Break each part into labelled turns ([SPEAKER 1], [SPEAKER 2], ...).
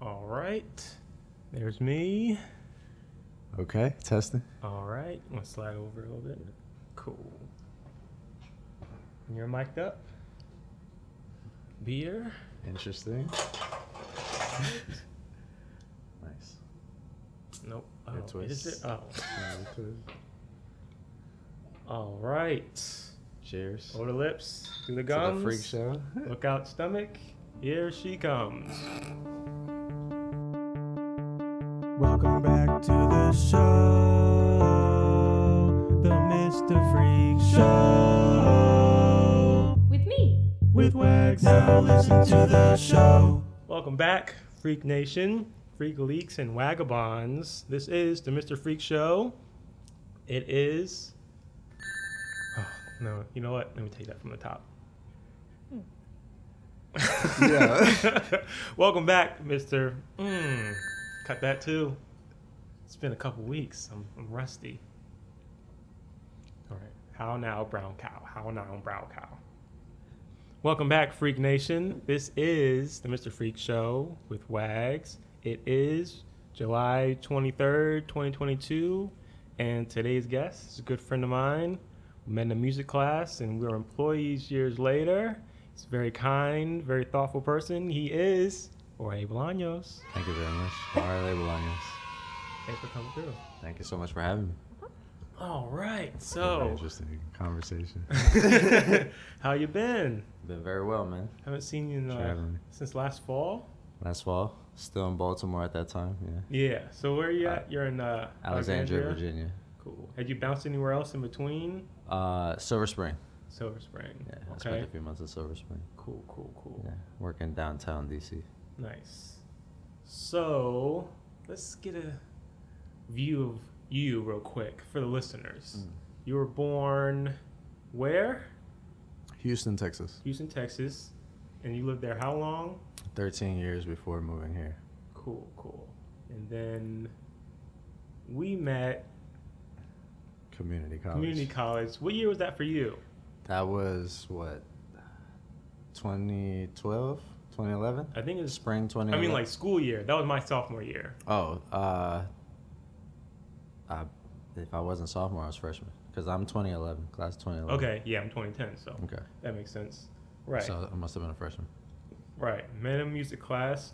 [SPEAKER 1] All right. There's me.
[SPEAKER 2] Okay, testing.
[SPEAKER 1] All right. I'm gonna slide over a little bit. Cool. And you're mic'd up. Beer.
[SPEAKER 2] Interesting. nice.
[SPEAKER 1] Nope.
[SPEAKER 2] Your
[SPEAKER 1] Oh, is it?
[SPEAKER 2] twist.
[SPEAKER 1] Oh.
[SPEAKER 2] Yeah, me too.
[SPEAKER 1] All right.
[SPEAKER 2] Cheers.
[SPEAKER 1] Over the lips, through the
[SPEAKER 2] To
[SPEAKER 1] gums.
[SPEAKER 2] the freak show.
[SPEAKER 1] Look out, stomach. Here she comes.
[SPEAKER 3] Welcome back to the show, the Mr. Freak Show
[SPEAKER 4] with me.
[SPEAKER 3] with Wags. Now listen to the show.
[SPEAKER 1] Welcome back, Freak Nation, Freak Leaks, and Wagabonds. This is the Mr. Freak Show. It is. Oh, no, you know what? Let me take that from the top.
[SPEAKER 2] Yeah.
[SPEAKER 1] Welcome back, Mr. Mm, cut that too. It's been a couple weeks. I'm, I'm rusty. All right. How now, brown cow? How now, brown cow? Welcome back, Freak Nation. This is the Mr. Freak Show with Wags. It is July 23rd, 2022, and today's guest is a good friend of mine. We met in a music class, and we are employees years later. He's a very kind, very thoughtful person. He is Jorge Bolaños.
[SPEAKER 2] Thank you very much. All right, label on us.
[SPEAKER 1] Thanks for coming through.
[SPEAKER 2] Thank you so much for having me.
[SPEAKER 1] All right,
[SPEAKER 2] Very
[SPEAKER 1] so
[SPEAKER 2] interesting conversation.
[SPEAKER 1] how you been?
[SPEAKER 2] Been very well, man.
[SPEAKER 1] Haven't seen you in, uh,
[SPEAKER 2] Traveling.
[SPEAKER 1] since last fall.
[SPEAKER 2] Last fall, still in Baltimore at that time. Yeah.
[SPEAKER 1] Yeah. So where are you
[SPEAKER 2] Uh,
[SPEAKER 1] at? You're in uh,
[SPEAKER 2] Alexandria, Virginia.
[SPEAKER 1] Cool. Had you bounced anywhere else in between?
[SPEAKER 2] Uh, Silver Spring.
[SPEAKER 1] Silver Spring.
[SPEAKER 2] Yeah, I
[SPEAKER 1] okay.
[SPEAKER 2] spent a few months at Silver Spring.
[SPEAKER 1] Cool. Cool. Cool.
[SPEAKER 2] Yeah, working downtown DC.
[SPEAKER 1] Nice. So let's get a view of you real quick for the listeners.
[SPEAKER 2] Hmm. Mm.
[SPEAKER 1] You were born where?
[SPEAKER 2] Houston, Texas.
[SPEAKER 1] Houston, Texas, and you lived there how long?
[SPEAKER 2] 13 years before moving here.
[SPEAKER 1] Cool, cool. And then we met
[SPEAKER 2] Community college.
[SPEAKER 1] community college. What year was that for you?
[SPEAKER 2] That was what 2012, 2011,
[SPEAKER 1] I think it was.
[SPEAKER 2] spring 2011.
[SPEAKER 1] I mean, like school year. That was my sophomore year.
[SPEAKER 2] oh, uh, I, if I wasn't sophomore, I was freshman because I'm 2011, class 2011.
[SPEAKER 1] Okay, yeah, I'm 2010, so
[SPEAKER 2] Okay.
[SPEAKER 1] that makes sense. Right,
[SPEAKER 2] So I must have been a freshman.
[SPEAKER 1] right. Met in music class.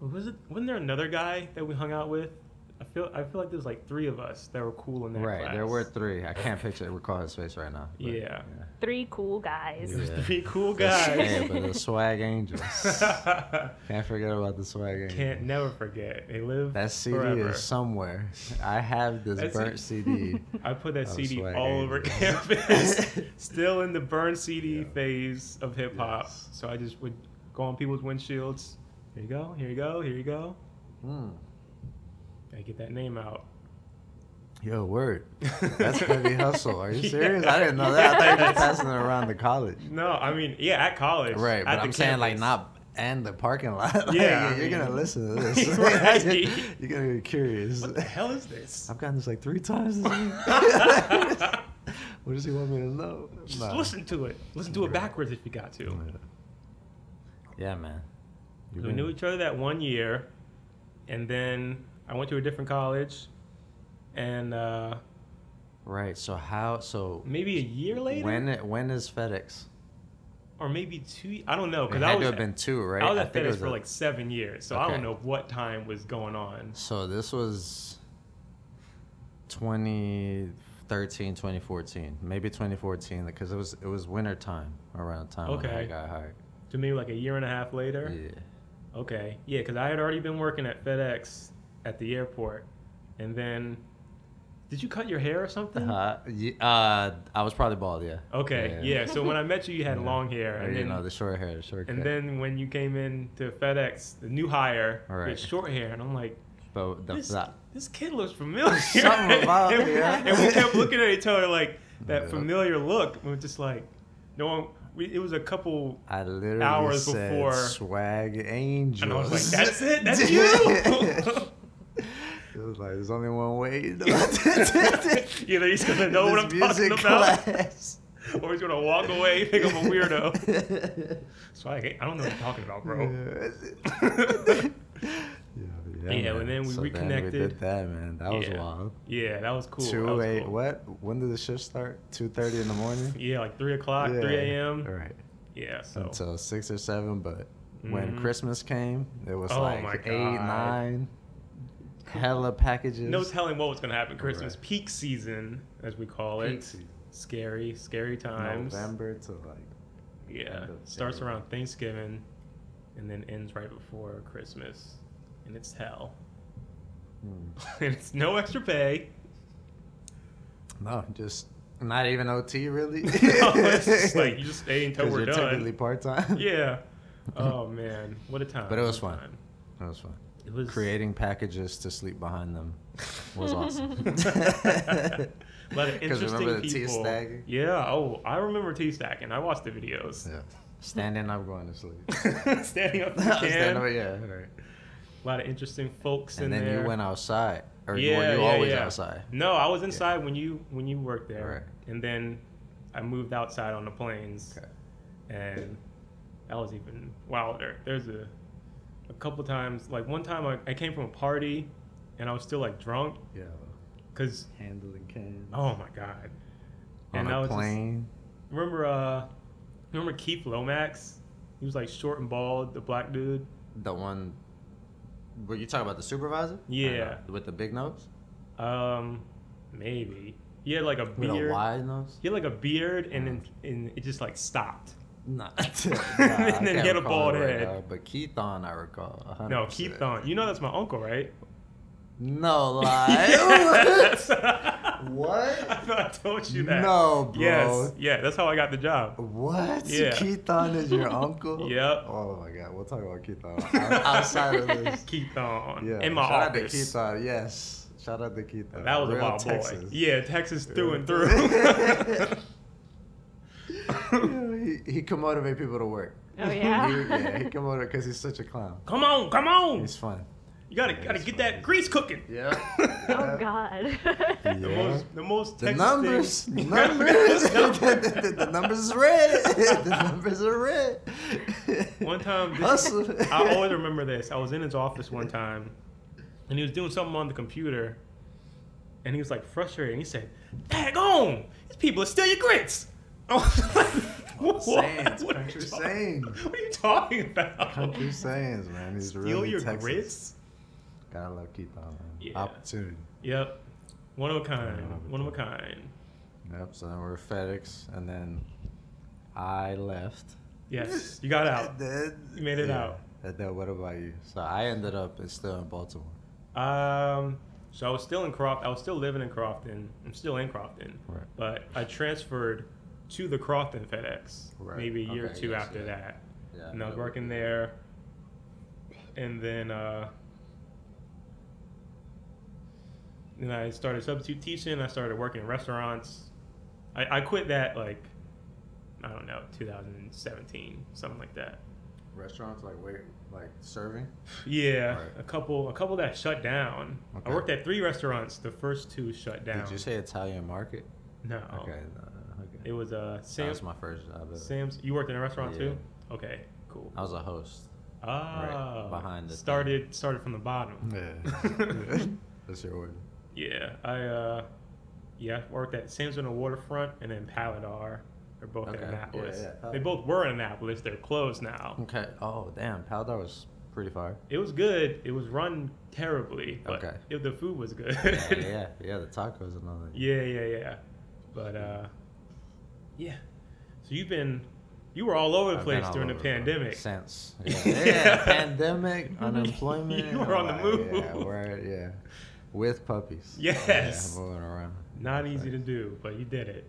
[SPEAKER 1] Was it? Wasn't there another guy that we hung out with? I feel. I feel like there's like three of us that were cool in that
[SPEAKER 2] right.
[SPEAKER 1] class.
[SPEAKER 2] There were three. I can't picture recall his face right now. but,
[SPEAKER 1] Yeah.
[SPEAKER 4] Three cool guys.
[SPEAKER 2] Yeah.
[SPEAKER 1] three cool
[SPEAKER 2] Yeah,
[SPEAKER 1] guys.
[SPEAKER 2] but the swag angels. Can't forget about the swag angels.
[SPEAKER 1] Can't never forget. They live
[SPEAKER 2] That CD
[SPEAKER 1] forever.
[SPEAKER 2] is somewhere. I have this
[SPEAKER 1] That's-
[SPEAKER 2] burnt CD.
[SPEAKER 1] I put that
[SPEAKER 2] Oh,
[SPEAKER 1] CD
[SPEAKER 2] swag
[SPEAKER 1] all over
[SPEAKER 2] angels.
[SPEAKER 1] campus. Still in the burn CD
[SPEAKER 2] Yeah.
[SPEAKER 1] phase of hip hop.
[SPEAKER 2] Yes.
[SPEAKER 1] So I just would go on people's windshields. Here you go. Here you go. Here you go.
[SPEAKER 2] Hmm.
[SPEAKER 1] Gotta get that name out.
[SPEAKER 2] Yo, word. That's heavy hustle. Are you serious? I didn't know that. I thought you were passing it around the college.
[SPEAKER 1] No, I mean, yeah, at college.
[SPEAKER 2] Right, but
[SPEAKER 1] at the
[SPEAKER 2] I'm saying like
[SPEAKER 1] campus.
[SPEAKER 2] not and the parking lot. Like,
[SPEAKER 1] Yeah, I
[SPEAKER 2] you're gonna
[SPEAKER 1] mean-
[SPEAKER 2] listen to this.
[SPEAKER 1] Right.
[SPEAKER 2] you're gonna be curious.
[SPEAKER 1] What the hell is this?
[SPEAKER 2] I've gotten this like three times. This week. what does he want me to know?
[SPEAKER 1] Just
[SPEAKER 2] Nah.
[SPEAKER 1] listen to it. Listen to it
[SPEAKER 2] Right.
[SPEAKER 1] backwards if you got to.
[SPEAKER 2] Yeah, man. You
[SPEAKER 1] We knew each other that one year, and then I went to a different college, and uh,
[SPEAKER 2] right. So how? So
[SPEAKER 1] maybe a year later,
[SPEAKER 2] when? When is FedEx?
[SPEAKER 1] or maybe two. I don't know
[SPEAKER 2] It
[SPEAKER 1] because
[SPEAKER 2] had
[SPEAKER 1] Oh, I
[SPEAKER 2] to
[SPEAKER 1] was
[SPEAKER 2] have been two, right?
[SPEAKER 1] I was
[SPEAKER 2] I
[SPEAKER 1] at
[SPEAKER 2] think it
[SPEAKER 1] FedEx
[SPEAKER 2] was
[SPEAKER 1] for
[SPEAKER 2] a-
[SPEAKER 1] like seven years, so I
[SPEAKER 2] Okay.
[SPEAKER 1] don't know what time was going on.
[SPEAKER 2] So this was 2013, 2014, maybe 2014, because it was it was winter time around the time when I
[SPEAKER 1] Okay.
[SPEAKER 2] got hired.
[SPEAKER 1] To me, like a year and a half later.
[SPEAKER 2] Yeah.
[SPEAKER 1] Okay, yeah, because I had already been working at FedEx at the airport, and then did you cut your hair or something?
[SPEAKER 2] Uh, ye- uh, I was probably bald, yeah.
[SPEAKER 1] Hmm. Okay, yeah. So when I met you, you had
[SPEAKER 2] Yeah.
[SPEAKER 1] long hair,
[SPEAKER 2] Or,
[SPEAKER 1] and
[SPEAKER 2] you
[SPEAKER 1] then
[SPEAKER 2] know, the short hair, the short
[SPEAKER 1] and
[SPEAKER 2] cut.
[SPEAKER 1] then when you came in to FedEx, the new hire
[SPEAKER 2] All right.
[SPEAKER 1] with short hair, and I'm like,
[SPEAKER 2] but the,
[SPEAKER 1] this,
[SPEAKER 2] that,
[SPEAKER 1] this kid looks familiar.
[SPEAKER 2] Something about
[SPEAKER 1] and,
[SPEAKER 2] it, yeah.
[SPEAKER 1] and we kept looking at each other like that
[SPEAKER 2] Yeah.
[SPEAKER 1] familiar look. We were just like, no one. We, it was a couple.
[SPEAKER 2] I literally
[SPEAKER 1] hours
[SPEAKER 2] said
[SPEAKER 1] before-
[SPEAKER 2] swag angels.
[SPEAKER 1] And I was like, that's it. That's you.
[SPEAKER 2] It was like, there's only one way. You know,
[SPEAKER 1] Either he's gonna know what I'm
[SPEAKER 2] This
[SPEAKER 1] talking
[SPEAKER 2] music
[SPEAKER 1] about,
[SPEAKER 2] class.
[SPEAKER 1] or he's gonna walk away and think I'm a weirdo.
[SPEAKER 2] weirdo.
[SPEAKER 1] So I, I don't know what I'm talking about, bro. then we
[SPEAKER 2] so
[SPEAKER 1] reconnected.
[SPEAKER 2] Then we did that, man. That was
[SPEAKER 1] Yeah.
[SPEAKER 2] wild.
[SPEAKER 1] Yeah, that was cool. That
[SPEAKER 2] Two
[SPEAKER 1] was
[SPEAKER 2] eight.
[SPEAKER 1] cool.
[SPEAKER 2] What? When did the shift start? Two thirty in the morning.
[SPEAKER 1] Yeah, like three o'clock, three a.m.
[SPEAKER 2] All right.
[SPEAKER 1] Yeah, so
[SPEAKER 2] Until six or seven, but when
[SPEAKER 1] Mhm.
[SPEAKER 2] Christmas came, it was
[SPEAKER 1] Oh my
[SPEAKER 2] like eight,
[SPEAKER 1] God.
[SPEAKER 2] nine, hella packages.
[SPEAKER 1] no telling what was gonna happen. Christmas
[SPEAKER 2] Right.
[SPEAKER 1] peak season, as we call it.
[SPEAKER 2] Peak season.
[SPEAKER 1] Scary, scary times.
[SPEAKER 2] November to like
[SPEAKER 1] Yeah,
[SPEAKER 2] End of
[SPEAKER 1] starts
[SPEAKER 2] January.
[SPEAKER 1] around Thanksgiving, and then ends right before Christmas, and it's hell.
[SPEAKER 2] hmm.
[SPEAKER 1] and it's no extra pay.
[SPEAKER 2] no, just not even OT really.
[SPEAKER 1] No, it's just like you just stay until
[SPEAKER 2] 'Cause
[SPEAKER 1] we're
[SPEAKER 2] you're technically
[SPEAKER 1] done.
[SPEAKER 2] part time.
[SPEAKER 1] Yeah. Oh man, what a time!
[SPEAKER 2] But it was
[SPEAKER 1] What a
[SPEAKER 2] fun.
[SPEAKER 1] time.
[SPEAKER 2] that was fun.
[SPEAKER 1] It was
[SPEAKER 2] Creating packages to sleep behind them was awesome.
[SPEAKER 1] A lot of
[SPEAKER 2] Because
[SPEAKER 1] interesting
[SPEAKER 2] remember the tea
[SPEAKER 1] people.
[SPEAKER 2] stag?
[SPEAKER 1] Yeah. Oh, I remember tea stacking. I watched the videos.
[SPEAKER 2] Yeah. Standing up, going to sleep.
[SPEAKER 1] Standing up. if you
[SPEAKER 2] Standing
[SPEAKER 1] can.
[SPEAKER 2] up, yeah. all right.
[SPEAKER 1] A lot of interesting folks
[SPEAKER 2] And
[SPEAKER 1] in
[SPEAKER 2] then
[SPEAKER 1] there.
[SPEAKER 2] you went outside, or
[SPEAKER 1] yeah,
[SPEAKER 2] were you
[SPEAKER 1] yeah,
[SPEAKER 2] always
[SPEAKER 1] yeah.
[SPEAKER 2] outside?
[SPEAKER 1] No, I was inside when you when you worked there,
[SPEAKER 2] Right.
[SPEAKER 1] and then I moved outside on the plains,
[SPEAKER 2] Okay.
[SPEAKER 1] and that was even wilder. There's a a couple times, like one time I, I came from a party, and I was still like drunk,
[SPEAKER 2] Yeah.
[SPEAKER 1] cause
[SPEAKER 2] Handling cans.
[SPEAKER 1] oh my god,
[SPEAKER 2] On
[SPEAKER 1] and I
[SPEAKER 2] a
[SPEAKER 1] was just-
[SPEAKER 2] plane.
[SPEAKER 1] remember uh remember Keith Lomax? He was like short and bald, the black dude.
[SPEAKER 2] The one. Were you talking about the supervisor? Or
[SPEAKER 1] Yeah.
[SPEAKER 2] no? With the big nose?
[SPEAKER 1] Um, maybe he had like a
[SPEAKER 2] With a
[SPEAKER 1] beard.
[SPEAKER 2] wide nose?
[SPEAKER 1] He had like a beard, and then and it just like stopped.
[SPEAKER 2] Nah.
[SPEAKER 1] then
[SPEAKER 2] I can't
[SPEAKER 1] get a
[SPEAKER 2] recall
[SPEAKER 1] bald
[SPEAKER 2] it
[SPEAKER 1] head.
[SPEAKER 2] now, but Keith on, I recall. 100%.
[SPEAKER 1] No, Keith on. You know that's my uncle, right?
[SPEAKER 2] No lie.
[SPEAKER 1] Yes. I
[SPEAKER 2] what?
[SPEAKER 1] thought I told you that.
[SPEAKER 2] No, bro.
[SPEAKER 1] Yes. Yeah, that's how I got the job.
[SPEAKER 2] What?
[SPEAKER 1] Yeah.
[SPEAKER 2] Keith on is your uncle?
[SPEAKER 1] Yep.
[SPEAKER 2] Oh my god, we'll talk about Keith on outside of this.
[SPEAKER 1] Keith on.
[SPEAKER 2] Yeah.
[SPEAKER 1] In my
[SPEAKER 2] Shout out to
[SPEAKER 1] office.
[SPEAKER 2] Keith on, yes. Shout out to Keith on.
[SPEAKER 1] That was
[SPEAKER 2] Real
[SPEAKER 1] a wild
[SPEAKER 2] Texas.
[SPEAKER 1] boy. Yeah, Texas through and through.
[SPEAKER 2] You know, he, he can motivate people to work.
[SPEAKER 4] Oh,
[SPEAKER 2] He,
[SPEAKER 4] yeah?
[SPEAKER 2] yeah, he can motivate because he's such a clown.
[SPEAKER 1] come on, come on.
[SPEAKER 2] He's fun.
[SPEAKER 1] You gotta
[SPEAKER 2] Yeah,
[SPEAKER 1] gotta
[SPEAKER 2] he's
[SPEAKER 1] get
[SPEAKER 2] funny.
[SPEAKER 1] that grease cooking.
[SPEAKER 2] Yeah.
[SPEAKER 4] Oh God.
[SPEAKER 1] The most the most
[SPEAKER 2] The
[SPEAKER 1] Texas
[SPEAKER 2] numbers,
[SPEAKER 1] thing-
[SPEAKER 2] numbers,
[SPEAKER 1] Numbers.
[SPEAKER 2] the, the- the numbers are red. the numbers are red.
[SPEAKER 1] One time,
[SPEAKER 2] Hustle.
[SPEAKER 1] I always remember this. I was in his office one time, and he was doing something on the computer, and he was like frustrated. And he said, "Daggone, these people are stealing your grits." I was like, "What?
[SPEAKER 2] sayings,
[SPEAKER 1] What are
[SPEAKER 2] country
[SPEAKER 1] you talk-
[SPEAKER 2] sayings.
[SPEAKER 1] What are you talking about?
[SPEAKER 2] Country sayings, man. He's
[SPEAKER 1] Steal
[SPEAKER 2] really
[SPEAKER 1] your
[SPEAKER 2] Texas.
[SPEAKER 1] grits?
[SPEAKER 2] Gotta love Keith on, man.
[SPEAKER 1] Yeah.
[SPEAKER 2] Opportunity.
[SPEAKER 1] Yep, one of a
[SPEAKER 2] Yeah,
[SPEAKER 1] kind.
[SPEAKER 2] I'm
[SPEAKER 1] One of a kind.
[SPEAKER 2] Yep. So then we're FedEx, and then I left.
[SPEAKER 1] Yes, you got out.
[SPEAKER 2] And then-
[SPEAKER 1] You made it out.
[SPEAKER 2] And then what about you? So I ended up in- still in Baltimore.
[SPEAKER 1] Um, so I was still in Croft. I was still living in Crofton. I'm still in Crofton,
[SPEAKER 2] Right.
[SPEAKER 1] but I transferred to the Crofton FedEx
[SPEAKER 2] Right.
[SPEAKER 1] maybe a year or
[SPEAKER 2] Okay,
[SPEAKER 1] two
[SPEAKER 2] yes,
[SPEAKER 1] after
[SPEAKER 2] yeah.
[SPEAKER 1] that.
[SPEAKER 2] Yeah.
[SPEAKER 1] and I was working there, and then uh, then I started substitute teaching. I started working in restaurants. I, I quit that like I don't know 2017 something like that.
[SPEAKER 2] Restaurants like wait, like serving.
[SPEAKER 1] Yeah,
[SPEAKER 2] Right.
[SPEAKER 1] a couple a couple that shut down.
[SPEAKER 2] Okay.
[SPEAKER 1] I worked at three restaurants. The first two shut down.
[SPEAKER 2] Did you say Italian market?
[SPEAKER 1] No.
[SPEAKER 2] Okay. no, okay.
[SPEAKER 1] It was uh,
[SPEAKER 2] that
[SPEAKER 1] Sam's.
[SPEAKER 2] was my first job. ever.
[SPEAKER 1] Sam's. You worked in a restaurant
[SPEAKER 2] Yeah.
[SPEAKER 1] too. Okay. Cool.
[SPEAKER 2] I was a host.
[SPEAKER 1] Ah.
[SPEAKER 2] behind the thing. Mm.
[SPEAKER 1] started started from the bottom.
[SPEAKER 2] Yeah. That's your order.
[SPEAKER 1] Yeah. I uh, yeah worked at Sam's on the waterfront and then Paladar. They're both in
[SPEAKER 2] Okay.
[SPEAKER 1] Annapolis.
[SPEAKER 2] Yeah, yeah,
[SPEAKER 1] They
[SPEAKER 2] Paladar.
[SPEAKER 1] both were in Annapolis. They're closed now.
[SPEAKER 2] Okay. Oh damn, Paladar was pretty far.
[SPEAKER 1] It was good. It was run terribly, but
[SPEAKER 2] Okay.
[SPEAKER 1] it, the food was good.
[SPEAKER 2] yeah, yeah, yeah. The tacos and all that.
[SPEAKER 1] Yeah, yeah, yeah. But uh yeah. So you've been you were all over the
[SPEAKER 2] I've been
[SPEAKER 1] place
[SPEAKER 2] all
[SPEAKER 1] during the
[SPEAKER 2] over place
[SPEAKER 1] pandemic.
[SPEAKER 2] Since yeah,
[SPEAKER 1] Yeah.
[SPEAKER 2] yeah, pandemic, unemployment.
[SPEAKER 1] You were on the
[SPEAKER 2] like,
[SPEAKER 1] move.
[SPEAKER 2] Yeah, we're, yeah, with puppies.
[SPEAKER 1] Yes.
[SPEAKER 2] yeah, moving around.
[SPEAKER 1] Not easy to do, but you did it.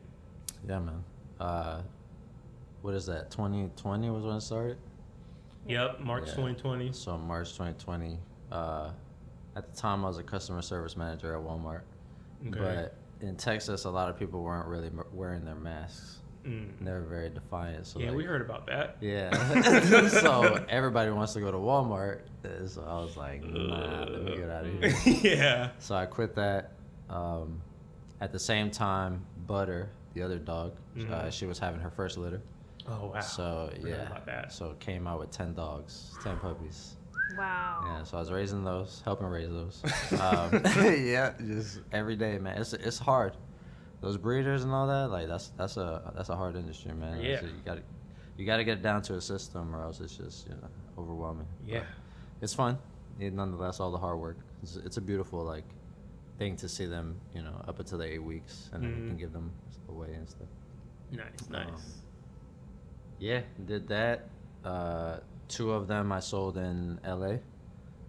[SPEAKER 2] Yeah, man. Uh, what is that? Twenty twenty was when it started.
[SPEAKER 1] Yep, March
[SPEAKER 2] Yeah.
[SPEAKER 1] 2020.
[SPEAKER 2] So March twenty twenty. Uh, at the time, I was a customer service manager at Walmart.
[SPEAKER 1] Okay.
[SPEAKER 2] But in Texas, a lot of people weren't really m- wearing their masks.
[SPEAKER 1] Mm.
[SPEAKER 2] They were very defiant. So
[SPEAKER 1] Yeah,
[SPEAKER 2] like,
[SPEAKER 1] we heard about that.
[SPEAKER 2] Yeah. so everybody wants to go to Walmart. uh, So I was like, nah, let me get out of here.
[SPEAKER 1] yeah.
[SPEAKER 2] So I quit that. Um, at the same time, Butter, the other dog, uh,
[SPEAKER 1] Mhm.
[SPEAKER 2] she was having her first litter.
[SPEAKER 1] Oh wow.
[SPEAKER 2] So
[SPEAKER 1] Forgot
[SPEAKER 2] yeah.
[SPEAKER 1] about that.
[SPEAKER 2] So it came out with ten dogs, ten puppies.
[SPEAKER 4] wow.
[SPEAKER 2] Yeah. so I was raising those, helping raise those. Um, yeah, just every day, man. It's it's hard. Those breeders and all that, like that's that's a that's a hard industry, man.
[SPEAKER 1] Yeah.
[SPEAKER 2] So you gotta you gotta get it down to a system, or else it's just you know overwhelming.
[SPEAKER 1] Yeah.
[SPEAKER 2] But it's fun. Yeah, nonetheless, all the hard work. It's, it's a beautiful like thing to see them, you know, up until the eight weeks, and then
[SPEAKER 1] Mhm.
[SPEAKER 2] you can give them away and stuff.
[SPEAKER 1] Nice,
[SPEAKER 2] Um,
[SPEAKER 1] nice.
[SPEAKER 2] Yeah, did that. Uh, two of them I sold in LA.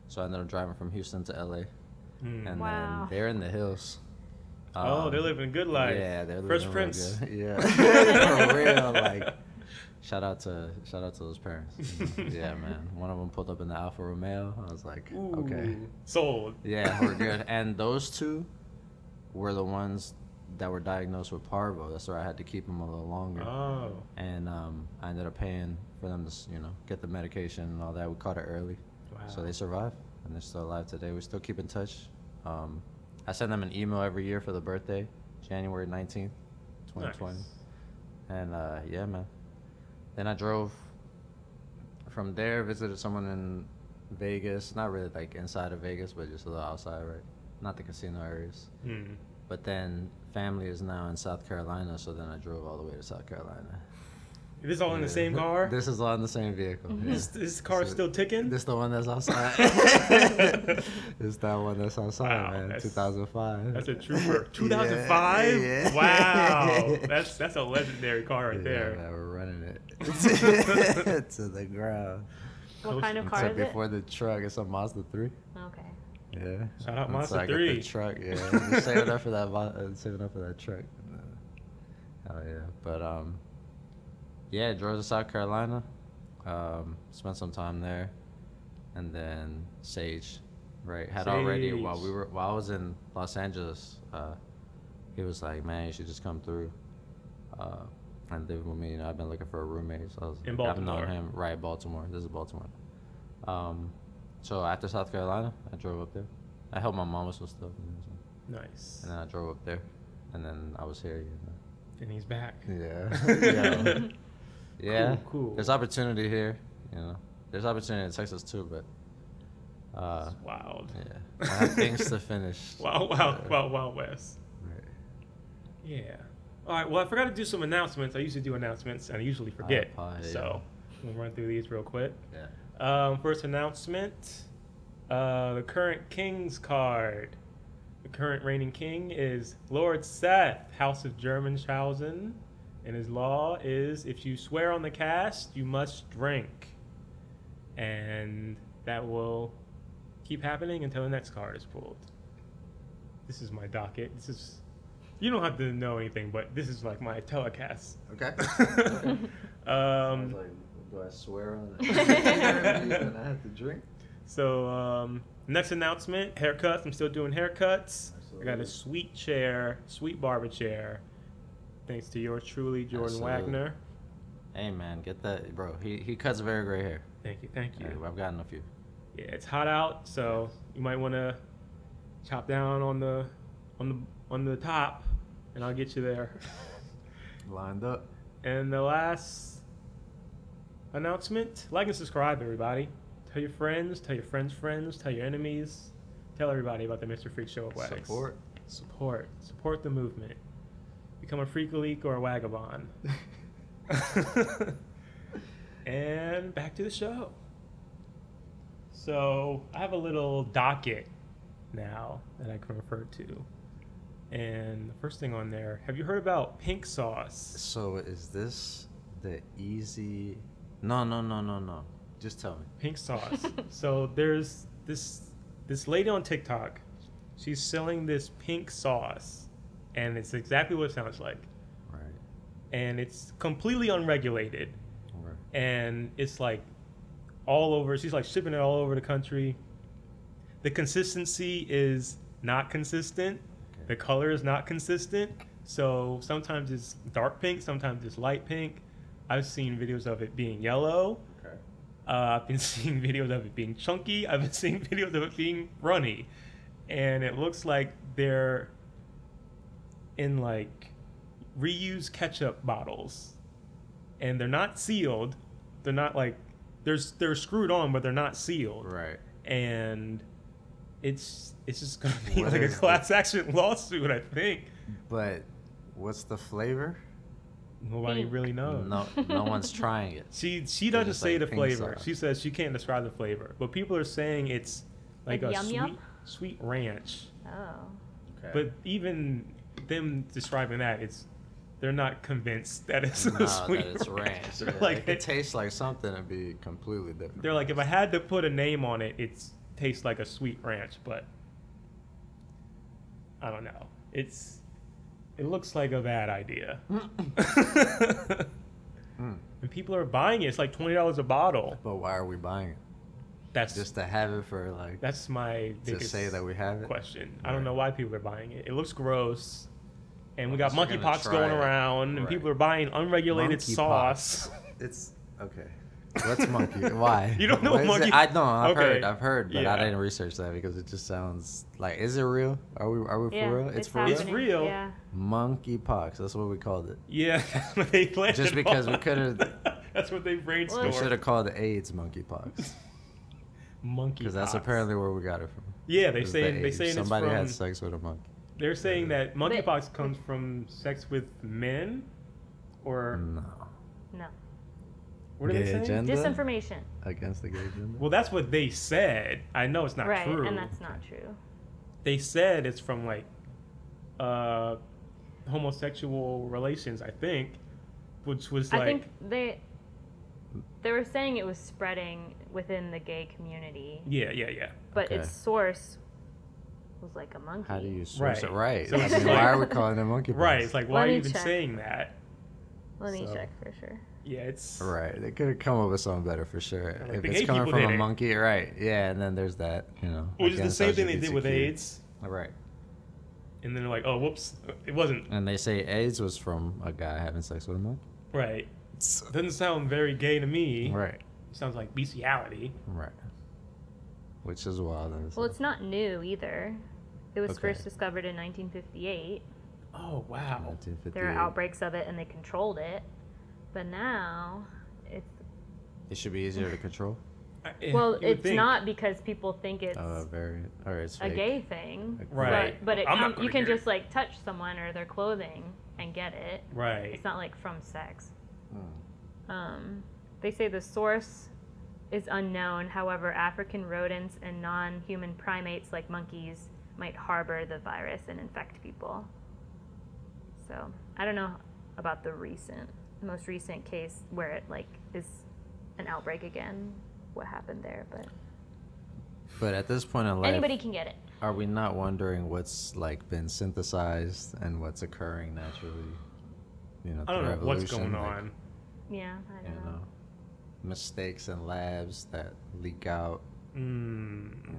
[SPEAKER 2] So I ended up driving from Houston to LA.
[SPEAKER 1] Mm.
[SPEAKER 2] And
[SPEAKER 4] Wow.
[SPEAKER 2] then they're in the hills.
[SPEAKER 1] oh,
[SPEAKER 2] Um,
[SPEAKER 1] they're living a good life.
[SPEAKER 2] Yeah, they're living
[SPEAKER 1] Fresh
[SPEAKER 2] real
[SPEAKER 1] Prince.
[SPEAKER 2] good. Yeah. For real. Like, shout out to shout out to those parents. yeah, man. One of them pulled up in the Alfa Romeo. I was like, okay.
[SPEAKER 1] Ooh, Sold.
[SPEAKER 2] Yeah, we're good. and those two were the ones that were diagnosed with parvo. That's why I had to keep them a little longer
[SPEAKER 1] Oh.
[SPEAKER 2] and um, I ended up paying for them to, s- you know, get the medication and all that. We caught it early,
[SPEAKER 1] Wow.
[SPEAKER 2] so they survived, and they're still alive today. We still keep in touch. Um, I send them an email every year for the birthday, January nineteenth, twenty twenty,
[SPEAKER 1] Nice.
[SPEAKER 2] and uh, yeah, man. Then I drove from there, visited someone in Vegas. Not really like inside of Vegas, but just a little outside, right? Not the casino areas.
[SPEAKER 1] Mm.
[SPEAKER 2] But then family is now in South Carolina, so then I drove all the way to South Carolina.
[SPEAKER 1] This is all in the
[SPEAKER 2] Yeah.
[SPEAKER 1] same car.
[SPEAKER 2] This is all in the same vehicle. yeah.
[SPEAKER 1] This this car's
[SPEAKER 2] So-
[SPEAKER 1] still ticking.
[SPEAKER 2] This the one that's outside. it's that one that's outside,
[SPEAKER 1] Wow,
[SPEAKER 2] man.
[SPEAKER 1] that's-
[SPEAKER 2] 2005.
[SPEAKER 1] That's a trooper. 2005.
[SPEAKER 2] yeah.
[SPEAKER 1] Wow. That's that's a legendary car right
[SPEAKER 2] yeah,
[SPEAKER 1] there.
[SPEAKER 2] Man, we're running it to the ground.
[SPEAKER 4] What kind of
[SPEAKER 1] It's
[SPEAKER 4] car
[SPEAKER 2] Except
[SPEAKER 4] is it?
[SPEAKER 2] before the truck, it's a Mazda 3.
[SPEAKER 4] Okay.
[SPEAKER 2] Yeah.
[SPEAKER 1] Shout out
[SPEAKER 2] And
[SPEAKER 1] Mazda
[SPEAKER 2] so I get
[SPEAKER 1] 3.
[SPEAKER 2] The truck, yeah. I'm saving up for that. Mo- uh, Saving up for that truck. Oh yeah, but um, yeah, drove to South Carolina, um, spent some time there, and then Sage, right, had already while we
[SPEAKER 1] Sage.
[SPEAKER 2] were while I was in Los Angeles, uh, he was like, man, you should just come through. Uh, and live with me. You know, I've been looking for a roommate. So I was
[SPEAKER 1] In
[SPEAKER 2] like, I've known
[SPEAKER 1] Baltimore.
[SPEAKER 2] him right Baltimore. This is Baltimore. Um, so after South Carolina, I drove up there. I helped my mom with some stuff, you know, so-
[SPEAKER 1] Nice.
[SPEAKER 2] and then I drove up there, and then I was here. You
[SPEAKER 1] And he's back.
[SPEAKER 2] know. Yeah. yeah. Yeah.
[SPEAKER 1] Cool, cool.
[SPEAKER 2] There's opportunity here. You know, there's opportunity in Texas too, but uh,
[SPEAKER 1] It's wild.
[SPEAKER 2] yeah, I have things to finish.
[SPEAKER 1] Wow, wow,
[SPEAKER 2] Yeah.
[SPEAKER 1] wow, wow, West.
[SPEAKER 2] Right.
[SPEAKER 1] Yeah. All right. Well, I forgot to do some announcements. I usually do announcements, and I usually forget.
[SPEAKER 2] apologize.
[SPEAKER 1] So we'll run through these real quick.
[SPEAKER 2] Yeah.
[SPEAKER 1] Um, first announcement: uh, the current King's card. The current reigning king is Lord Seth, House of Germanshausen, and his law is: if you swear on the cast, you must drink, and that will keep happening until the next card is pulled. This is my docket. This is. You don't have to know anything, but this is like my telecast.
[SPEAKER 2] Okay.
[SPEAKER 1] um,
[SPEAKER 2] do I swear on
[SPEAKER 4] it? And
[SPEAKER 2] I have to drink.
[SPEAKER 1] So um, next announcement: haircuts. I'm still doing haircuts. I got
[SPEAKER 2] Absolutely.
[SPEAKER 1] a sweet chair, sweet barber chair. Thanks to yours truly, Jordan
[SPEAKER 2] Absolutely.
[SPEAKER 1] Wagner.
[SPEAKER 2] Hey man, get that, bro. He he cuts very gray hair.
[SPEAKER 1] Thank you, thank you.
[SPEAKER 2] Yeah, I've gotten a few.
[SPEAKER 1] Yeah, it's hot out, so you might want to chop down on the on the on the top, and I'll get you there.
[SPEAKER 2] Lined up.
[SPEAKER 1] And the last announcement like and subscribe, everybody. Tell your friends, tell your friends' friends, tell your enemies, tell everybody about the Mr. Freak Show of Wags.
[SPEAKER 2] Support.
[SPEAKER 1] Support. Support the movement. Become a Freak Leak or a Wagabond. and back to the show. So I have a little docket now that I can refer to. And the first thing on there, have you heard about pink sauce?
[SPEAKER 2] So is this the easy? No, no, no, no, no. Just tell me.
[SPEAKER 1] pink sauce. so there's this this lady on TikTok. She's selling this pink sauce, and it's exactly what it sounds like.
[SPEAKER 2] Right.
[SPEAKER 1] And it's completely unregulated,
[SPEAKER 2] Right.
[SPEAKER 1] and it's like all over. She's like shipping it all over the country. The consistency is not consistent.
[SPEAKER 2] Okay.
[SPEAKER 1] The color is not consistent. So sometimes it's dark pink, sometimes it's light pink. I've seen videos of it being yellow.
[SPEAKER 2] Okay.
[SPEAKER 1] Uh, I've been seeing videos of it being chunky. I've been seeing videos of it being runny, and it looks like they're in like reused ketchup bottles, and they're not sealed. They're not like they're they're screwed on, but they're not sealed.
[SPEAKER 2] Right.
[SPEAKER 1] and it's it's just gonna be
[SPEAKER 2] What
[SPEAKER 1] like a
[SPEAKER 2] is the-
[SPEAKER 1] class action lawsuit. I think
[SPEAKER 2] But what's the flavor?
[SPEAKER 1] nobody
[SPEAKER 4] Pink.
[SPEAKER 1] really knows.
[SPEAKER 2] No, no one's trying it.
[SPEAKER 1] She she
[SPEAKER 2] They're
[SPEAKER 1] doesn't
[SPEAKER 2] just
[SPEAKER 1] say
[SPEAKER 2] like
[SPEAKER 1] the
[SPEAKER 2] pink
[SPEAKER 1] flavor.
[SPEAKER 2] sauce.
[SPEAKER 1] She says she can't describe the flavor, but people are saying it's like,
[SPEAKER 4] Like
[SPEAKER 1] a
[SPEAKER 4] yum
[SPEAKER 1] sweet
[SPEAKER 4] yum?
[SPEAKER 1] sweet ranch.
[SPEAKER 4] Oh.
[SPEAKER 1] But even them describing that, it's they're not convinced that it's
[SPEAKER 2] no,
[SPEAKER 1] a sweet
[SPEAKER 2] that it's ranch.
[SPEAKER 1] They're
[SPEAKER 2] Yeah,
[SPEAKER 1] like
[SPEAKER 2] it could
[SPEAKER 1] it-
[SPEAKER 2] taste like something and be completely different.
[SPEAKER 1] they're like if I had to put a name on it, it tastes like a sweet ranch, but I don't know. It's it looks like a bad idea.
[SPEAKER 2] Mm.
[SPEAKER 1] and people are buying it. It's like twenty dollars a bottle.
[SPEAKER 2] But why are we buying it?
[SPEAKER 1] That's
[SPEAKER 2] Just to have it for like
[SPEAKER 1] That's my
[SPEAKER 2] to
[SPEAKER 1] biggest
[SPEAKER 2] say that we have it.
[SPEAKER 1] question. I don't
[SPEAKER 2] Right.
[SPEAKER 1] know why people are buying it. It looks gross, and we got
[SPEAKER 2] Unless you're gonna
[SPEAKER 1] monkeypox
[SPEAKER 2] try
[SPEAKER 1] going
[SPEAKER 2] it.
[SPEAKER 1] around, and
[SPEAKER 2] Right.
[SPEAKER 1] people are buying unregulated
[SPEAKER 2] Monkeypox.
[SPEAKER 1] sauce.
[SPEAKER 2] It's okay. What's monkey? Why?
[SPEAKER 1] You don't know
[SPEAKER 2] What is
[SPEAKER 1] monkey-
[SPEAKER 2] It? I know. I've
[SPEAKER 1] Okay.
[SPEAKER 2] heard. I've heard, but
[SPEAKER 1] Yeah.
[SPEAKER 2] I didn't research that because it just sounds like. Is it real? Are we? Are we
[SPEAKER 4] Yeah,
[SPEAKER 2] for real?
[SPEAKER 4] it's
[SPEAKER 2] for real.
[SPEAKER 1] It's
[SPEAKER 4] happening.
[SPEAKER 1] real.
[SPEAKER 4] Yeah.
[SPEAKER 2] Monkeypox. That's what we called it.
[SPEAKER 1] yeah, they planned
[SPEAKER 2] Just
[SPEAKER 1] it
[SPEAKER 2] because we
[SPEAKER 1] all.
[SPEAKER 2] coulda-
[SPEAKER 1] That's what they brainstormed.
[SPEAKER 2] We should have called it AIDS monkeypox
[SPEAKER 1] monkey.
[SPEAKER 2] because that's apparently where we got it from.
[SPEAKER 1] Yeah, they
[SPEAKER 2] Is
[SPEAKER 1] say
[SPEAKER 2] the
[SPEAKER 1] they
[SPEAKER 2] AIDS.
[SPEAKER 1] say it's
[SPEAKER 2] somebody
[SPEAKER 1] from.
[SPEAKER 2] had sex with a monkey.
[SPEAKER 1] They're saying that
[SPEAKER 4] But-
[SPEAKER 1] monkeypox comes from sex with men, or
[SPEAKER 2] No.
[SPEAKER 4] No.
[SPEAKER 1] what are
[SPEAKER 2] Gay
[SPEAKER 1] they saying?
[SPEAKER 2] agenda?
[SPEAKER 4] Disinformation.
[SPEAKER 2] Against the gay agenda.
[SPEAKER 1] Well, that's what they said. I know it's not
[SPEAKER 4] right.
[SPEAKER 1] true.
[SPEAKER 4] And that's not true.
[SPEAKER 1] they said it's from like uh homosexual relations i think which was like
[SPEAKER 4] I think they they were saying it was spreading within the gay community,
[SPEAKER 1] yeah yeah yeah
[SPEAKER 4] but
[SPEAKER 2] Okay.
[SPEAKER 4] its source was like a monkey.
[SPEAKER 2] How do you source it?
[SPEAKER 1] Right.
[SPEAKER 2] Right.
[SPEAKER 1] So
[SPEAKER 2] I
[SPEAKER 4] it's
[SPEAKER 2] mean,
[SPEAKER 4] like-
[SPEAKER 2] why are we calling it monkeypox?
[SPEAKER 1] right it's like why
[SPEAKER 4] Let
[SPEAKER 1] are you
[SPEAKER 4] me
[SPEAKER 1] even
[SPEAKER 4] check.
[SPEAKER 1] saying that
[SPEAKER 4] Let me
[SPEAKER 2] So-
[SPEAKER 4] check for sure.
[SPEAKER 1] yeah it's
[SPEAKER 2] Right. They could have come up with something better for sure.
[SPEAKER 1] Like
[SPEAKER 2] if
[SPEAKER 1] the
[SPEAKER 2] it's
[SPEAKER 1] gay
[SPEAKER 2] coming
[SPEAKER 1] people
[SPEAKER 2] from
[SPEAKER 1] did
[SPEAKER 2] a
[SPEAKER 1] it.
[SPEAKER 2] monkey, right. Yeah, and then there's that, you know.
[SPEAKER 1] which is the
[SPEAKER 2] against
[SPEAKER 1] same thing they did with
[SPEAKER 2] LGBTQ.
[SPEAKER 1] aids
[SPEAKER 2] Right.
[SPEAKER 1] and then they're like oh whoops it wasn't
[SPEAKER 2] And they say AIDS was from a guy having sex with a monkey.
[SPEAKER 1] right doesn't sound very gay to me
[SPEAKER 2] Right.
[SPEAKER 1] sounds like bestiality
[SPEAKER 2] Right. Which is wild. and
[SPEAKER 4] Well, it's not new either. It was
[SPEAKER 2] Okay.
[SPEAKER 4] first discovered in 1958.
[SPEAKER 1] oh wow
[SPEAKER 2] 1958.
[SPEAKER 4] There were outbreaks of it, and they controlled it. But now, it's
[SPEAKER 2] It should be easier to control.
[SPEAKER 1] I-
[SPEAKER 4] well,
[SPEAKER 1] Eh, you would
[SPEAKER 4] it's
[SPEAKER 1] think.
[SPEAKER 4] not because people think it's
[SPEAKER 2] Uh, very. All right. It's
[SPEAKER 4] a
[SPEAKER 2] fake.
[SPEAKER 4] gay thing,
[SPEAKER 2] Like,
[SPEAKER 1] Right.
[SPEAKER 4] But, but it
[SPEAKER 1] I'm not
[SPEAKER 4] com- you
[SPEAKER 1] gonna
[SPEAKER 4] can
[SPEAKER 1] get it.
[SPEAKER 4] just like touch someone or their clothing and get it.
[SPEAKER 1] right
[SPEAKER 4] It's not like from sex.
[SPEAKER 2] Mm.
[SPEAKER 4] Um, they say the source is unknown. However, African rodents and non-human primates like monkeys might harbor the virus and infect people. So I don't know about the recent, most recent case where it like is an outbreak again. What happened there? But
[SPEAKER 2] But at this point in life,
[SPEAKER 4] anybody can get it.
[SPEAKER 2] are we not wondering what's like been synthesized and what's occurring naturally? You know,
[SPEAKER 1] i don't know
[SPEAKER 2] through
[SPEAKER 1] what's
[SPEAKER 2] evolution,
[SPEAKER 1] going
[SPEAKER 2] like,
[SPEAKER 1] on
[SPEAKER 4] Yeah, I
[SPEAKER 2] you
[SPEAKER 4] don't know.
[SPEAKER 2] know, mistakes in labs that leak out. You
[SPEAKER 1] mm,
[SPEAKER 2] know,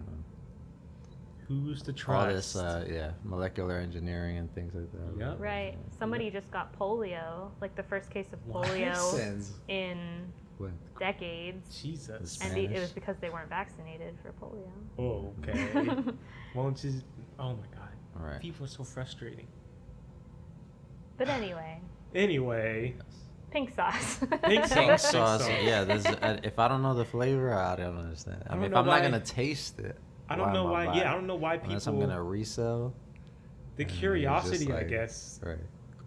[SPEAKER 1] who's to
[SPEAKER 2] all
[SPEAKER 1] trust
[SPEAKER 2] this, uh, yeah, molecular engineering and things like that.
[SPEAKER 1] Yep.
[SPEAKER 4] Right. Somebody just got polio, like the first case of
[SPEAKER 1] What?
[SPEAKER 4] polio
[SPEAKER 2] Since
[SPEAKER 4] in
[SPEAKER 2] when?
[SPEAKER 4] decades.
[SPEAKER 1] jesus
[SPEAKER 4] And the, it
[SPEAKER 2] Spanish.
[SPEAKER 4] was because they weren't vaccinated for polio.
[SPEAKER 1] oh okay won't you oh my god
[SPEAKER 2] All right.
[SPEAKER 1] People are so frustrating.
[SPEAKER 4] but anyway,
[SPEAKER 1] Anyway,
[SPEAKER 4] pink sauce.
[SPEAKER 1] Pink
[SPEAKER 2] Pink
[SPEAKER 1] Pink
[SPEAKER 2] sauce.
[SPEAKER 1] sauce.
[SPEAKER 2] Yeah, there's, uh, if I don't know the flavor, I don't understand. I,
[SPEAKER 1] I don't
[SPEAKER 2] mean, if
[SPEAKER 1] know
[SPEAKER 2] I'm
[SPEAKER 1] why-
[SPEAKER 2] not gonna taste it,
[SPEAKER 1] I don't
[SPEAKER 2] am
[SPEAKER 1] know why.
[SPEAKER 2] buying
[SPEAKER 1] Yeah, I
[SPEAKER 2] it?
[SPEAKER 1] don't know why people.
[SPEAKER 2] Unless I'm gonna resell.
[SPEAKER 1] the
[SPEAKER 2] and then it's just
[SPEAKER 1] curiosity, I
[SPEAKER 2] like-
[SPEAKER 1] guess.
[SPEAKER 2] Right.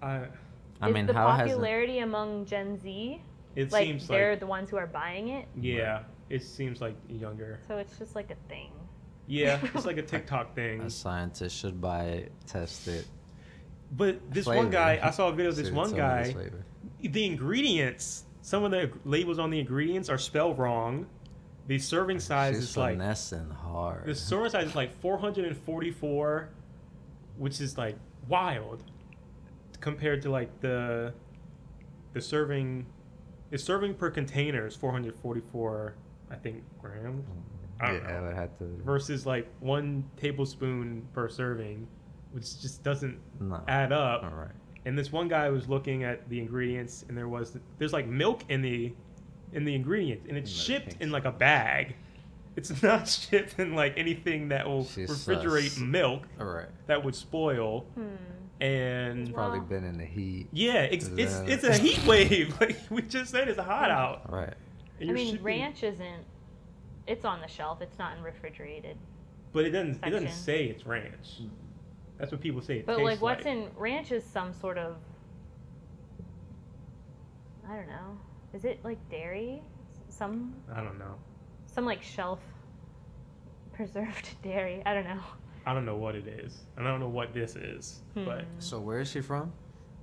[SPEAKER 1] I,
[SPEAKER 2] I
[SPEAKER 4] is
[SPEAKER 2] mean,
[SPEAKER 4] the
[SPEAKER 2] how has it?
[SPEAKER 4] popularity among Gen Z
[SPEAKER 1] it
[SPEAKER 4] like
[SPEAKER 1] seems
[SPEAKER 4] they're
[SPEAKER 1] like
[SPEAKER 4] the ones who are buying it?
[SPEAKER 1] yeah. It seems like younger.
[SPEAKER 4] So it's just like a thing.
[SPEAKER 1] Yeah, it's like a TikTok
[SPEAKER 2] A
[SPEAKER 1] thing.
[SPEAKER 2] scientist should buy it, test it.
[SPEAKER 1] But this one
[SPEAKER 2] flavor.
[SPEAKER 1] guy, I saw a video of this
[SPEAKER 2] see
[SPEAKER 1] one
[SPEAKER 2] some of this
[SPEAKER 1] guy.
[SPEAKER 2] flavor.
[SPEAKER 1] The ingredients, some of the labels on the ingredients are spelled wrong. The serving size
[SPEAKER 2] She's
[SPEAKER 1] is like
[SPEAKER 2] finessing hard.
[SPEAKER 1] the serving size is like 444, which is like wild compared to like the the serving the serving per container is 444 I think grams I don't
[SPEAKER 2] yeah, I
[SPEAKER 1] know.
[SPEAKER 2] would have to.
[SPEAKER 1] versus like one tablespoon per serving, which just doesn't
[SPEAKER 2] No.
[SPEAKER 1] add
[SPEAKER 2] All
[SPEAKER 1] up.
[SPEAKER 2] right.
[SPEAKER 1] And this one guy was looking at the ingredients, and there was there's like milk in the in the ingredients, and it's
[SPEAKER 2] In the
[SPEAKER 1] shipped
[SPEAKER 2] things.
[SPEAKER 1] in like a bag. It's not shipped in like anything that will
[SPEAKER 2] She's
[SPEAKER 1] refrigerate
[SPEAKER 2] sus.
[SPEAKER 1] milk
[SPEAKER 2] All right.
[SPEAKER 1] that would spoil.
[SPEAKER 4] Hmm.
[SPEAKER 1] And
[SPEAKER 4] Wow.
[SPEAKER 2] Probably been in the heat.
[SPEAKER 1] yeah, it's it's
[SPEAKER 2] Yeah.
[SPEAKER 1] it's a heat wave. Like we just said, it's hot out.
[SPEAKER 2] All right.
[SPEAKER 1] And
[SPEAKER 4] I
[SPEAKER 1] you're
[SPEAKER 4] mean,
[SPEAKER 1] shipping-
[SPEAKER 4] ranch isn't It's on the shelf. It's not in refrigerated.
[SPEAKER 1] But it doesn't. It doesn't
[SPEAKER 4] Section.
[SPEAKER 1] say it's ranch. That's what people say. It
[SPEAKER 4] But like,
[SPEAKER 1] tastes
[SPEAKER 4] what's in ranch is some sort of. I don't know. Is it like dairy? S- Some
[SPEAKER 1] I don't know.
[SPEAKER 4] some like shelf preserved dairy. I don't know.
[SPEAKER 1] I don't know what it is, and I don't know what this is. But
[SPEAKER 4] Hmm.
[SPEAKER 2] So where is she from?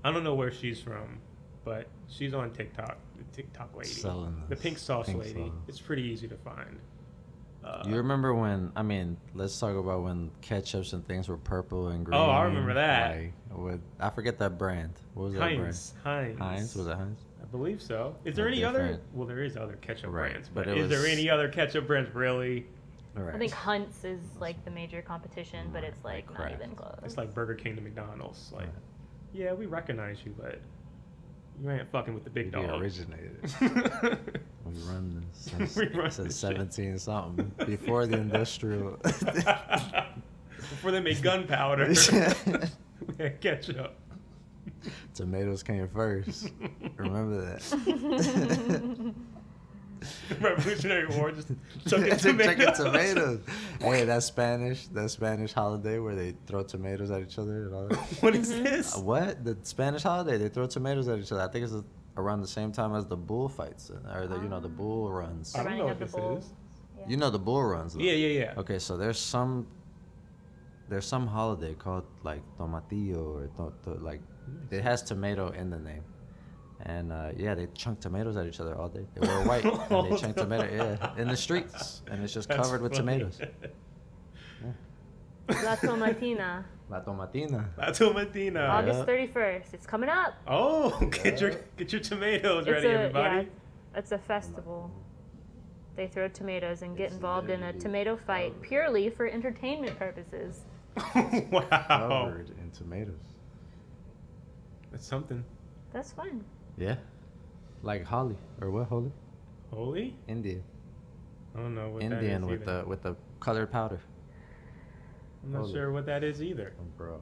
[SPEAKER 1] I don't know where she's from, but she's on TikTok. The TikTok lady,
[SPEAKER 2] Selling
[SPEAKER 1] the
[SPEAKER 2] this
[SPEAKER 1] pink sauce
[SPEAKER 2] pink
[SPEAKER 1] lady.
[SPEAKER 2] sauce.
[SPEAKER 1] It's pretty easy to find. Uh,
[SPEAKER 2] you remember when? I mean, let's talk about when ketchups and things were purple and green.
[SPEAKER 1] Oh, I remember that.
[SPEAKER 2] like, with, I forget that brand. What was
[SPEAKER 1] Heinz,
[SPEAKER 2] that
[SPEAKER 1] Heinz,
[SPEAKER 2] brand? Heinz. Was it Heinz?
[SPEAKER 1] I believe so. Is
[SPEAKER 2] They're
[SPEAKER 1] there any other?
[SPEAKER 2] different.
[SPEAKER 1] Well, there is other ketchup
[SPEAKER 2] Right,
[SPEAKER 1] brands,
[SPEAKER 2] but
[SPEAKER 1] but,
[SPEAKER 2] it
[SPEAKER 1] is there
[SPEAKER 2] was-
[SPEAKER 1] any other ketchup brands really?
[SPEAKER 2] All right.
[SPEAKER 4] I think Hunt's is like the major competition, but it's
[SPEAKER 2] Right,
[SPEAKER 4] like
[SPEAKER 2] correct.
[SPEAKER 4] not even close.
[SPEAKER 1] It's like Burger King to McDonald's. Like,
[SPEAKER 2] Right.
[SPEAKER 1] yeah, we recognize you, but you ain't fucking with the big
[SPEAKER 2] We
[SPEAKER 1] dog.
[SPEAKER 2] originated. We run this since,
[SPEAKER 1] We run this
[SPEAKER 2] since
[SPEAKER 1] shit.
[SPEAKER 2] 17 something before the industrial.
[SPEAKER 1] Before they make gunpowder, we had ketchup.
[SPEAKER 2] Tomatoes came first. Remember that.
[SPEAKER 1] Revolutionary War just
[SPEAKER 2] Chucking
[SPEAKER 1] chucking tomatoes.
[SPEAKER 2] tomatoes. Hey, that Spanish, that Spanish holiday where they throw tomatoes at each other and all that.
[SPEAKER 1] What is
[SPEAKER 4] Mm-hmm.
[SPEAKER 1] this?
[SPEAKER 2] Uh, what? The Spanish holiday? They throw tomatoes at each other. I think it's around the same time as the bull fights uh, or the you know the bull runs.
[SPEAKER 1] I
[SPEAKER 4] The
[SPEAKER 1] don't
[SPEAKER 4] running
[SPEAKER 1] know what
[SPEAKER 4] of the
[SPEAKER 1] this
[SPEAKER 4] bull.
[SPEAKER 1] is.
[SPEAKER 2] You know the bull runs. though.
[SPEAKER 1] Yeah, yeah, yeah.
[SPEAKER 2] Okay, so there's some there's some holiday called like tomatillo or to, to, like it has tomato in the name. And uh, yeah, they chunk tomatoes at each other all day. They wear white and they chunk tomato yeah, in the streets, and it's just
[SPEAKER 1] Oh, That's
[SPEAKER 2] covered with
[SPEAKER 1] funny.
[SPEAKER 2] tomatoes.
[SPEAKER 4] La Tomatina,
[SPEAKER 2] La tomatina.
[SPEAKER 1] La tomatina.
[SPEAKER 2] Yeah.
[SPEAKER 4] August 31st. It's coming up.
[SPEAKER 1] uh, Oh, get your get your tomatoes ready,
[SPEAKER 4] a,
[SPEAKER 1] everybody.
[SPEAKER 4] Yeah, it's a festival. They throw tomatoes and get involved in a tomato fight purely for entertainment purposes.
[SPEAKER 1] wow,
[SPEAKER 2] Covered in tomatoes.
[SPEAKER 1] that's something.
[SPEAKER 4] That's fun.
[SPEAKER 2] Yeah. Like holly or what holly?
[SPEAKER 1] Holy,
[SPEAKER 2] Indian.
[SPEAKER 1] I don't know what that
[SPEAKER 2] Indian
[SPEAKER 1] is
[SPEAKER 2] with
[SPEAKER 1] either.
[SPEAKER 2] the with the colored powder.
[SPEAKER 1] I'm not
[SPEAKER 2] holy.
[SPEAKER 1] sure what that is either.
[SPEAKER 2] Oh, bro.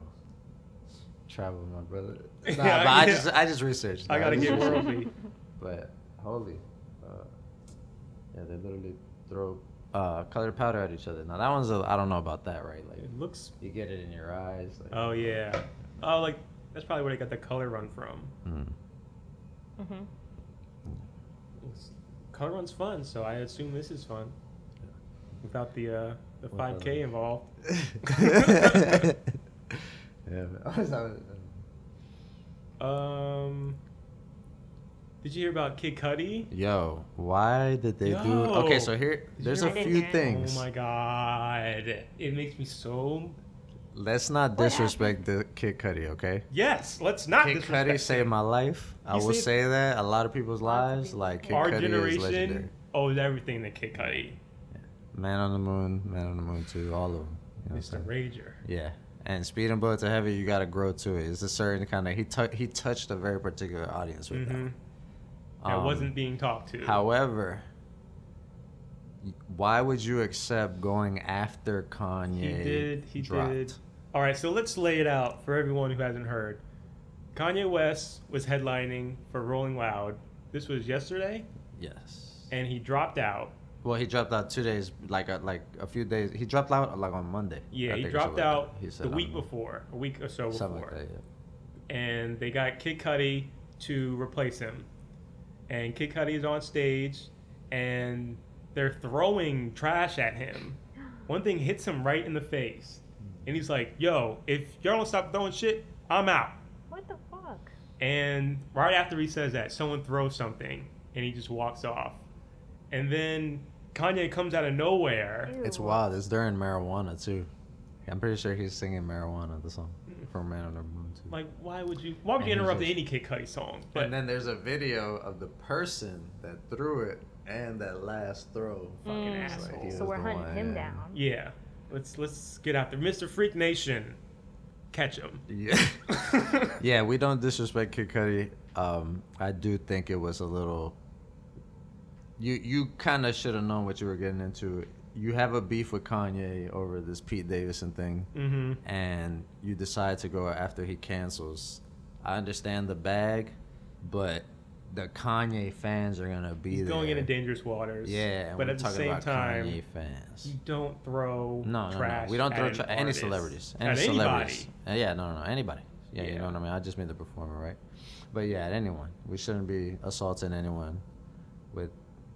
[SPEAKER 2] Travel, my brother. Nah,
[SPEAKER 1] Yeah,
[SPEAKER 2] but
[SPEAKER 1] yeah.
[SPEAKER 2] I just I just researched.
[SPEAKER 1] I
[SPEAKER 2] that.
[SPEAKER 1] gotta get
[SPEAKER 2] just researched.
[SPEAKER 1] worldly.
[SPEAKER 2] But holy, uh, yeah, they literally throw uh, colored powder at each other. Now that one's a, I don't know about that, right? Like
[SPEAKER 1] It looks.
[SPEAKER 2] you get it in your eyes. Like,
[SPEAKER 1] Oh yeah. Oh, like that's probably where they got the color run from.
[SPEAKER 2] Mm.
[SPEAKER 4] hmm
[SPEAKER 1] It's- color run's fun, so I assume this is fun. Without the uh, the
[SPEAKER 2] Without
[SPEAKER 1] five
[SPEAKER 2] it.
[SPEAKER 1] K involved.
[SPEAKER 2] yeah. but- oh, I was- I was-
[SPEAKER 1] Um. Did you hear about Kid Cudi?
[SPEAKER 2] Yo, why did they do? Okay,
[SPEAKER 1] Yo.
[SPEAKER 2] so here,
[SPEAKER 1] you
[SPEAKER 2] there's
[SPEAKER 1] hear
[SPEAKER 2] a
[SPEAKER 4] about-
[SPEAKER 2] few
[SPEAKER 4] Oh
[SPEAKER 2] things.
[SPEAKER 1] Oh my god. It makes me so.
[SPEAKER 2] Let's not
[SPEAKER 4] What
[SPEAKER 2] disrespect the Kid Cudi, okay?
[SPEAKER 1] Yes, let's not
[SPEAKER 2] Kid
[SPEAKER 1] disrespect
[SPEAKER 2] Cudi saved my life. I
[SPEAKER 1] You
[SPEAKER 2] will
[SPEAKER 1] see-
[SPEAKER 2] say that a lot of people's
[SPEAKER 4] Lots of
[SPEAKER 2] lives,
[SPEAKER 4] people.
[SPEAKER 2] like Kid
[SPEAKER 1] Our
[SPEAKER 2] Cudi is legendary.
[SPEAKER 1] generation owes everything to Kid Cudi.
[SPEAKER 2] Man on the Moon, Man on the Moon 2, all of them. You know what I'm
[SPEAKER 1] Mr.
[SPEAKER 2] saying?
[SPEAKER 1] Rager.
[SPEAKER 2] Yeah. And Speed and Bullets are Heavy, you gotta grow to it. It's a certain kind of, he, tou- he touched a very particular audience with
[SPEAKER 1] Mm-hmm.
[SPEAKER 2] that.
[SPEAKER 1] That
[SPEAKER 2] Um,
[SPEAKER 1] wasn't being talked to.
[SPEAKER 2] However, y- why would you accept going after Kanye?
[SPEAKER 1] he did. He
[SPEAKER 2] dropped?
[SPEAKER 1] did. All right, so let's lay it out for everyone who hasn't heard. Kanye West was headlining for Rolling Loud. This was yesterday,
[SPEAKER 2] Yes.
[SPEAKER 1] and he dropped out.
[SPEAKER 2] Well, he dropped out two days, like a, like a few days. He dropped out like on Monday. I
[SPEAKER 1] Yeah, he
[SPEAKER 2] think or
[SPEAKER 1] dropped
[SPEAKER 2] something like
[SPEAKER 1] out
[SPEAKER 2] that. He said
[SPEAKER 1] the
[SPEAKER 2] on
[SPEAKER 1] week
[SPEAKER 2] Monday.
[SPEAKER 1] before, a week or so before.
[SPEAKER 2] Something like that. Yeah.
[SPEAKER 1] and they got Kid Cudi to replace him. And Kid Cudi is on stage, and they're throwing trash at him. One thing hits him right in the face, and he's like, "Yo, if y'all don't stop throwing shit, I'm out."
[SPEAKER 4] What the fuck?
[SPEAKER 1] And right after he says that, someone throws something, and he just walks off. And then Kanye comes out of nowhere.
[SPEAKER 4] Ew.
[SPEAKER 2] It's wild. It's during marijuana too. I'm pretty sure he's singing marijuana the song from Man on the Moon too.
[SPEAKER 1] Like, why would you? Why would you
[SPEAKER 2] And he's
[SPEAKER 1] interrupt
[SPEAKER 2] just-
[SPEAKER 1] any Kid Cudi song? But
[SPEAKER 2] and then there's a video of the person that threw it and that last throw.
[SPEAKER 1] fucking
[SPEAKER 4] Mm.
[SPEAKER 1] asshole.
[SPEAKER 2] he
[SPEAKER 4] So
[SPEAKER 2] was
[SPEAKER 4] we're
[SPEAKER 2] the
[SPEAKER 4] hunting him
[SPEAKER 2] one.
[SPEAKER 4] down.
[SPEAKER 1] Yeah, let's let's get after Mr. Freak Nation. Catch him.
[SPEAKER 2] Yeah. yeah, we don't disrespect Kid Cudi. Um, I do think it was a little. You you kind of should have known what you were getting into. You have a beef with Kanye over this Pete Davidson thing.
[SPEAKER 1] mm-hmm.
[SPEAKER 2] and you decide to go after he cancels. I understand the bag, but the Kanye fans are gonna be
[SPEAKER 1] He's
[SPEAKER 2] there.
[SPEAKER 1] going into dangerous waters.
[SPEAKER 2] Yeah, and
[SPEAKER 1] but
[SPEAKER 2] we're
[SPEAKER 1] at the
[SPEAKER 2] talking
[SPEAKER 1] same
[SPEAKER 2] about
[SPEAKER 1] time,
[SPEAKER 2] Kanye fans.
[SPEAKER 1] you don't throw
[SPEAKER 2] No, no, no.
[SPEAKER 1] trash
[SPEAKER 2] We don't
[SPEAKER 1] at
[SPEAKER 2] throw
[SPEAKER 1] an
[SPEAKER 2] tra- any
[SPEAKER 1] artist.
[SPEAKER 2] celebrities. Any
[SPEAKER 1] At
[SPEAKER 2] celebrities.
[SPEAKER 1] anybody.
[SPEAKER 2] Uh, yeah, no, no, no. Anybody. Yeah, you
[SPEAKER 1] Yeah.
[SPEAKER 2] know what I mean? I just mean the performer, right? But yeah, at anyone. We shouldn't be assaulting anyone with,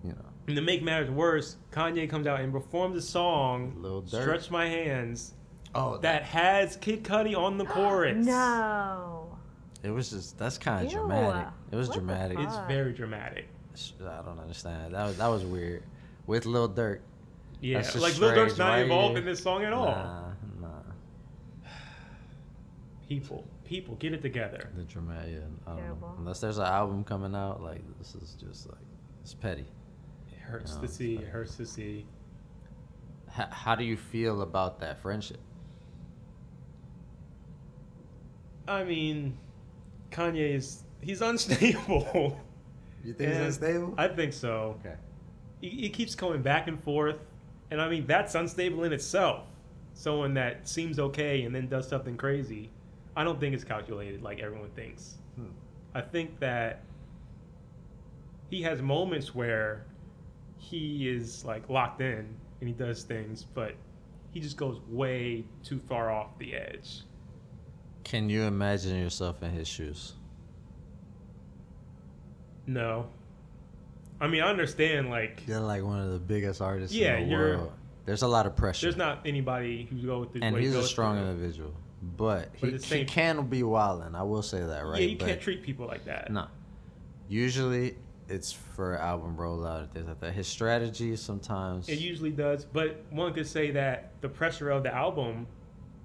[SPEAKER 2] you know,
[SPEAKER 1] And to make matters worse, Kanye comes out and performs a song,
[SPEAKER 2] Lil Durk.
[SPEAKER 1] "Stretch My Hands,"
[SPEAKER 2] Oh,
[SPEAKER 1] that has Kid Cudi on the chorus.
[SPEAKER 4] no.
[SPEAKER 2] It was just that's kind
[SPEAKER 4] Ew. uh,
[SPEAKER 2] of dramatic. It was
[SPEAKER 4] What the
[SPEAKER 2] dramatic.
[SPEAKER 1] It's
[SPEAKER 4] Fuck.
[SPEAKER 1] very dramatic.
[SPEAKER 2] It's- I don't understand. That was that was weird. With Lil Durk.
[SPEAKER 1] Yeah,
[SPEAKER 2] That's just
[SPEAKER 1] like Lil Durk's
[SPEAKER 2] strange,
[SPEAKER 1] not
[SPEAKER 2] right?
[SPEAKER 1] involved in this song at all.
[SPEAKER 2] Nah, nah.
[SPEAKER 1] People, people, get it together.
[SPEAKER 2] The dramatic. I don't
[SPEAKER 4] Terrible.
[SPEAKER 2] know. Unless there's an album coming out, like this is just like it's petty.
[SPEAKER 1] It hurts
[SPEAKER 2] No,
[SPEAKER 1] to
[SPEAKER 2] it's
[SPEAKER 1] see. It
[SPEAKER 2] fine.
[SPEAKER 1] hurts to see.
[SPEAKER 2] H- how do you feel about that friendship?
[SPEAKER 1] I mean, Kanye is he's unstable.
[SPEAKER 2] You
[SPEAKER 1] And I think so.
[SPEAKER 2] okay.
[SPEAKER 1] He, he keeps going back and forth, and I mean that's unstable in itself. Someone that seems okay and then does something crazy. I don't think it's calculated like everyone thinks.
[SPEAKER 2] Hmm.
[SPEAKER 1] I think that he has moments where he is like locked in and he does things, but he just goes way too far off the edge.
[SPEAKER 2] Can you imagine yourself in his shoes?
[SPEAKER 1] No. I mean, I understand, like,
[SPEAKER 2] You're like one of the biggest artists
[SPEAKER 1] Yeah,
[SPEAKER 2] in the
[SPEAKER 1] you're-
[SPEAKER 2] world. There's a lot of pressure.
[SPEAKER 1] there's not anybody who go through.
[SPEAKER 2] and
[SPEAKER 1] what he
[SPEAKER 2] he's a
[SPEAKER 1] goes
[SPEAKER 2] strong
[SPEAKER 1] through.
[SPEAKER 2] individual, but,
[SPEAKER 1] But
[SPEAKER 2] he,
[SPEAKER 1] at the same-
[SPEAKER 2] he can be wildin'. I will say that, right?
[SPEAKER 1] Yeah, you
[SPEAKER 2] but
[SPEAKER 1] can't treat people like that.
[SPEAKER 2] No. Usually, it's for album rollout or things like that. His strategy sometimes.
[SPEAKER 1] It usually does, but one could say that the pressure of the album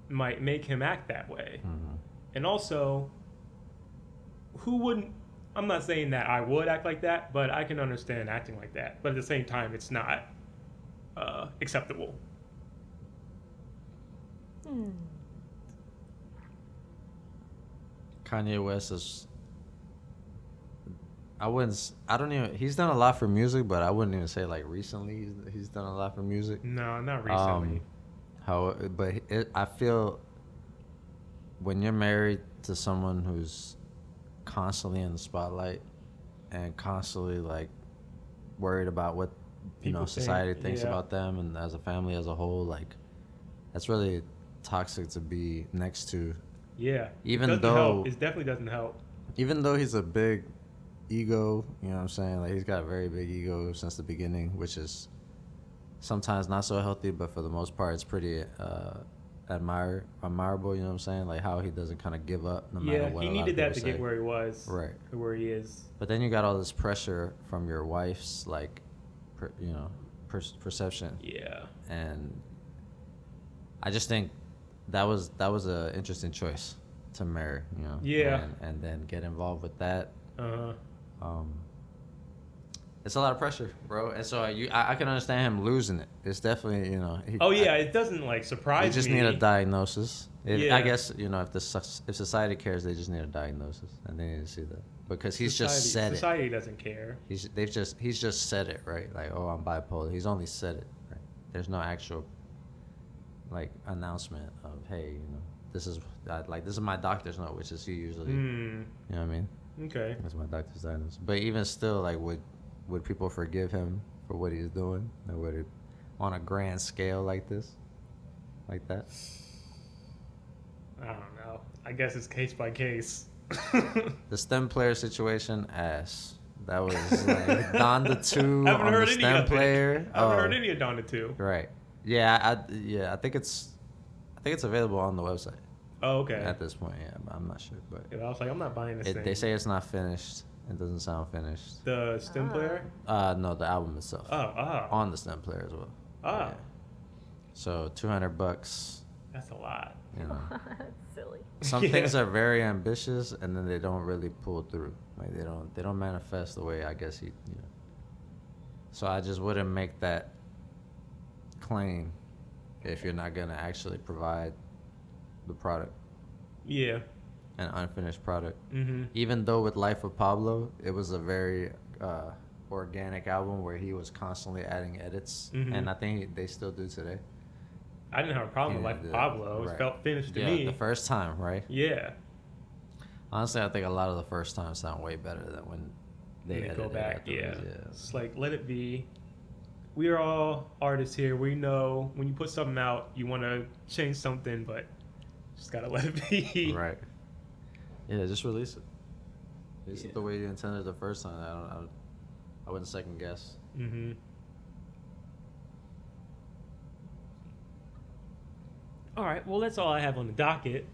[SPEAKER 1] might make him act that way.
[SPEAKER 2] Mhm.
[SPEAKER 1] And also, who wouldn't? I'm not saying that I would act like that, but I can understand acting like that. But at the same time, it's not uh, acceptable.
[SPEAKER 4] Hmm.
[SPEAKER 2] Kanye West is. I wouldn't. s- I don't even. He's done a lot for music, but I wouldn't even say like recently he's, he's done a lot for music.
[SPEAKER 1] No, not
[SPEAKER 2] Um,
[SPEAKER 1] recently.
[SPEAKER 2] how, but it, I feel when you're married to someone who's constantly in the spotlight and constantly like worried about what you
[SPEAKER 1] People
[SPEAKER 2] know
[SPEAKER 1] think,
[SPEAKER 2] society thinks
[SPEAKER 1] yeah.
[SPEAKER 2] about them and as a family as a whole, like that's really toxic to be next to.
[SPEAKER 1] yeah,
[SPEAKER 2] even
[SPEAKER 1] it doesn't
[SPEAKER 2] though-
[SPEAKER 1] help. it definitely doesn't help.
[SPEAKER 2] Even though he's a big ego, you know what I'm saying? Like he's got a very big ego since the beginning, which is sometimes not so healthy, but for the most part, it's pretty uh, admire admirable. You know what I'm saying? Like how he doesn't kind of give up no matter
[SPEAKER 1] yeah,
[SPEAKER 2] what.
[SPEAKER 1] he
[SPEAKER 2] a lot of
[SPEAKER 1] needed that to
[SPEAKER 2] people
[SPEAKER 1] get
[SPEAKER 2] say.
[SPEAKER 1] where he was,
[SPEAKER 2] Right.
[SPEAKER 1] to where he is.
[SPEAKER 2] But then you got all this pressure from your wife's like, per, you know, per- perception,
[SPEAKER 1] Yeah,
[SPEAKER 2] and I just think that was that was a interesting choice to marry. You know?
[SPEAKER 1] Yeah.
[SPEAKER 2] And, and then get involved with that
[SPEAKER 1] uh,
[SPEAKER 2] um, it's a lot of pressure, bro. And so uh, you, I, I can understand him losing it. It's definitely, you know. He,
[SPEAKER 1] Oh yeah,
[SPEAKER 2] I,
[SPEAKER 1] it doesn't like surprise
[SPEAKER 2] you just
[SPEAKER 1] me.
[SPEAKER 2] need a diagnosis. If, I
[SPEAKER 1] Yeah.
[SPEAKER 2] guess you know if the soc- if society cares, they just need a diagnosis, and they need to see that because he's just
[SPEAKER 1] Society-
[SPEAKER 2] said
[SPEAKER 1] society doesn't care.
[SPEAKER 2] it. He's they've just he's just said it right. Like oh, I'm bipolar. He's only said it. Right? There's no actual like announcement of hey, you know, this is I, like this is my doctor's note, which is he usually.
[SPEAKER 1] Hmm.
[SPEAKER 2] You know what I mean?
[SPEAKER 1] Okay.
[SPEAKER 2] That's my doctor's diagnosis. But even still, like, would would people forgive him for what he's doing? Or would it on a grand scale like this, like that?
[SPEAKER 1] I don't know. I guess it's case by case.
[SPEAKER 2] The stem player situation, ass. That was like Don the two
[SPEAKER 1] I haven't
[SPEAKER 2] on the
[SPEAKER 1] heard any
[SPEAKER 2] stem
[SPEAKER 1] of it.
[SPEAKER 2] player.
[SPEAKER 1] I haven't
[SPEAKER 2] Oh,
[SPEAKER 1] heard any of Donna two.
[SPEAKER 2] Right. Yeah. I yeah. I think it's I think it's available on the website
[SPEAKER 1] Oh, okay.
[SPEAKER 2] at this point. Yeah, but I'm not sure. But
[SPEAKER 1] Yeah, I was like, I'm not buying this
[SPEAKER 2] it,
[SPEAKER 1] thing.
[SPEAKER 2] they say it's not finished. It doesn't sound finished.
[SPEAKER 1] the stem
[SPEAKER 4] Ah.
[SPEAKER 1] player.
[SPEAKER 2] Uh, no, the album itself.
[SPEAKER 1] Oh, oh,
[SPEAKER 2] on the stem player as well.
[SPEAKER 1] Ah.
[SPEAKER 2] So 200 bucks,
[SPEAKER 1] that's a lot.
[SPEAKER 2] you know.
[SPEAKER 4] That's silly.
[SPEAKER 2] Some
[SPEAKER 1] Yeah.
[SPEAKER 2] things are very ambitious and then they don't really pull through. Like they don't they don't manifest the way I guess he, you know. So I just wouldn't make that claim if you're not going to actually provide the product,
[SPEAKER 1] Yeah.
[SPEAKER 2] an unfinished product.
[SPEAKER 1] Mm-hmm.
[SPEAKER 2] Even though with Life of Pablo, it was a very uh, organic album where he was constantly adding edits,
[SPEAKER 1] Mhm.
[SPEAKER 2] and I think he, they still do today.
[SPEAKER 1] I didn't have a problem with
[SPEAKER 2] Yeah,
[SPEAKER 1] like
[SPEAKER 2] the-
[SPEAKER 1] Pablo. It
[SPEAKER 2] right.
[SPEAKER 1] felt finished to
[SPEAKER 2] yeah,
[SPEAKER 1] me.
[SPEAKER 2] the first time, right?
[SPEAKER 1] yeah.
[SPEAKER 2] Honestly, I think a lot of the first times sound way better than when
[SPEAKER 1] and then
[SPEAKER 2] edit
[SPEAKER 1] go
[SPEAKER 2] it
[SPEAKER 1] back. Yeah.
[SPEAKER 2] afterwards,
[SPEAKER 1] It's like let it be. We are all artists here. We know when you put something out, you want to change something, but just gotta let it be.
[SPEAKER 2] Right. Yeah, just release it. Release
[SPEAKER 1] Yeah.
[SPEAKER 2] it the way you intended the first time. I don't. I, don't- I wouldn't second guess.
[SPEAKER 1] Mm-hmm. All right. Well, that's all I have on the docket.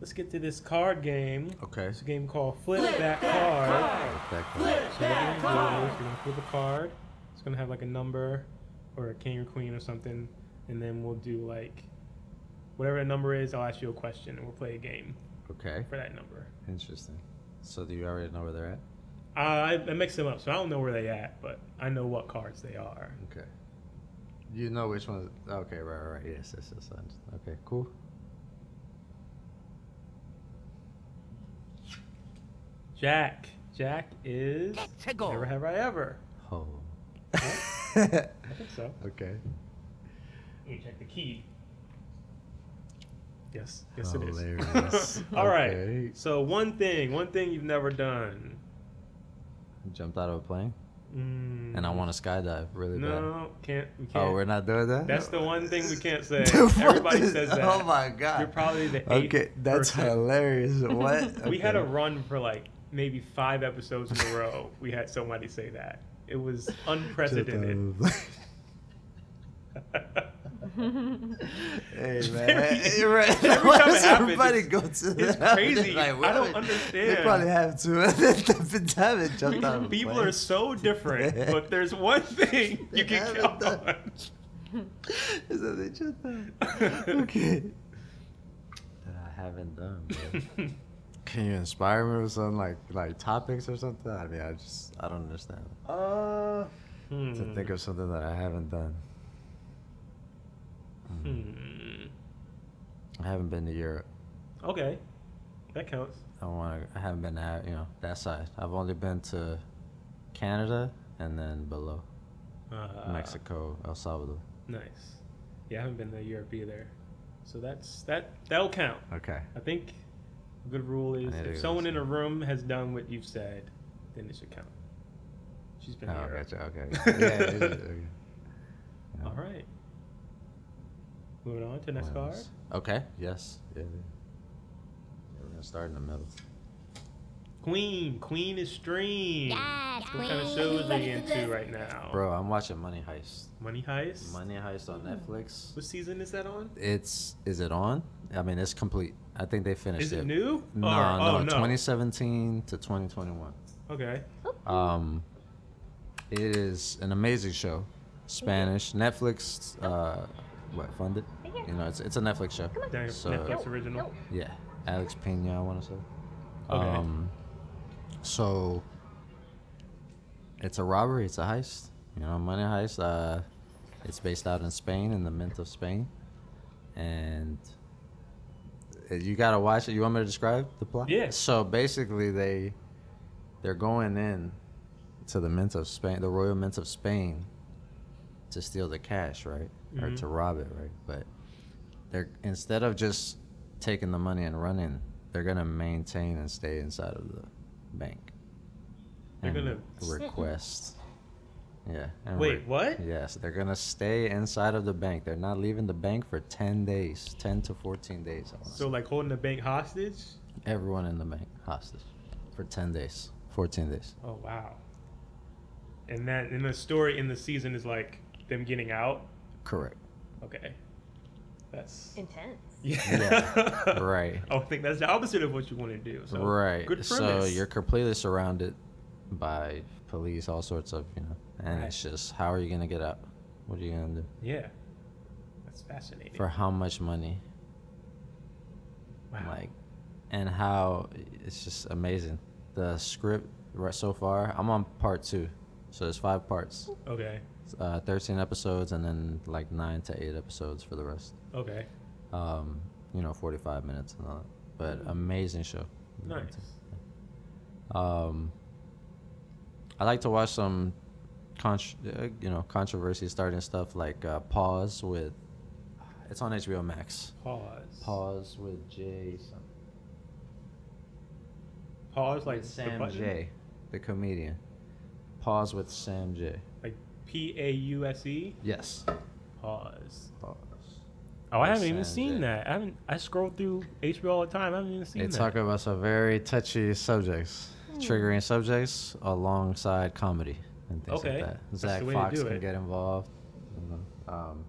[SPEAKER 1] Let's get to this card game.
[SPEAKER 2] Okay.
[SPEAKER 1] It's a game called Flip, That Card. So what you're gonna do is you're gonna flip a card. It's gonna have like a number or a king or queen or something, and then we'll do like whatever the number is. I'll ask you a question, and we'll play a game
[SPEAKER 2] Okay.
[SPEAKER 1] for that number.
[SPEAKER 2] Interesting. So do you already know where they're at?
[SPEAKER 1] Uh, I, I mix them up, so I don't know where they at, but I know what cards they are.
[SPEAKER 2] Okay. You know which ones? Okay. Right. Right. right. Yes. Yes. Yes. I under- Okay. Cool.
[SPEAKER 1] Jack. Jack is never have I ever.
[SPEAKER 2] Oh.
[SPEAKER 1] I think so.
[SPEAKER 2] okay.
[SPEAKER 1] Let me check the key. Yes, yes it
[SPEAKER 2] Hilarious.
[SPEAKER 1] is. All right.
[SPEAKER 2] Okay.
[SPEAKER 1] So one thing, one thing you've never done.
[SPEAKER 2] Jumped out of a plane,
[SPEAKER 1] Mm.
[SPEAKER 2] and I want to skydive really bad.
[SPEAKER 1] No, can't. We can't.
[SPEAKER 2] Oh, we're not doing that.
[SPEAKER 1] That's the one thing we can't say.
[SPEAKER 2] Dude, what
[SPEAKER 1] Everybody
[SPEAKER 2] is-
[SPEAKER 1] says that.
[SPEAKER 2] Oh my god.
[SPEAKER 1] You're probably the eighth
[SPEAKER 2] Okay, that's
[SPEAKER 1] person.
[SPEAKER 2] hilarious. What?
[SPEAKER 1] We had a
[SPEAKER 2] Okay.
[SPEAKER 1] run for like maybe five episodes in a row. We had somebody say that. It was unprecedented.
[SPEAKER 2] Hey
[SPEAKER 1] It's
[SPEAKER 2] man,
[SPEAKER 1] very-
[SPEAKER 2] Hey, right.
[SPEAKER 1] every time
[SPEAKER 2] Why
[SPEAKER 1] it happens,
[SPEAKER 2] does everybody
[SPEAKER 1] it's-
[SPEAKER 2] go to
[SPEAKER 1] it's
[SPEAKER 2] that?
[SPEAKER 1] crazy. I don't
[SPEAKER 2] what? They
[SPEAKER 1] understand.
[SPEAKER 2] probably have to. the pandemic jumped out. of a
[SPEAKER 1] People
[SPEAKER 2] plane.
[SPEAKER 1] are so different, but there's one thing
[SPEAKER 2] They
[SPEAKER 1] you can
[SPEAKER 2] haven't
[SPEAKER 1] count
[SPEAKER 2] done-
[SPEAKER 1] on.
[SPEAKER 2] Is that they jumped out? Okay. That I haven't done. bro. Can you inspire me with some like like topics or something? I mean, I just I don't understand.
[SPEAKER 1] uh,
[SPEAKER 2] To think of something that I haven't done.
[SPEAKER 1] Hmm.
[SPEAKER 2] I haven't been to Europe.
[SPEAKER 1] Okay, that counts.
[SPEAKER 2] I want to. I haven't been out. You know that side. I've only been to Canada and then below
[SPEAKER 1] Uh,
[SPEAKER 2] Mexico, El Salvador.
[SPEAKER 1] Nice. Yeah, I haven't been to Europe either, so that's that. That'll count.
[SPEAKER 2] Okay.
[SPEAKER 1] I think a good rule is
[SPEAKER 2] need to
[SPEAKER 1] if
[SPEAKER 2] go
[SPEAKER 1] someone in a
[SPEAKER 2] see.
[SPEAKER 1] room has done what you've said, then it should count. She's
[SPEAKER 2] Oh,
[SPEAKER 1] been here.
[SPEAKER 2] gotcha. Okay. Yeah, yeah, yeah, okay.
[SPEAKER 1] All right. Moving on to the next
[SPEAKER 2] What
[SPEAKER 1] card.
[SPEAKER 2] else? Okay. Yes. Yeah. yeah. Yeah, we're gonna start in the middle.
[SPEAKER 1] Queen. Queen is stream.
[SPEAKER 5] Yes,
[SPEAKER 1] What kind of
[SPEAKER 5] queen.
[SPEAKER 1] shows are
[SPEAKER 5] Ready
[SPEAKER 1] you
[SPEAKER 5] for this?
[SPEAKER 1] into right now?
[SPEAKER 2] Bro, I'm watching Money Heist.
[SPEAKER 1] Money Heist.
[SPEAKER 2] Money Heist on Netflix.
[SPEAKER 1] What season is that on?
[SPEAKER 2] It's is it on? I mean, it's complete. I think they finished
[SPEAKER 1] Is it
[SPEAKER 2] it.
[SPEAKER 1] new?
[SPEAKER 2] No,
[SPEAKER 1] Or-
[SPEAKER 2] no,
[SPEAKER 1] oh, no.
[SPEAKER 2] 2017 to 2021.
[SPEAKER 1] Okay.
[SPEAKER 2] Um, it is an amazing show. Spanish Netflix. Uh, what funded? You know, it's it's a Netflix show.
[SPEAKER 1] Dang,
[SPEAKER 2] So-
[SPEAKER 1] Netflix original.
[SPEAKER 5] Nope.
[SPEAKER 2] Yeah, Alex Pena, I want to say.
[SPEAKER 1] Okay.
[SPEAKER 2] Um, so it's a robbery. It's a heist. You know, money heist. Uh, it's based out in Spain, in the Mint of Spain, and uh, you gotta watch it. You want me to describe the plot?
[SPEAKER 1] Yeah.
[SPEAKER 2] So basically, they they're going in to the Mint of Spain, the Royal Mint of Spain, to steal the cash, right, or
[SPEAKER 1] Mhm.
[SPEAKER 2] to rob it, right? But they're instead of just taking the money and running, they're gonna maintain and stay inside of the bank.
[SPEAKER 1] They're
[SPEAKER 2] And
[SPEAKER 1] gonna-
[SPEAKER 2] request. Yeah. and
[SPEAKER 1] Wait,
[SPEAKER 2] re-
[SPEAKER 1] what?
[SPEAKER 2] Yes, they're gonna stay inside of the bank. They're not leaving the bank for ten days, ten to fourteen days. I wanna
[SPEAKER 1] So like holding the bank hostage?
[SPEAKER 2] say. everyone in the bank hostage for ten days, fourteen days.
[SPEAKER 1] Oh wow. And that and the story in the season is like them getting out.
[SPEAKER 2] Correct.
[SPEAKER 1] Okay. That's
[SPEAKER 4] Intense.
[SPEAKER 1] yeah.
[SPEAKER 2] right.
[SPEAKER 1] I would think that's the opposite of what you want to do. So
[SPEAKER 2] right.
[SPEAKER 1] Good premise.
[SPEAKER 2] so you're completely surrounded by police, all sorts of you know, and
[SPEAKER 1] Right.
[SPEAKER 2] it's just how are you gonna get out? What are you gonna do?
[SPEAKER 1] yeah. That's fascinating.
[SPEAKER 2] For how much money?
[SPEAKER 1] wow.
[SPEAKER 2] like and how it's just amazing the script right so far i'm on part two so there's five parts
[SPEAKER 1] okay.
[SPEAKER 2] It's, uh, 13 episodes and then like nine to eight episodes for the rest
[SPEAKER 1] Okay.
[SPEAKER 2] um, you know 45 minutes and all that but amazing show
[SPEAKER 1] Mm. Nice.
[SPEAKER 2] um, i like to watch some contr uh, you know controversy starting stuff like uh, pause with it's on hbo max
[SPEAKER 1] Pause.
[SPEAKER 2] pause with jay something
[SPEAKER 1] Pause like
[SPEAKER 2] With
[SPEAKER 1] the
[SPEAKER 2] Sam
[SPEAKER 1] button?
[SPEAKER 2] J. the comedian. Pause with Sam J.
[SPEAKER 1] Like P A U S E.
[SPEAKER 2] Yes.
[SPEAKER 1] Pause.
[SPEAKER 2] Pause.
[SPEAKER 1] Oh, I
[SPEAKER 2] With
[SPEAKER 1] haven't even
[SPEAKER 2] Sam
[SPEAKER 1] seen
[SPEAKER 2] J.
[SPEAKER 1] that. I haven't. I scroll through HBO all the time. I haven't even seen
[SPEAKER 2] They
[SPEAKER 1] that.
[SPEAKER 2] talk about some very touchy subjects, triggering subjects alongside comedy and things
[SPEAKER 1] Okay.
[SPEAKER 2] like that.
[SPEAKER 1] That's
[SPEAKER 2] Zach
[SPEAKER 1] the way to
[SPEAKER 2] Fox
[SPEAKER 1] do
[SPEAKER 2] can
[SPEAKER 1] it.
[SPEAKER 2] get involved. you know. Um,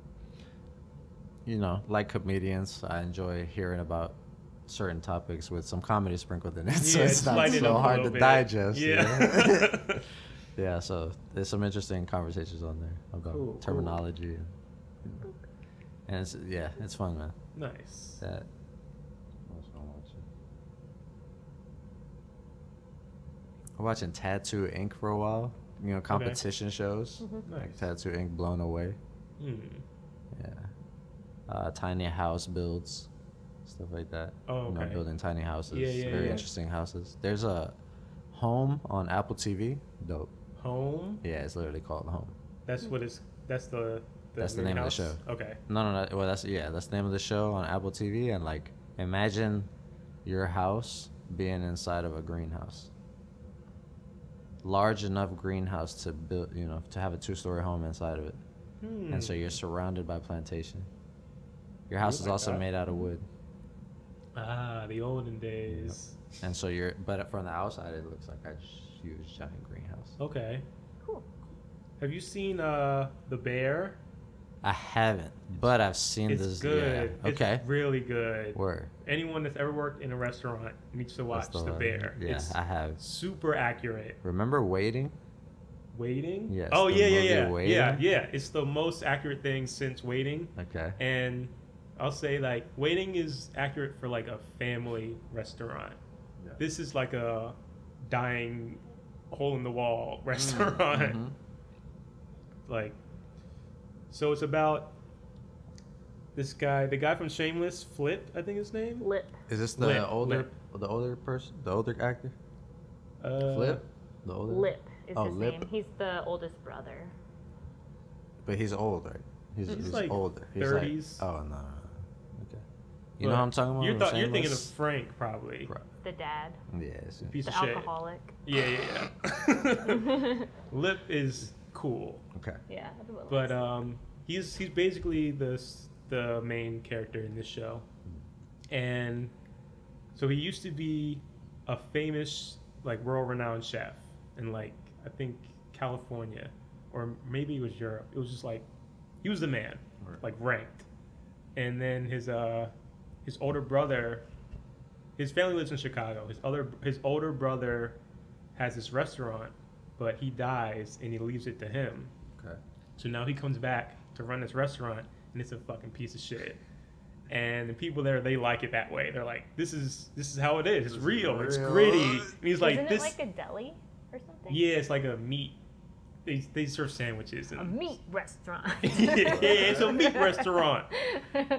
[SPEAKER 2] you know, like comedians, I enjoy hearing about certain topics with some comedy sprinkled in it, so it's
[SPEAKER 1] slide
[SPEAKER 2] not
[SPEAKER 1] it
[SPEAKER 2] so
[SPEAKER 1] up a
[SPEAKER 2] hard to
[SPEAKER 1] little bit.
[SPEAKER 2] digest. you know?
[SPEAKER 1] Yeah.
[SPEAKER 2] Yeah, so there's some interesting conversations on there about
[SPEAKER 1] Cool, cool.
[SPEAKER 2] terminology. And, you know. and it's, yeah, it's fun, man.
[SPEAKER 1] nice.
[SPEAKER 2] That. I'm watching Tattoo Inc. for a while. You know, competition shows. Like
[SPEAKER 1] Nice.
[SPEAKER 2] Tattoo Inc. Blown Away.
[SPEAKER 1] Hmm.
[SPEAKER 2] Yeah. Uh, tiny house builds, stuff like that.
[SPEAKER 1] Oh,
[SPEAKER 2] You know,
[SPEAKER 1] okay.
[SPEAKER 2] building tiny houses.
[SPEAKER 1] Yeah, yeah,
[SPEAKER 2] very
[SPEAKER 1] yeah.
[SPEAKER 2] interesting houses. There's a home on Apple TV. Dope.
[SPEAKER 1] Home.
[SPEAKER 2] Yeah, it's literally called Home.
[SPEAKER 1] That's what it's. That's the.
[SPEAKER 2] That's the name of the
[SPEAKER 1] greenhouse? Okay.
[SPEAKER 2] No, no, no. Well, that's yeah, that's the name of the show on Apple TV. And like, imagine your house being inside of a greenhouse, large enough greenhouse to build, you know, to have a two-story home inside of it.
[SPEAKER 1] Hmm. Oh
[SPEAKER 2] And so you're surrounded by plantation. Your house
[SPEAKER 1] Ooh,
[SPEAKER 2] is
[SPEAKER 1] I
[SPEAKER 2] also
[SPEAKER 1] got-
[SPEAKER 2] made out of wood,
[SPEAKER 1] Ah, the olden days.
[SPEAKER 2] and so you're. But from the outside, it looks like a huge giant greenhouse.
[SPEAKER 1] Okay.
[SPEAKER 4] Cool.
[SPEAKER 1] Have you seen uh the bear?
[SPEAKER 2] I haven't, but I've seen
[SPEAKER 1] It's
[SPEAKER 2] this.
[SPEAKER 1] good.
[SPEAKER 2] Yeah. Okay.
[SPEAKER 1] It's really good.
[SPEAKER 2] Where?
[SPEAKER 1] Anyone that's ever worked in a restaurant needs to watch the, bear.
[SPEAKER 2] Yeah,
[SPEAKER 1] It's
[SPEAKER 2] I have.
[SPEAKER 1] super accurate.
[SPEAKER 2] Remember waiting?
[SPEAKER 1] Waiting.
[SPEAKER 2] Yes,
[SPEAKER 1] Oh
[SPEAKER 2] the
[SPEAKER 1] yeah, yeah,
[SPEAKER 2] movie
[SPEAKER 1] yeah, yeah,
[SPEAKER 2] Waiting.
[SPEAKER 1] yeah. It's the most accurate thing since waiting,
[SPEAKER 2] Okay.
[SPEAKER 1] and I'll say like waiting is accurate for like a family restaurant.
[SPEAKER 2] Yeah.
[SPEAKER 1] This is like a dying hole in the wall
[SPEAKER 2] Mm-hmm.
[SPEAKER 1] restaurant.
[SPEAKER 2] Mhm.
[SPEAKER 1] like so it's about this guy the guy from shameless flip i think his name
[SPEAKER 4] Lip.
[SPEAKER 2] Is this the
[SPEAKER 1] Lip,
[SPEAKER 2] older
[SPEAKER 1] lip.
[SPEAKER 2] the older person, the older actor?
[SPEAKER 1] uh,
[SPEAKER 2] Flip, the older.
[SPEAKER 4] Lip is
[SPEAKER 2] Oh,
[SPEAKER 4] his
[SPEAKER 2] Lip.
[SPEAKER 4] name. He's the oldest brother.
[SPEAKER 2] But he's old, right? He's,
[SPEAKER 1] He's
[SPEAKER 2] he's,
[SPEAKER 1] like
[SPEAKER 2] older.
[SPEAKER 1] 30s.
[SPEAKER 2] Like, oh no. no, no. Okay.
[SPEAKER 1] But
[SPEAKER 2] You know what I'm talking about?
[SPEAKER 1] you're,
[SPEAKER 2] I'm
[SPEAKER 1] thought- you're
[SPEAKER 2] saying
[SPEAKER 1] thinking of
[SPEAKER 2] this?
[SPEAKER 1] frank probably
[SPEAKER 2] Right.
[SPEAKER 4] The dad.
[SPEAKER 2] Yeah. it's-
[SPEAKER 1] piece
[SPEAKER 4] The
[SPEAKER 1] of shit
[SPEAKER 4] alcoholic.
[SPEAKER 1] yeah yeah yeah lip is cool
[SPEAKER 2] Okay.
[SPEAKER 4] yeah. I think what
[SPEAKER 1] but
[SPEAKER 4] Lip's-
[SPEAKER 1] um he's he's basically the s- the main character in this show and so he used to be a famous like world renowned chef in like i think california or maybe it was europe it was just like he was the man
[SPEAKER 2] Right.
[SPEAKER 1] like ranked and then his uh his older brother his family lives in chicago his other his older brother has this restaurant but he dies and he leaves it to him
[SPEAKER 2] Okay.
[SPEAKER 1] so now he comes back to run this restaurant, and it's a fucking piece of shit. And the people there, they like it that way. They're like, "This is this is how it is. It's real. It's
[SPEAKER 2] real."
[SPEAKER 1] gritty." And he's like,
[SPEAKER 4] Isn't
[SPEAKER 1] "This,
[SPEAKER 4] it like a deli or something?
[SPEAKER 1] yeah, it's like a meat. They they serve sandwiches and
[SPEAKER 4] A meat restaurant.
[SPEAKER 1] Yeah, it's
[SPEAKER 2] a
[SPEAKER 1] meat restaurant.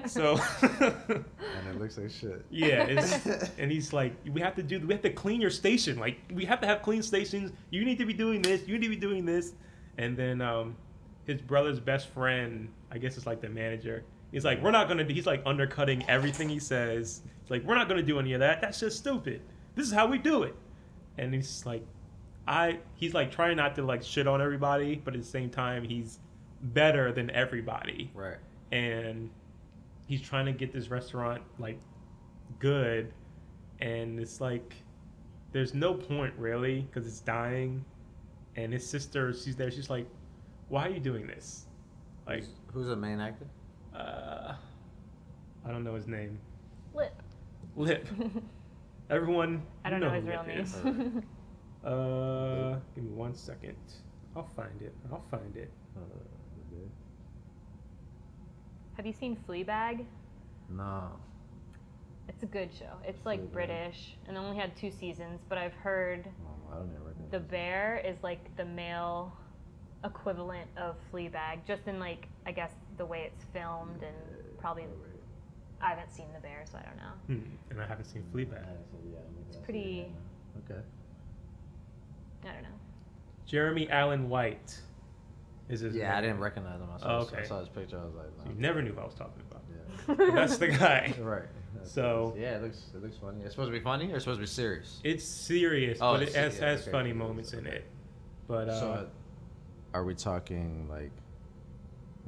[SPEAKER 1] so."
[SPEAKER 2] And it looks like shit.
[SPEAKER 1] Yeah, it's, and he's like, we have to do, we have to clean your station. Like, we have to have clean stations. You need to be doing this. You need to be doing this. And then um, his brother's best friend, I guess it's like the manager. He's like, we're not gonna. do-" He's like undercutting everything he says. He's like, we're not gonna do any of that. That's just stupid. This is how we do it. And he's like, I. He's like trying not to like shit on everybody, but at the same time, he's better than everybody
[SPEAKER 2] Right.
[SPEAKER 1] and he's trying to get this restaurant like good and it's like there's no point really because it's dying and his sister she's there she's like why are you doing this like
[SPEAKER 2] Who's- who's the main actor?
[SPEAKER 1] uh i don't know his name
[SPEAKER 4] Lip.
[SPEAKER 1] lip everyone you
[SPEAKER 4] I don't know, his
[SPEAKER 1] who
[SPEAKER 4] real
[SPEAKER 1] Lip
[SPEAKER 4] name.
[SPEAKER 1] is. uh give me one second i'll find it i'll find it
[SPEAKER 4] Have you seen Fleabag?
[SPEAKER 2] No.
[SPEAKER 4] It's a good show. It's like
[SPEAKER 2] Fleabag.
[SPEAKER 4] British and only had two seasons, but I've heard
[SPEAKER 2] no, Oh, I don't even recognize.
[SPEAKER 4] the
[SPEAKER 2] it.
[SPEAKER 4] bear is like the male equivalent of Fleabag, just in like I guess the way it's filmed and probably I haven't seen the bear, so I don't know.
[SPEAKER 1] hmm. and i haven't seen fleabag
[SPEAKER 4] It's pretty-
[SPEAKER 2] Okay.
[SPEAKER 4] I don't know.
[SPEAKER 1] jeremy allen white is his
[SPEAKER 2] Yeah, I
[SPEAKER 1] name.
[SPEAKER 2] didn't recognize him. I saw,
[SPEAKER 1] Oh,
[SPEAKER 2] I
[SPEAKER 1] okay.
[SPEAKER 2] saw his picture. I was like,
[SPEAKER 1] You
[SPEAKER 2] no.
[SPEAKER 1] never knew who I was talking about.
[SPEAKER 2] Yeah.
[SPEAKER 1] But that's the guy.
[SPEAKER 2] Right.
[SPEAKER 1] So-
[SPEAKER 2] yeah, it looks it looks funny. It's supposed to be funny or it's supposed to be serious.
[SPEAKER 1] It's serious,
[SPEAKER 2] Oh,
[SPEAKER 1] but it
[SPEAKER 2] it's
[SPEAKER 1] has,
[SPEAKER 2] serious,
[SPEAKER 1] has
[SPEAKER 2] okay.
[SPEAKER 1] funny moments in it. But uh,
[SPEAKER 2] so, are we talking like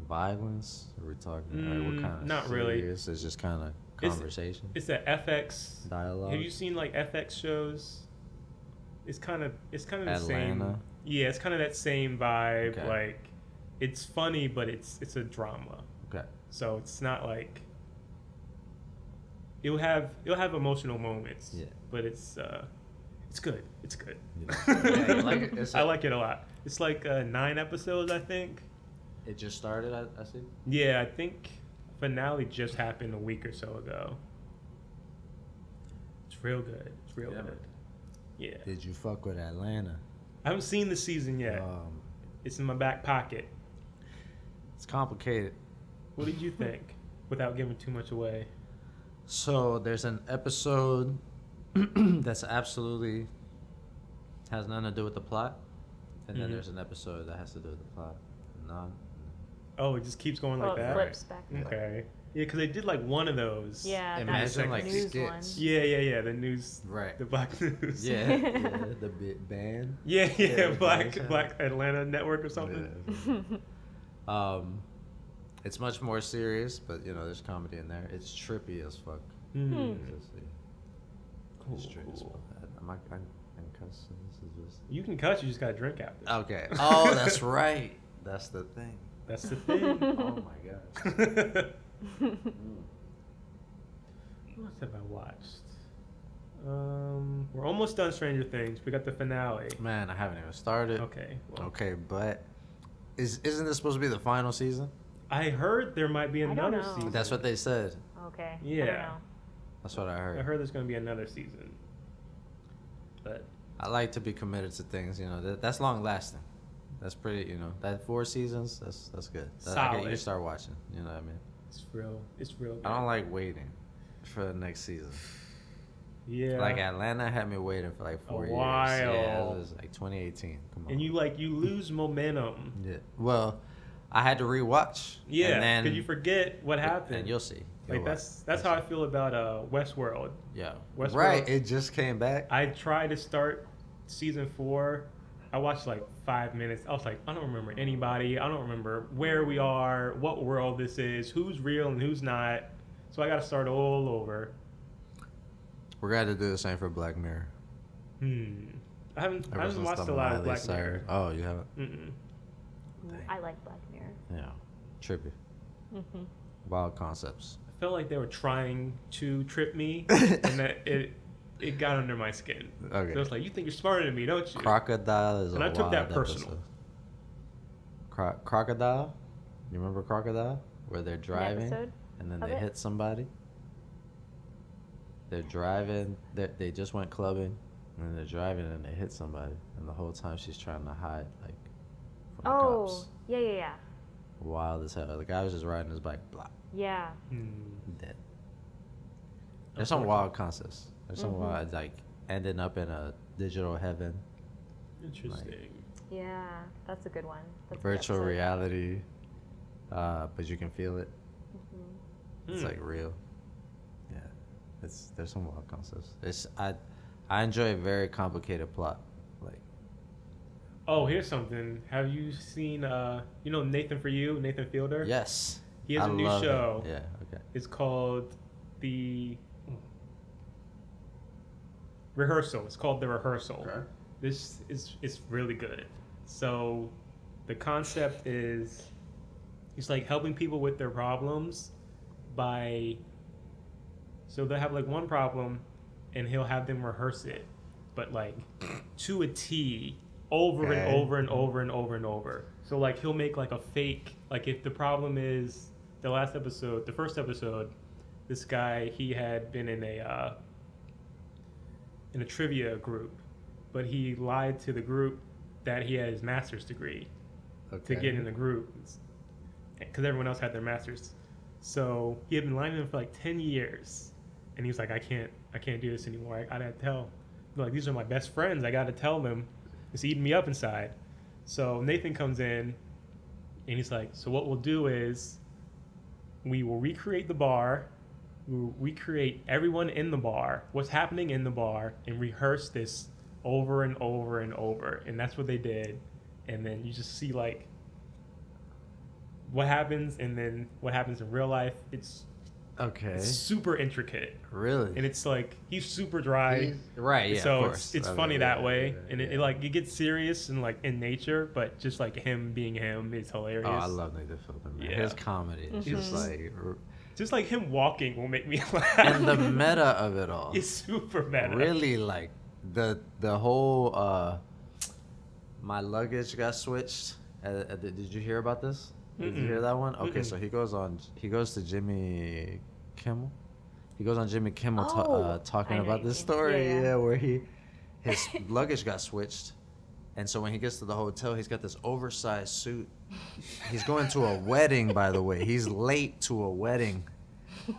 [SPEAKER 2] violence? Are we talking like,
[SPEAKER 1] Mm,
[SPEAKER 2] what kind of
[SPEAKER 1] not really.
[SPEAKER 2] serious? It's just kind of
[SPEAKER 1] It's-
[SPEAKER 2] conversation
[SPEAKER 1] it's that FX.
[SPEAKER 2] dialogue.
[SPEAKER 1] Have you seen like FX shows? It's kind of it's kind of the same.
[SPEAKER 2] Atlanta?
[SPEAKER 1] Yeah, it's kind of that same vibe.
[SPEAKER 2] Okay.
[SPEAKER 1] Like, it's funny, but it's it's a drama.
[SPEAKER 2] okay.
[SPEAKER 1] So it's not like you'll have you'll have emotional moments.
[SPEAKER 2] Yeah.
[SPEAKER 1] But it's uh, it's good. It's good.
[SPEAKER 2] Yeah. Yeah, you like it? It's
[SPEAKER 1] I
[SPEAKER 2] a-
[SPEAKER 1] like it a lot. It's like uh, nine episodes, I think.
[SPEAKER 2] It just started. I, I see.
[SPEAKER 1] Yeah, I think finale just happened a week or so ago. It's real good. It's real
[SPEAKER 2] Yeah.
[SPEAKER 1] good. Yeah.
[SPEAKER 2] Did you fuck with Atlanta?
[SPEAKER 1] I haven't seen the season yet.
[SPEAKER 2] Um,
[SPEAKER 1] it's in my back pocket.
[SPEAKER 2] it's complicated.
[SPEAKER 1] What did you think? Without giving too much away.
[SPEAKER 2] So there's an episode that's absolutely has nothing to do with the plot, and then
[SPEAKER 1] Mhm.
[SPEAKER 2] there's an episode that has to do with the plot. No,
[SPEAKER 1] Oh, it just keeps going
[SPEAKER 4] Well,
[SPEAKER 1] like
[SPEAKER 4] it
[SPEAKER 1] that.
[SPEAKER 4] flips back. and forth.
[SPEAKER 1] Okay. Yeah, because they did like one of those.
[SPEAKER 4] Yeah, that's
[SPEAKER 2] imagine
[SPEAKER 1] second
[SPEAKER 2] like
[SPEAKER 4] news
[SPEAKER 2] skits.
[SPEAKER 4] one.
[SPEAKER 1] Yeah, yeah, yeah. The news.
[SPEAKER 2] Right.
[SPEAKER 1] The black news.
[SPEAKER 2] Yeah, yeah, the bi- band.
[SPEAKER 1] Yeah, yeah.
[SPEAKER 2] Yeah,
[SPEAKER 1] black
[SPEAKER 2] yeah.
[SPEAKER 1] Black Atlanta Network or something.
[SPEAKER 2] Yeah. Um, it's much more serious, but you know, there's comedy in there. It's trippy as fuck.
[SPEAKER 1] Hmm.
[SPEAKER 2] It's just, yeah, it's trippy as fuck. I- I'm not, I'm, I'm cussing. This is
[SPEAKER 1] You can cuss. You just gotta drink after.
[SPEAKER 2] just okay. Oh, that's right. That's the thing.
[SPEAKER 1] That's the thing.
[SPEAKER 2] Oh my god.
[SPEAKER 1] What have I watched? Um, we're almost done Stranger Things. We got the finale.
[SPEAKER 2] Man, I haven't even started.
[SPEAKER 1] Okay. Well,
[SPEAKER 2] Okay, but is isn't this supposed to be the final season?
[SPEAKER 1] I heard there might be
[SPEAKER 4] I don't
[SPEAKER 1] another
[SPEAKER 4] know.
[SPEAKER 1] season.
[SPEAKER 2] That's what they said.
[SPEAKER 4] okay. I don't
[SPEAKER 1] Yeah.
[SPEAKER 4] know.
[SPEAKER 2] That's what I
[SPEAKER 1] I
[SPEAKER 2] heard. I,
[SPEAKER 1] heard there's gonna be another season. But
[SPEAKER 2] like to be committed to things. You know, that, that's long lasting. That's pretty. You know, that four seasons. That's that's good. That, I can- you
[SPEAKER 1] Solid.
[SPEAKER 2] start watching. You know what I mean?
[SPEAKER 1] it's real. It's real. Good.
[SPEAKER 2] I don't like waiting for the next season.
[SPEAKER 1] Yeah.
[SPEAKER 2] Like Atlanta had me waiting for like four years. Yeah,
[SPEAKER 1] while.
[SPEAKER 2] it was like 2018. Come on.
[SPEAKER 1] and you like you lose momentum.
[SPEAKER 2] Yeah. Well, I had to rewatch.
[SPEAKER 1] Yeah.
[SPEAKER 2] And then
[SPEAKER 1] Cause you forget what happened.
[SPEAKER 2] And you'll see. You'll
[SPEAKER 1] like
[SPEAKER 2] watch.
[SPEAKER 1] that's that's how I feel about uh Westworld.
[SPEAKER 2] Yeah.
[SPEAKER 1] Westworld-
[SPEAKER 2] Right. It just came back.
[SPEAKER 1] I tried to start season four. I watched like five minutes. I was like, I don't remember anybody. I don't remember where we are, what world this is, who's real and who's not. So I got to start all over.
[SPEAKER 2] We're gonna have to do the same for Black Mirror.
[SPEAKER 1] Hmm. I haven't, I
[SPEAKER 2] Ever
[SPEAKER 1] haven't
[SPEAKER 2] since
[SPEAKER 1] watched
[SPEAKER 2] the
[SPEAKER 1] a lot of
[SPEAKER 2] Miley
[SPEAKER 1] Black
[SPEAKER 2] Cyrus-
[SPEAKER 1] Mirror.
[SPEAKER 2] Oh, you haven't?
[SPEAKER 1] Mm-mm.
[SPEAKER 2] Dang.
[SPEAKER 4] I like Black Mirror.
[SPEAKER 2] Yeah. Trippy.
[SPEAKER 4] hmm
[SPEAKER 2] Wild concepts.
[SPEAKER 1] I felt like they were trying to trip me, and that it it got under my skin.
[SPEAKER 2] Okay.
[SPEAKER 1] So it's like, you think you're smarter than me, don't you?
[SPEAKER 2] Crocodile is
[SPEAKER 1] And
[SPEAKER 2] a
[SPEAKER 1] I took that
[SPEAKER 2] wild
[SPEAKER 1] personal.
[SPEAKER 2] episode. Cro- crocodile? You remember Crocodile? Where they're driving
[SPEAKER 4] episode
[SPEAKER 2] and then
[SPEAKER 4] of
[SPEAKER 2] they
[SPEAKER 4] it?
[SPEAKER 2] hit somebody? They're driving. They they just went clubbing and then they're driving and they hit somebody. And the whole time she's trying to hide, like, from the
[SPEAKER 4] Oh,
[SPEAKER 2] cops.
[SPEAKER 4] yeah, yeah, yeah.
[SPEAKER 2] Wild as hell. The guy was just riding his bike. Blah.
[SPEAKER 4] Yeah.
[SPEAKER 1] Hmm.
[SPEAKER 2] Dead. There's some
[SPEAKER 1] Unfortunate.
[SPEAKER 2] wild concepts. There's some
[SPEAKER 4] Mhm.
[SPEAKER 1] Mm-hmm.
[SPEAKER 2] wild like ending up in a digital heaven,
[SPEAKER 1] Interesting.
[SPEAKER 4] Yeah. That's a good one. That's a good
[SPEAKER 2] virtual
[SPEAKER 4] episode.
[SPEAKER 2] reality, uh, but you can feel it.
[SPEAKER 4] Mhm.
[SPEAKER 2] It's
[SPEAKER 1] Hmm.
[SPEAKER 2] like real. Yeah, it's there's some wild concepts. It's I, I enjoy a very complicated plot. Like
[SPEAKER 1] Oh, here's something. Have you seen, uh, you know, Nathan for You, Nathan Fielder?
[SPEAKER 2] yes,
[SPEAKER 1] He has
[SPEAKER 2] a
[SPEAKER 1] a new show.
[SPEAKER 2] Yeah. Okay.
[SPEAKER 1] It's called the rehearsal. It's called the rehearsal. This is it's really good. So the concept is he's like helping people with their problems by so they'll have like one problem and he'll have them rehearse it, but like to a T over
[SPEAKER 2] Okay.
[SPEAKER 1] and over and over and over and over. So like he'll make like a fake like if the problem is the last episode, the first episode, this guy he had been in a uh, in a trivia group, but he lied to the group that he had his master's degree
[SPEAKER 2] Okay.
[SPEAKER 1] to get in the group because everyone else had their masters. So he had been lying to them for like ten years, and he was like, "I can't, I can't do this anymore. I, I gotta tell." Like these are my best friends. I gotta tell them. It's eating me up inside. So Nathan comes in, and he's like, "So what we'll do is, we will recreate the bar, we create everyone in the bar, what's happening in the bar, and rehearse this over and over and over. And that's what they did. And then you just see like what happens, and then what happens in real life. It's,
[SPEAKER 2] Okay.
[SPEAKER 1] it's super intricate,
[SPEAKER 2] Really?
[SPEAKER 1] and it's like he's super dry.
[SPEAKER 2] He's- right, yeah. of
[SPEAKER 1] so
[SPEAKER 2] course.
[SPEAKER 1] it's, it's
[SPEAKER 2] I mean,
[SPEAKER 1] funny
[SPEAKER 2] yeah,
[SPEAKER 1] that way,
[SPEAKER 2] yeah,
[SPEAKER 1] and it,
[SPEAKER 2] yeah.
[SPEAKER 1] it like it gets serious and like in nature, but just like him being him is hilarious.
[SPEAKER 2] Oh, I love Nathan Fillion. Man.
[SPEAKER 1] Yeah. Mm-hmm.
[SPEAKER 2] His comedy is just
[SPEAKER 4] Mhm.
[SPEAKER 2] like, r-
[SPEAKER 1] Just like him walking will make me laugh.
[SPEAKER 2] and the meta of it all.
[SPEAKER 1] is super meta.
[SPEAKER 2] Really, like the the whole uh, my luggage got switched. Uh, uh, did did you hear about this? Did you
[SPEAKER 1] Mm-mm.
[SPEAKER 2] hear that one? Okay,
[SPEAKER 1] Mm-mm.
[SPEAKER 2] so he goes on. He goes to Jimmy Kimmel. He goes on Jimmy Kimmel ta-
[SPEAKER 4] Oh,
[SPEAKER 2] uh,
[SPEAKER 4] I
[SPEAKER 2] talking
[SPEAKER 4] know
[SPEAKER 2] about
[SPEAKER 4] you
[SPEAKER 2] this
[SPEAKER 4] mean.
[SPEAKER 2] story,
[SPEAKER 4] Yeah,
[SPEAKER 2] yeah,
[SPEAKER 4] yeah.
[SPEAKER 2] where he his luggage got switched, and so when he gets to the hotel, he's got this oversized suit. He's going to a wedding, by the way. He's late to a wedding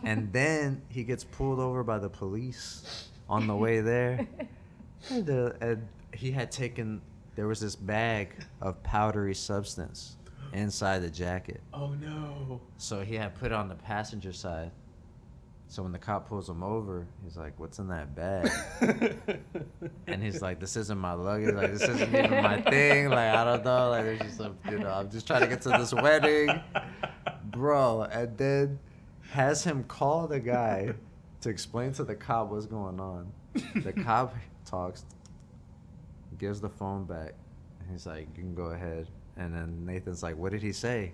[SPEAKER 2] and then he gets pulled over by the police on the way there. And, the, and he had taken there was this bag of powdery substance inside the jacket,
[SPEAKER 1] Oh no.
[SPEAKER 2] so he had put it on the passenger side. So when the cop pulls him over, he's like, "What's in that bag?" And he's like, "This isn't my luggage. Like, this isn't even my thing. Like, I don't know. Like, there's just a, you know, I'm just trying to get to this wedding." bro and then has him call the guy to explain to the cop what's going on the cop talks gives the phone back and he's like you can go ahead and then nathan's like what did he say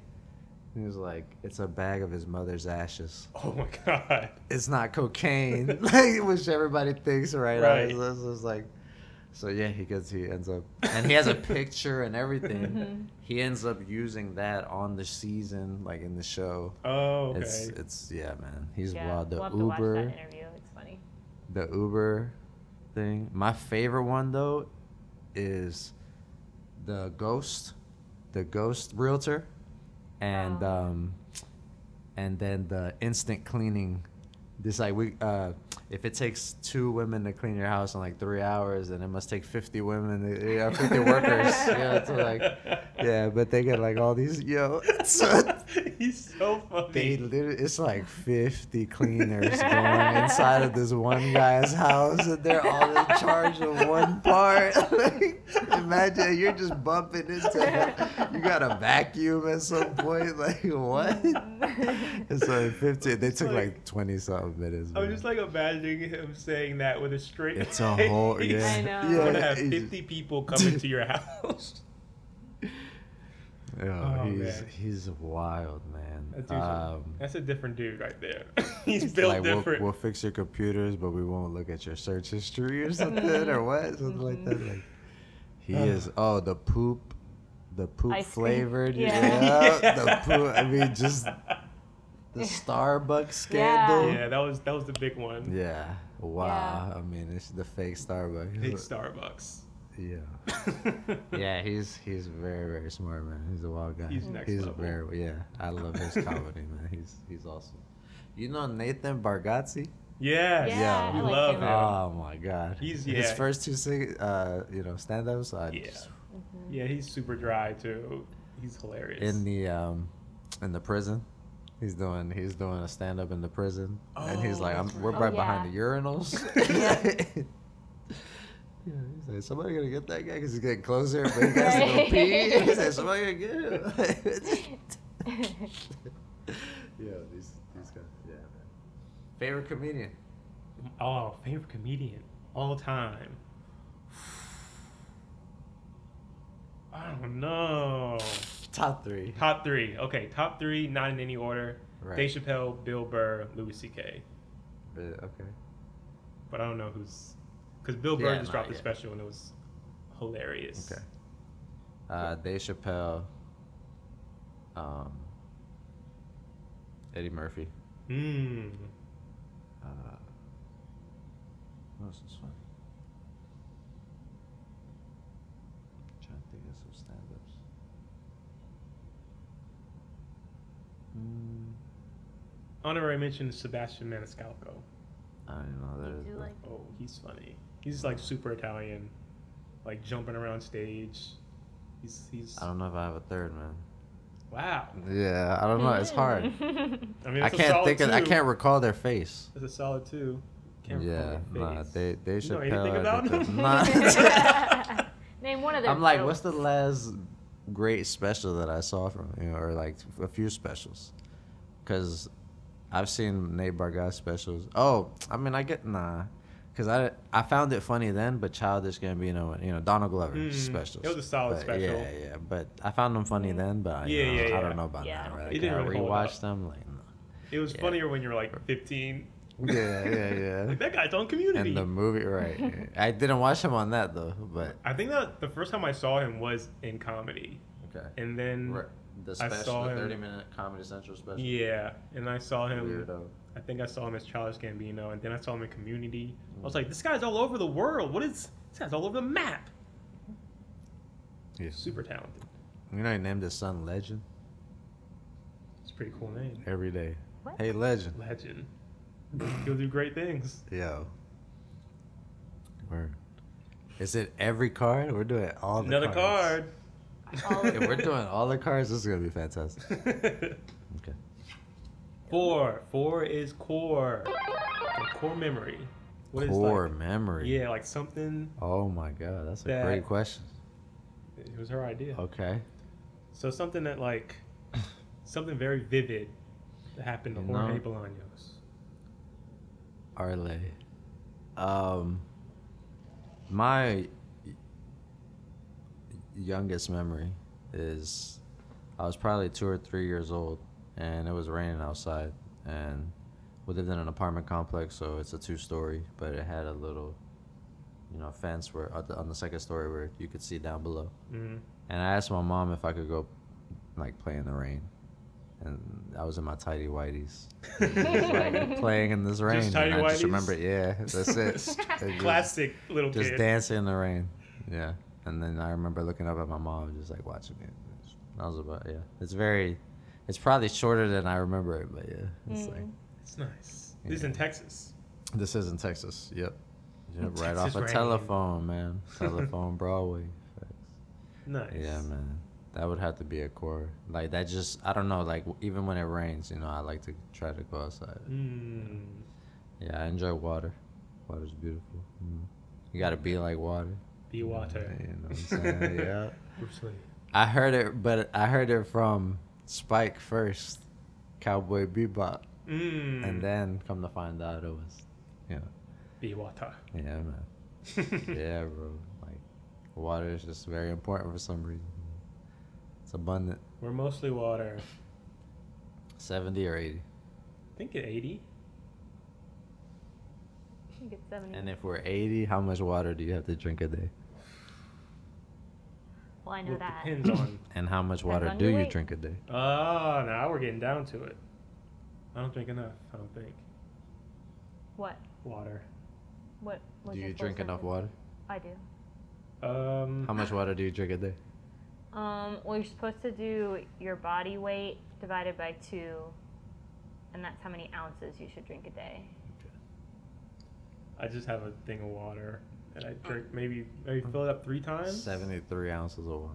[SPEAKER 2] he was like it's a bag of his mother's ashes
[SPEAKER 1] Oh my god.
[SPEAKER 2] it's not cocaine like which everybody thinks right, now.
[SPEAKER 1] Right.
[SPEAKER 2] It's, it's just like so yeah he gets he ends up and he has a picture and everything
[SPEAKER 4] Mm-hmm.
[SPEAKER 1] Mhm.
[SPEAKER 2] he ends up using that on the season like in the show
[SPEAKER 1] Oh okay.
[SPEAKER 2] it's it's yeah, man. He's
[SPEAKER 4] yeah,
[SPEAKER 2] wild. The
[SPEAKER 4] we'll have to watch
[SPEAKER 2] Uber,
[SPEAKER 4] that interview. It's funny.
[SPEAKER 2] the Uber thing. My favorite one though is the ghost, the ghost realtor, and
[SPEAKER 4] Oh.
[SPEAKER 2] um, and then the instant cleaning. This like we uh, if it takes two women to clean your house in like three hours, then it must take fifty women, to- yeah, fifty workers, yeah, to like, yeah. But they get like all these yo.
[SPEAKER 1] he's so funny.
[SPEAKER 2] They literally, it's like 50 cleaners going inside of this one guy's house, and they're all in charge of one part. like, imagine you're just bumping into him. You got a vacuum at some point. Like, what? It's like 50. They took
[SPEAKER 1] like-
[SPEAKER 2] like 20 something minutes.
[SPEAKER 1] I'm
[SPEAKER 2] man.
[SPEAKER 1] just like imagining him saying that with a straight.
[SPEAKER 2] it's a whole,
[SPEAKER 1] face.
[SPEAKER 2] yeah.
[SPEAKER 4] I know.
[SPEAKER 1] You're gonna
[SPEAKER 2] Yeah,
[SPEAKER 1] have
[SPEAKER 2] it's-
[SPEAKER 1] 50 people coming to your house.
[SPEAKER 2] yeah,
[SPEAKER 1] Oh,
[SPEAKER 2] he's,
[SPEAKER 1] man.
[SPEAKER 2] he's wild, man.
[SPEAKER 1] That dude's a-
[SPEAKER 2] Um,
[SPEAKER 1] That's a different dude right there. he's built
[SPEAKER 2] like we'll,
[SPEAKER 1] different.
[SPEAKER 2] we'll fix your computers, but we won't look at your search history or something or what, something like that. Like he
[SPEAKER 1] Uh.
[SPEAKER 2] is. Oh, the poop, the poop
[SPEAKER 4] Ice cream.
[SPEAKER 2] flavored. Yeah.
[SPEAKER 4] Yeah.
[SPEAKER 1] Yeah.
[SPEAKER 2] the poop. I mean, just the Starbucks scandal. Yeah.
[SPEAKER 1] yeah, that was that was the big one.
[SPEAKER 2] Wow. I mean, it's the fake Starbucks.
[SPEAKER 1] Big Starbucks.
[SPEAKER 2] yeah. Yeah, he's he's very very smart man. He's a wild guy.
[SPEAKER 1] He's next level.
[SPEAKER 2] very yeah. I love his comedy man. He's he's awesome. You know Nathan Bargatze?
[SPEAKER 1] Yes.
[SPEAKER 4] Yeah,
[SPEAKER 2] Yeah.
[SPEAKER 1] we
[SPEAKER 4] I like
[SPEAKER 1] love
[SPEAKER 4] him.
[SPEAKER 1] him.
[SPEAKER 2] Oh my god.
[SPEAKER 1] He's-
[SPEAKER 2] His
[SPEAKER 1] yeah.
[SPEAKER 2] first two sing uh you know, stand ups I
[SPEAKER 1] Yeah.
[SPEAKER 2] just-
[SPEAKER 1] Yeah, he's super dry too. He's hilarious.
[SPEAKER 2] in the um in the prison. He's doing he's doing a stand up in the prison. and he's
[SPEAKER 1] Oh,
[SPEAKER 2] like, I'm,
[SPEAKER 1] that's
[SPEAKER 2] we're
[SPEAKER 4] right.
[SPEAKER 2] right
[SPEAKER 4] Oh,
[SPEAKER 2] behind the
[SPEAKER 4] yeah.
[SPEAKER 2] urinals. yeah. He's like, somebody gonna get that guy because he's getting closer, but he has to go
[SPEAKER 4] Right.
[SPEAKER 2] pee. He's like, somebody gonna get him. yeah, these these guys. Yeah, man. Favorite comedian.
[SPEAKER 1] oh, favorite comedian all time. I don't know.
[SPEAKER 2] Top three.
[SPEAKER 1] Top three. Okay, top three, not in any order.
[SPEAKER 2] Right.
[SPEAKER 1] Dave Chappelle, Bill Burr, Louis C.K.
[SPEAKER 2] Uh, Okay.
[SPEAKER 1] But I don't know who's because Bill Burr
[SPEAKER 2] Yeah,
[SPEAKER 1] just
[SPEAKER 2] no,
[SPEAKER 1] dropped a
[SPEAKER 2] yeah.
[SPEAKER 1] special and it was hilarious.
[SPEAKER 2] Okay. Uh, Dave Chappelle. Um, Eddie Murphy.
[SPEAKER 1] Mm.
[SPEAKER 2] Uh, what else is funny? trying to think of some stand-ups. Mm,
[SPEAKER 1] Honorary mention Sebastian Maniscalco.
[SPEAKER 2] I don't even know who that is,
[SPEAKER 4] do
[SPEAKER 2] but-
[SPEAKER 4] like
[SPEAKER 1] Oh, he's funny. He's like super Italian, like jumping around stage. He's he's
[SPEAKER 2] I don't know if I have a third man.
[SPEAKER 1] Wow.
[SPEAKER 2] Yeah, I don't know. It's hard.
[SPEAKER 1] I mean,
[SPEAKER 2] I
[SPEAKER 1] it's a solid
[SPEAKER 2] can't think. Of, I
[SPEAKER 1] two.
[SPEAKER 2] can't recall their face.
[SPEAKER 1] It's a solid two. Can't
[SPEAKER 2] Yeah,
[SPEAKER 1] recall the
[SPEAKER 2] nah,
[SPEAKER 1] face.
[SPEAKER 2] they they
[SPEAKER 1] You know
[SPEAKER 2] should.
[SPEAKER 1] anything about them?
[SPEAKER 4] Name one of their
[SPEAKER 2] I'm like,
[SPEAKER 4] jokes.
[SPEAKER 2] what's the last great special that I saw from you, know, or like a few specials? Because I've seen Nate Bargatze specials. Oh, I mean, I get nah, because I I found it funny then, but Childish Gambino, and, you know, Donald Glover
[SPEAKER 1] Mm,
[SPEAKER 2] specials.
[SPEAKER 1] it was a solid
[SPEAKER 2] But
[SPEAKER 1] special.
[SPEAKER 2] Yeah, yeah, but I found them funny then, but I, you
[SPEAKER 1] Yeah,
[SPEAKER 2] know,
[SPEAKER 1] yeah,
[SPEAKER 2] I
[SPEAKER 1] yeah.
[SPEAKER 2] don't know about
[SPEAKER 4] Yeah.
[SPEAKER 2] now. Right?
[SPEAKER 1] It
[SPEAKER 2] Like,
[SPEAKER 1] didn't
[SPEAKER 2] I
[SPEAKER 1] really hold up.
[SPEAKER 2] rewatched them. Like, no.
[SPEAKER 1] It was
[SPEAKER 2] Yeah.
[SPEAKER 1] funnier when you were like 15.
[SPEAKER 2] yeah, yeah, yeah.
[SPEAKER 1] Like that guy's on Community.
[SPEAKER 2] And the movie, right? I didn't watch him on that though, but
[SPEAKER 1] I think that the first time I saw him was in comedy,
[SPEAKER 2] okay.
[SPEAKER 1] and then
[SPEAKER 2] The
[SPEAKER 1] I
[SPEAKER 2] special,
[SPEAKER 1] saw
[SPEAKER 2] the
[SPEAKER 1] him-
[SPEAKER 2] 30 minute Comedy Central special.
[SPEAKER 1] yeah, and I saw him.
[SPEAKER 2] Weirdo.
[SPEAKER 1] I think I saw him as Charles Gambino, and then I saw him in Community. I
[SPEAKER 2] Mm.
[SPEAKER 1] was like, this guy's all over the world. What is this guy's all over the map? Super talented.
[SPEAKER 2] You know, he named his son Legend
[SPEAKER 1] It's a pretty cool name.
[SPEAKER 2] every day.
[SPEAKER 4] What?
[SPEAKER 2] Hey, Legend.
[SPEAKER 1] Legend. He'll do great things.
[SPEAKER 2] Yo. Word. Is it every card? We're doing all the
[SPEAKER 1] Another
[SPEAKER 2] cards.
[SPEAKER 1] card.
[SPEAKER 4] All
[SPEAKER 2] if we're doing all the cards, this is going to be fantastic. Okay.
[SPEAKER 1] Four. Four is core. Like, core memory. What is
[SPEAKER 2] Core
[SPEAKER 1] like,
[SPEAKER 2] memory.
[SPEAKER 1] Yeah, like something.
[SPEAKER 2] Oh my God, that's a
[SPEAKER 1] That-
[SPEAKER 2] great question.
[SPEAKER 1] It was her idea.
[SPEAKER 2] Okay.
[SPEAKER 1] So something that like something very vivid that happened to
[SPEAKER 2] You
[SPEAKER 1] Jorge
[SPEAKER 2] know?
[SPEAKER 1] Bolaños.
[SPEAKER 2] Arle. Um, my youngest memory is I was probably two or three years old, and it was raining outside, and we lived in an apartment complex, so it's a two-story, but it had a little, you know, fence where on the- on the second story where you could see down below.
[SPEAKER 1] Mm.
[SPEAKER 2] And I asked my mom if I could go, like, play in the rain. And I was in my tidy whities, like, playing in this rain.
[SPEAKER 1] tidy
[SPEAKER 2] and I
[SPEAKER 1] whities?
[SPEAKER 2] just remember, yeah, that's it. And just-
[SPEAKER 1] Classic little
[SPEAKER 2] Just
[SPEAKER 1] kid.
[SPEAKER 2] dancing in the rain. Yeah. And then I remember looking up at my mom, just like watching it. That was about yeah. It's very, it's probably shorter than I remember it, but
[SPEAKER 4] Mm.
[SPEAKER 2] yeah, it's like
[SPEAKER 1] It's nice. This is
[SPEAKER 2] Yeah.
[SPEAKER 1] in Texas.
[SPEAKER 2] this is in Texas. Yep. Yep, right
[SPEAKER 1] Texas
[SPEAKER 2] off a
[SPEAKER 1] rain.
[SPEAKER 2] telephone, man. Telephone Broadway.
[SPEAKER 1] Nice.
[SPEAKER 2] Yeah, man. That would have to be a core. Like that just I don't know, like w- even when it rains, you know, I like to try to go outside.
[SPEAKER 1] Mm.
[SPEAKER 2] Yeah, I enjoy water. Water's beautiful. Mm. You gotta be like water.
[SPEAKER 1] Be water.
[SPEAKER 2] You know what I'm saying? yeah.
[SPEAKER 1] Bruce Lee.
[SPEAKER 2] I heard it but I heard it from Spike first, Cowboy Bebop.
[SPEAKER 1] Mm.
[SPEAKER 2] And then come to find out it was yeah.
[SPEAKER 1] Be water.
[SPEAKER 2] Yeah man.
[SPEAKER 1] Hmm.
[SPEAKER 2] yeah, bro. Like water is just very important for some reason. It's abundant.
[SPEAKER 1] We're mostly water.
[SPEAKER 2] Seventy or eighty.
[SPEAKER 1] I think at 80.
[SPEAKER 4] I think it's 70.
[SPEAKER 2] And if we're 80, how much water do you have to drink a day?
[SPEAKER 4] well, I know
[SPEAKER 1] Well, it
[SPEAKER 4] that.
[SPEAKER 1] depends on.
[SPEAKER 2] And how much water
[SPEAKER 4] on
[SPEAKER 2] do
[SPEAKER 4] your
[SPEAKER 2] you
[SPEAKER 4] weight.
[SPEAKER 2] drink a day?
[SPEAKER 1] Ah, now we're getting down to it. I don't drink enough. I don't think
[SPEAKER 4] What?
[SPEAKER 1] water.
[SPEAKER 4] What? was
[SPEAKER 2] do
[SPEAKER 4] your
[SPEAKER 2] you
[SPEAKER 4] full
[SPEAKER 2] drink enough water?
[SPEAKER 4] sentence? I do.
[SPEAKER 1] Um,
[SPEAKER 2] How much water do you drink a day?
[SPEAKER 4] Um, well, you're supposed to do your body weight divided by two, and that's how many ounces you should drink a day.
[SPEAKER 1] I just have a thing of water, and
[SPEAKER 2] Mm.
[SPEAKER 1] I drink maybe maybe fill it up three times.
[SPEAKER 2] 73 ounces of water.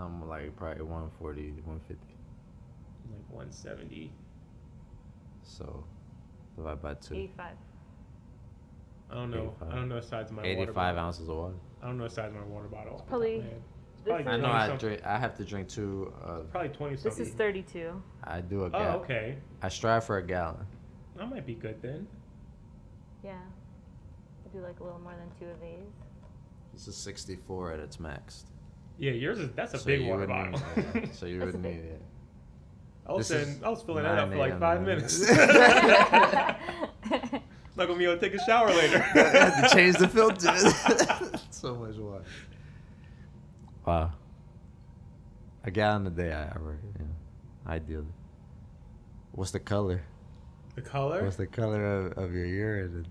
[SPEAKER 2] I'm like probably 140, 150.
[SPEAKER 1] like 170.
[SPEAKER 2] So divide by two.
[SPEAKER 4] 85.
[SPEAKER 1] I don't know. I
[SPEAKER 2] 85.
[SPEAKER 1] don't know the size of my water
[SPEAKER 2] 85
[SPEAKER 1] bottle.
[SPEAKER 2] ounces of water.
[SPEAKER 1] I don't know the size of my water bottle. Oh, off the
[SPEAKER 4] Probably-
[SPEAKER 1] top of my head.
[SPEAKER 4] This
[SPEAKER 1] Probably
[SPEAKER 2] I
[SPEAKER 4] is,
[SPEAKER 1] Twenty
[SPEAKER 2] know I
[SPEAKER 1] some-
[SPEAKER 2] drink. I have to drink two. Uh,
[SPEAKER 1] Probably 20 something.
[SPEAKER 4] this is 32.
[SPEAKER 2] I do a
[SPEAKER 1] Oh,
[SPEAKER 2] gallon.
[SPEAKER 1] okay.
[SPEAKER 2] I strive for a gallon.
[SPEAKER 1] That might be good then.
[SPEAKER 4] Yeah. I do like a little more than two of these.
[SPEAKER 2] This is 64 at its max.
[SPEAKER 1] Yeah, yours is that's a big
[SPEAKER 2] you
[SPEAKER 1] water
[SPEAKER 2] would
[SPEAKER 1] bottle.
[SPEAKER 2] Need, yeah, so you
[SPEAKER 4] That's a
[SPEAKER 2] would
[SPEAKER 4] big-
[SPEAKER 2] need it.
[SPEAKER 1] I was
[SPEAKER 2] This is
[SPEAKER 1] saying, I was filling that up for
[SPEAKER 2] 9
[SPEAKER 1] like
[SPEAKER 2] a.m.
[SPEAKER 1] five
[SPEAKER 2] now.
[SPEAKER 1] minutes.
[SPEAKER 4] I
[SPEAKER 1] Not gonna be able to take a shower later.
[SPEAKER 2] Had to change the filter. so much water. Wow. A gallon a day, I, I reckon, yeah. Ideally. What's the color?
[SPEAKER 1] The color?
[SPEAKER 2] What's the color of, of your urine?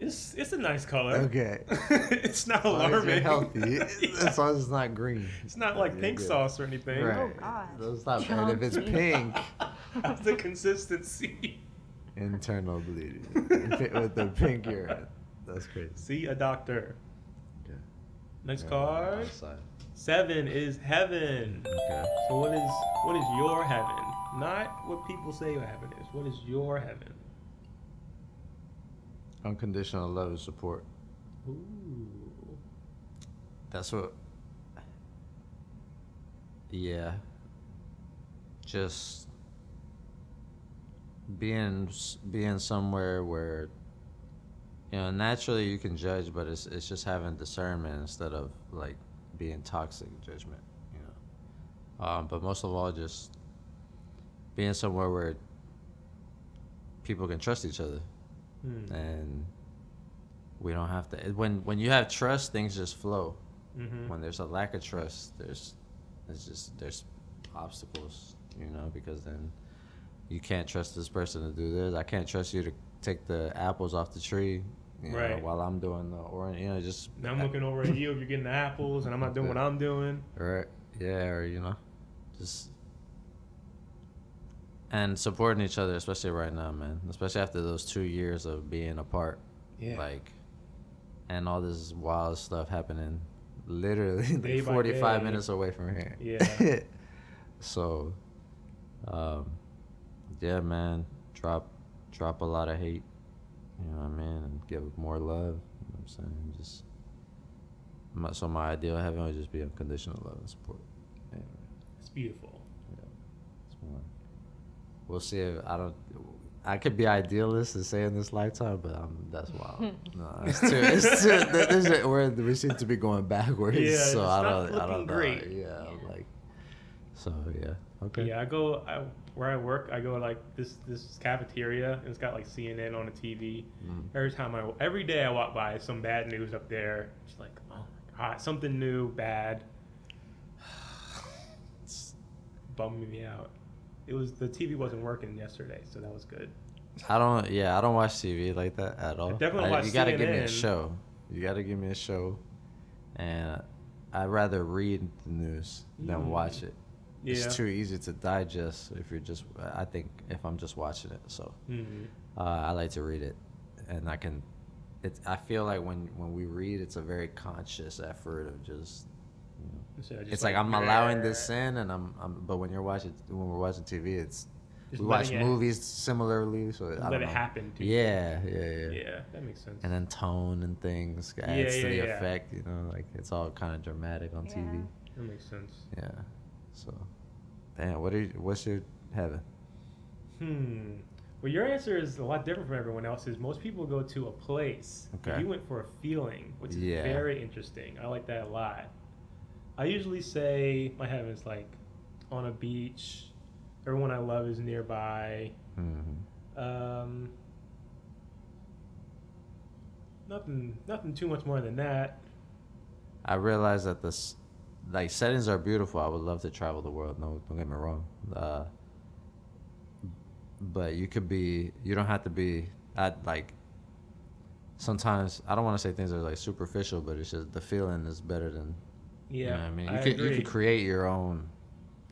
[SPEAKER 1] It's it's a nice color.
[SPEAKER 2] Okay.
[SPEAKER 1] it's not alarming.
[SPEAKER 2] As long as you're healthy.
[SPEAKER 1] Yeah.
[SPEAKER 2] As long as it's not green.
[SPEAKER 1] It's not like
[SPEAKER 2] You're
[SPEAKER 1] pink
[SPEAKER 2] good.
[SPEAKER 1] sauce or anything. Oh.
[SPEAKER 2] Right.
[SPEAKER 4] God.
[SPEAKER 2] Those not bad. If it's
[SPEAKER 4] Chunky.
[SPEAKER 2] pink,
[SPEAKER 1] That's the consistency.
[SPEAKER 2] internal bleeding. With the pink urine. That's crazy.
[SPEAKER 1] See a doctor.
[SPEAKER 2] Okay.
[SPEAKER 1] Next
[SPEAKER 2] Yeah,
[SPEAKER 1] card.
[SPEAKER 2] outside.
[SPEAKER 1] Seven is heaven.
[SPEAKER 2] Okay.
[SPEAKER 1] So what is what is your heaven? Not what people say your heaven is. What is your heaven?
[SPEAKER 2] Unconditional love and support.
[SPEAKER 1] Ooh.
[SPEAKER 2] That's what. Yeah. Just being s- being somewhere where you know naturally you can judge, but it's it's just having discernment instead of like being toxic judgment. You know. Um, but most of all, just being somewhere where people can trust each other
[SPEAKER 1] Hmm.
[SPEAKER 2] and we don't have to when when you have trust things just flow
[SPEAKER 1] Mhm.
[SPEAKER 2] when there's a lack of trust, there's it's just there's obstacles, you know, because then you can't trust this person to do this. I can't trust you to take the apples off the tree, you know,
[SPEAKER 1] Right.
[SPEAKER 2] while I'm doing the orange, you know, just
[SPEAKER 1] Now I'm looking over at you if you're getting the apples, and I'm not doing what I'm doing.
[SPEAKER 2] or yeah, or you know, just and supporting each other, especially right now, man. Especially after those two years of being apart,
[SPEAKER 1] Yeah.
[SPEAKER 2] like, and all this wild stuff happening, literally
[SPEAKER 1] Day
[SPEAKER 2] like
[SPEAKER 1] by
[SPEAKER 2] forty five
[SPEAKER 1] day.
[SPEAKER 2] minutes away from here.
[SPEAKER 1] Yeah.
[SPEAKER 2] so, um, yeah, man, drop drop a lot of hate. You know what I mean? And give more love. You know what I'm saying? Just my, so my ideal heaven would just be unconditional love and support. Yeah,
[SPEAKER 1] It's beautiful.
[SPEAKER 2] yeah. It's more- We'll see if I don't. I could be idealist and say in this lifetime, but I'm, that's
[SPEAKER 4] Oh.
[SPEAKER 2] wild. no, it's too. It's too th- this is- we're, we seem to be going backwards.
[SPEAKER 1] Yeah, it's
[SPEAKER 2] so I
[SPEAKER 1] not
[SPEAKER 2] don't. I
[SPEAKER 1] looking
[SPEAKER 2] don't know.
[SPEAKER 1] great.
[SPEAKER 2] Yeah, I'm like. So yeah. Okay.
[SPEAKER 1] Yeah, I go I, where I work. I go like this this cafeteria, and it's got like CNN on the TV.
[SPEAKER 2] Mm.
[SPEAKER 1] Every time I every day I walk by, some bad news up there. It's like, oh my god, something new, bad. It's bumming me out. It was the TV wasn't working yesterday, so that was good.
[SPEAKER 2] I don't. Yeah, I don't watch TV like that at all.
[SPEAKER 1] definitely
[SPEAKER 2] I-
[SPEAKER 1] watch
[SPEAKER 2] You gotta give me
[SPEAKER 1] CNN.
[SPEAKER 2] a show. You gotta give me a show, and I'd rather read the news
[SPEAKER 1] Mm.
[SPEAKER 2] than watch it.
[SPEAKER 1] Yeah.
[SPEAKER 2] It's too easy to digest if you're just. I think if I'm just watching it, so
[SPEAKER 1] Mhm.
[SPEAKER 2] uh, I like to read it, and I can. It's. I feel like when when we read, it's a very conscious effort of just. You know,
[SPEAKER 1] Instead of just,
[SPEAKER 2] it's like, I'm allowing this in, and I'm, I'm. But when you're watching, when we're watching TV, it's
[SPEAKER 1] Just
[SPEAKER 2] we watch
[SPEAKER 1] letting it-
[SPEAKER 2] movies similarly, so I
[SPEAKER 1] Let
[SPEAKER 2] don't
[SPEAKER 1] it
[SPEAKER 2] know.
[SPEAKER 1] happen to you.
[SPEAKER 2] Yeah, yeah, yeah,
[SPEAKER 1] Yeah, that makes sense.
[SPEAKER 2] And then tone and things
[SPEAKER 1] Yeah,
[SPEAKER 2] adds
[SPEAKER 1] yeah,
[SPEAKER 2] to the
[SPEAKER 1] yeah.
[SPEAKER 2] effect, you know, like it's all kind of dramatic on TV.
[SPEAKER 1] that makes sense.
[SPEAKER 2] Yeah. So, damn, what are you, what's your heaven?
[SPEAKER 1] Hmm. Well, your answer is a lot different from everyone else's. Most people go to a place.
[SPEAKER 2] Okay.
[SPEAKER 1] You went for a feeling, which is
[SPEAKER 2] Yeah.
[SPEAKER 1] very interesting. I like that a lot. I usually say my heaven's like on a beach. Everyone I love is nearby.
[SPEAKER 2] Mm-hmm.
[SPEAKER 1] Um, nothing, nothing too much more than that.
[SPEAKER 2] I realize that this, like, settings are beautiful. I would love to travel the world. No, don't get me wrong. Uh, but you could be, you don't have to be at like. Sometimes I don't want to say things that are like superficial, but it's just the feeling is better than
[SPEAKER 1] Yeah.
[SPEAKER 2] You know what I mean? You could you
[SPEAKER 1] agree.
[SPEAKER 2] could create your own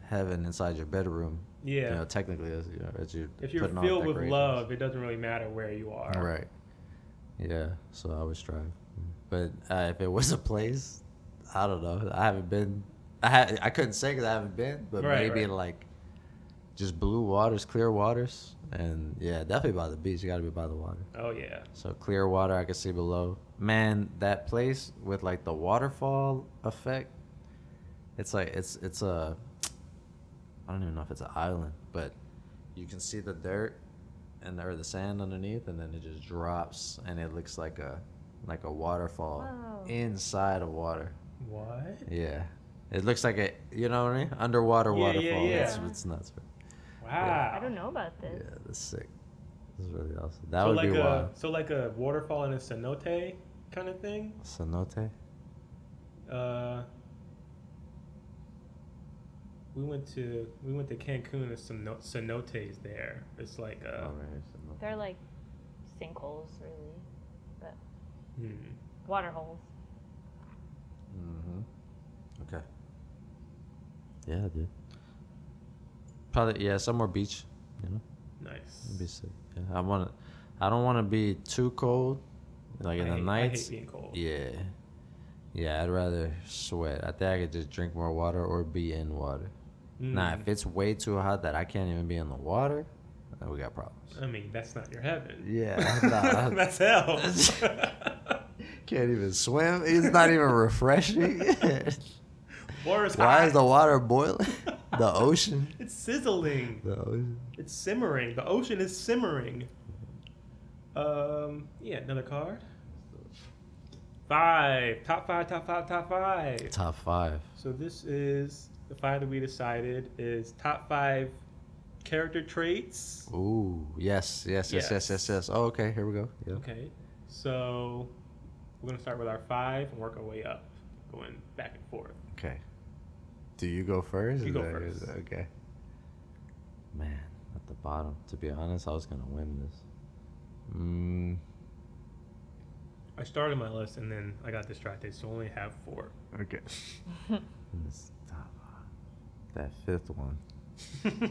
[SPEAKER 2] heaven inside your bedroom.
[SPEAKER 1] yeah.
[SPEAKER 2] You know, technically as you know, as you
[SPEAKER 1] if you're filled with love, it doesn't really matter where you are.
[SPEAKER 2] Right. Yeah, so I would strive. But uh, if it was a place, I don't know. I haven't been I ha- I couldn't say cuz I haven't been, but
[SPEAKER 1] Right,
[SPEAKER 2] maybe
[SPEAKER 1] right.
[SPEAKER 2] like just blue waters, clear waters, and yeah, definitely by the beach. You got to be by the water.
[SPEAKER 1] Oh yeah.
[SPEAKER 2] So clear water I could see below. Man, that place with like the waterfall effect. It's like it's it's a I don't even know if it's an island, but you can see the dirt and or the sand underneath and then it just drops and it looks like a like a waterfall
[SPEAKER 4] Wow.
[SPEAKER 2] inside of water.
[SPEAKER 1] What?
[SPEAKER 2] Yeah. It looks like a you know what I mean? Underwater
[SPEAKER 1] Yeah, yeah,
[SPEAKER 2] waterfall.
[SPEAKER 1] yeah.
[SPEAKER 2] It's, it's nuts.
[SPEAKER 1] Wow.
[SPEAKER 4] I don't know about
[SPEAKER 2] Yeah,
[SPEAKER 4] this.
[SPEAKER 2] that's sick. That's really awesome. That
[SPEAKER 1] so
[SPEAKER 2] would
[SPEAKER 1] like
[SPEAKER 2] be
[SPEAKER 1] a
[SPEAKER 2] wild.
[SPEAKER 1] so like a waterfall in a cenote kind of thing.
[SPEAKER 2] Cenote?
[SPEAKER 1] Uh, we went to we went to Cancun and some no- cenotes there. It's like a
[SPEAKER 2] Over here, cenote.
[SPEAKER 4] They're like sinkholes, really, but
[SPEAKER 1] hmm.
[SPEAKER 4] water holes.
[SPEAKER 2] Mm-hmm. Okay. Yeah, dude. Probably yeah, somewhere beach. You know,
[SPEAKER 1] nice.
[SPEAKER 2] it'd be sick. Yeah, I want to. I don't want to be too cold, like in
[SPEAKER 1] I
[SPEAKER 2] the
[SPEAKER 1] hate- I hate
[SPEAKER 2] nights.
[SPEAKER 1] being cold.
[SPEAKER 2] Yeah. Yeah, I'd rather sweat. I think I could just drink more water or be in water.
[SPEAKER 1] Hmm.
[SPEAKER 2] Nah, if it's way too hot that I can't even be in the water, then we got problems.
[SPEAKER 1] I mean, that's not your heaven.
[SPEAKER 2] Yeah, nah, I
[SPEAKER 1] that's hell.
[SPEAKER 2] can't even swim. It's not even refreshing.
[SPEAKER 1] Water is
[SPEAKER 2] Why is the
[SPEAKER 1] hot.
[SPEAKER 2] water boiling? The ocean.
[SPEAKER 1] It's sizzling.
[SPEAKER 2] The ocean.
[SPEAKER 1] It's simmering. The ocean is simmering. Um, yeah, another card. Five. Top five, top five, top five.
[SPEAKER 2] Top five.
[SPEAKER 1] So this is the five that we decided is top five character traits.
[SPEAKER 2] Ooh, yes, yes, yes, yes, yes,
[SPEAKER 1] Yes.
[SPEAKER 2] yes. Oh, okay, here we go. Yeah.
[SPEAKER 1] Okay. So we're gonna start with our five and work our way up, going back and forth.
[SPEAKER 2] Okay. Do you go first?
[SPEAKER 1] You
[SPEAKER 2] Is
[SPEAKER 1] go
[SPEAKER 2] that-
[SPEAKER 1] first.
[SPEAKER 2] is that- Okay. Man, at the bottom. To be honest, I was gonna win this. Mm,
[SPEAKER 1] I started my list and then I got distracted, so I only have four.
[SPEAKER 2] okay. This top one. that fifth one.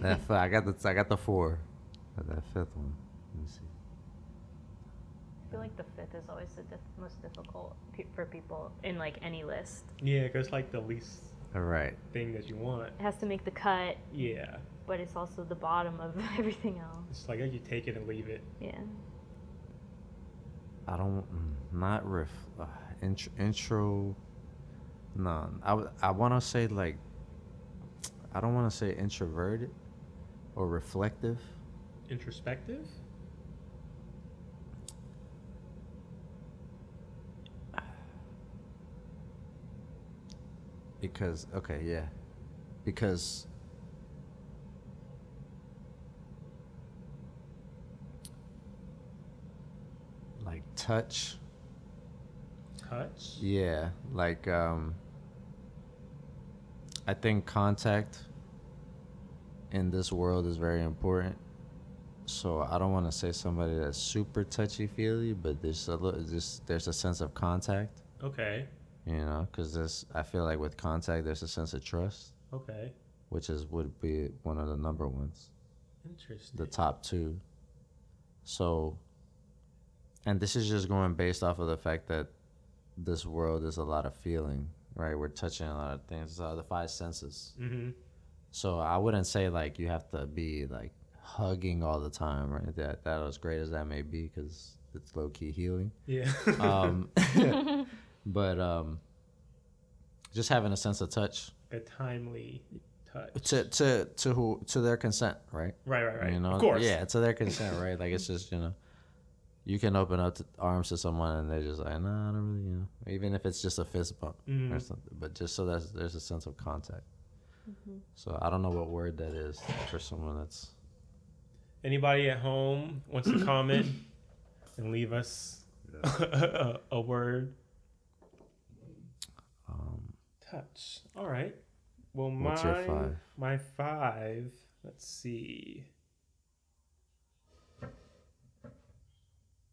[SPEAKER 2] That fi- I got the I got the four. But that fifth one. Let me see.
[SPEAKER 4] I feel like the fifth is always the dif- most difficult pe- for people in like any list.
[SPEAKER 1] yeah, because like the least
[SPEAKER 2] All right.
[SPEAKER 1] thing that you want.
[SPEAKER 4] It has to make the cut,
[SPEAKER 1] Yeah,
[SPEAKER 4] but it's also the bottom of everything else.
[SPEAKER 1] it's like you take it and leave it.
[SPEAKER 4] Yeah.
[SPEAKER 2] I don't mm, not riff uh, intro, intro no I, w- I want to say like I don't want to say introverted or reflective
[SPEAKER 1] Introspective.
[SPEAKER 2] because okay yeah because like touch
[SPEAKER 1] Touch.
[SPEAKER 2] Yeah, like um I think contact in this world is very important. So I don't want to say somebody that's super touchy feely, but there's a little just there's a sense of contact,
[SPEAKER 1] Okay.
[SPEAKER 2] you know, because this I feel like with contact there's a sense of trust,
[SPEAKER 1] Okay.
[SPEAKER 2] which is would be one of the number ones
[SPEAKER 1] Interesting.
[SPEAKER 2] the top two. So, and this is just going based off of the fact that this world is a lot of feeling, right? We're touching a lot of things, uh, the five senses.
[SPEAKER 1] mm-hmm.
[SPEAKER 2] So I wouldn't say like you have to be like hugging all the time, right? That that as great as that may be, because it's low key healing
[SPEAKER 1] Yeah.
[SPEAKER 2] um, but um, just having a sense of touch
[SPEAKER 1] a timely touch.
[SPEAKER 2] to to to who to their consent, right?
[SPEAKER 1] Right. Right. Right.
[SPEAKER 2] You know,
[SPEAKER 1] of course.
[SPEAKER 2] yeah, to their consent, right? Like it's just you know, you can open up to, arms to someone and they're just like, no, I don't really, you know, even if it's just a fist bump or
[SPEAKER 1] Mhm.
[SPEAKER 2] something, but just so that there's a sense of contact. So I don't know what word that is for someone that's
[SPEAKER 1] Anybody at home wants to comment and leave us a, a word?
[SPEAKER 2] um,
[SPEAKER 1] Touch. All right. Well, my
[SPEAKER 2] What's your five?
[SPEAKER 1] my five. Let's see.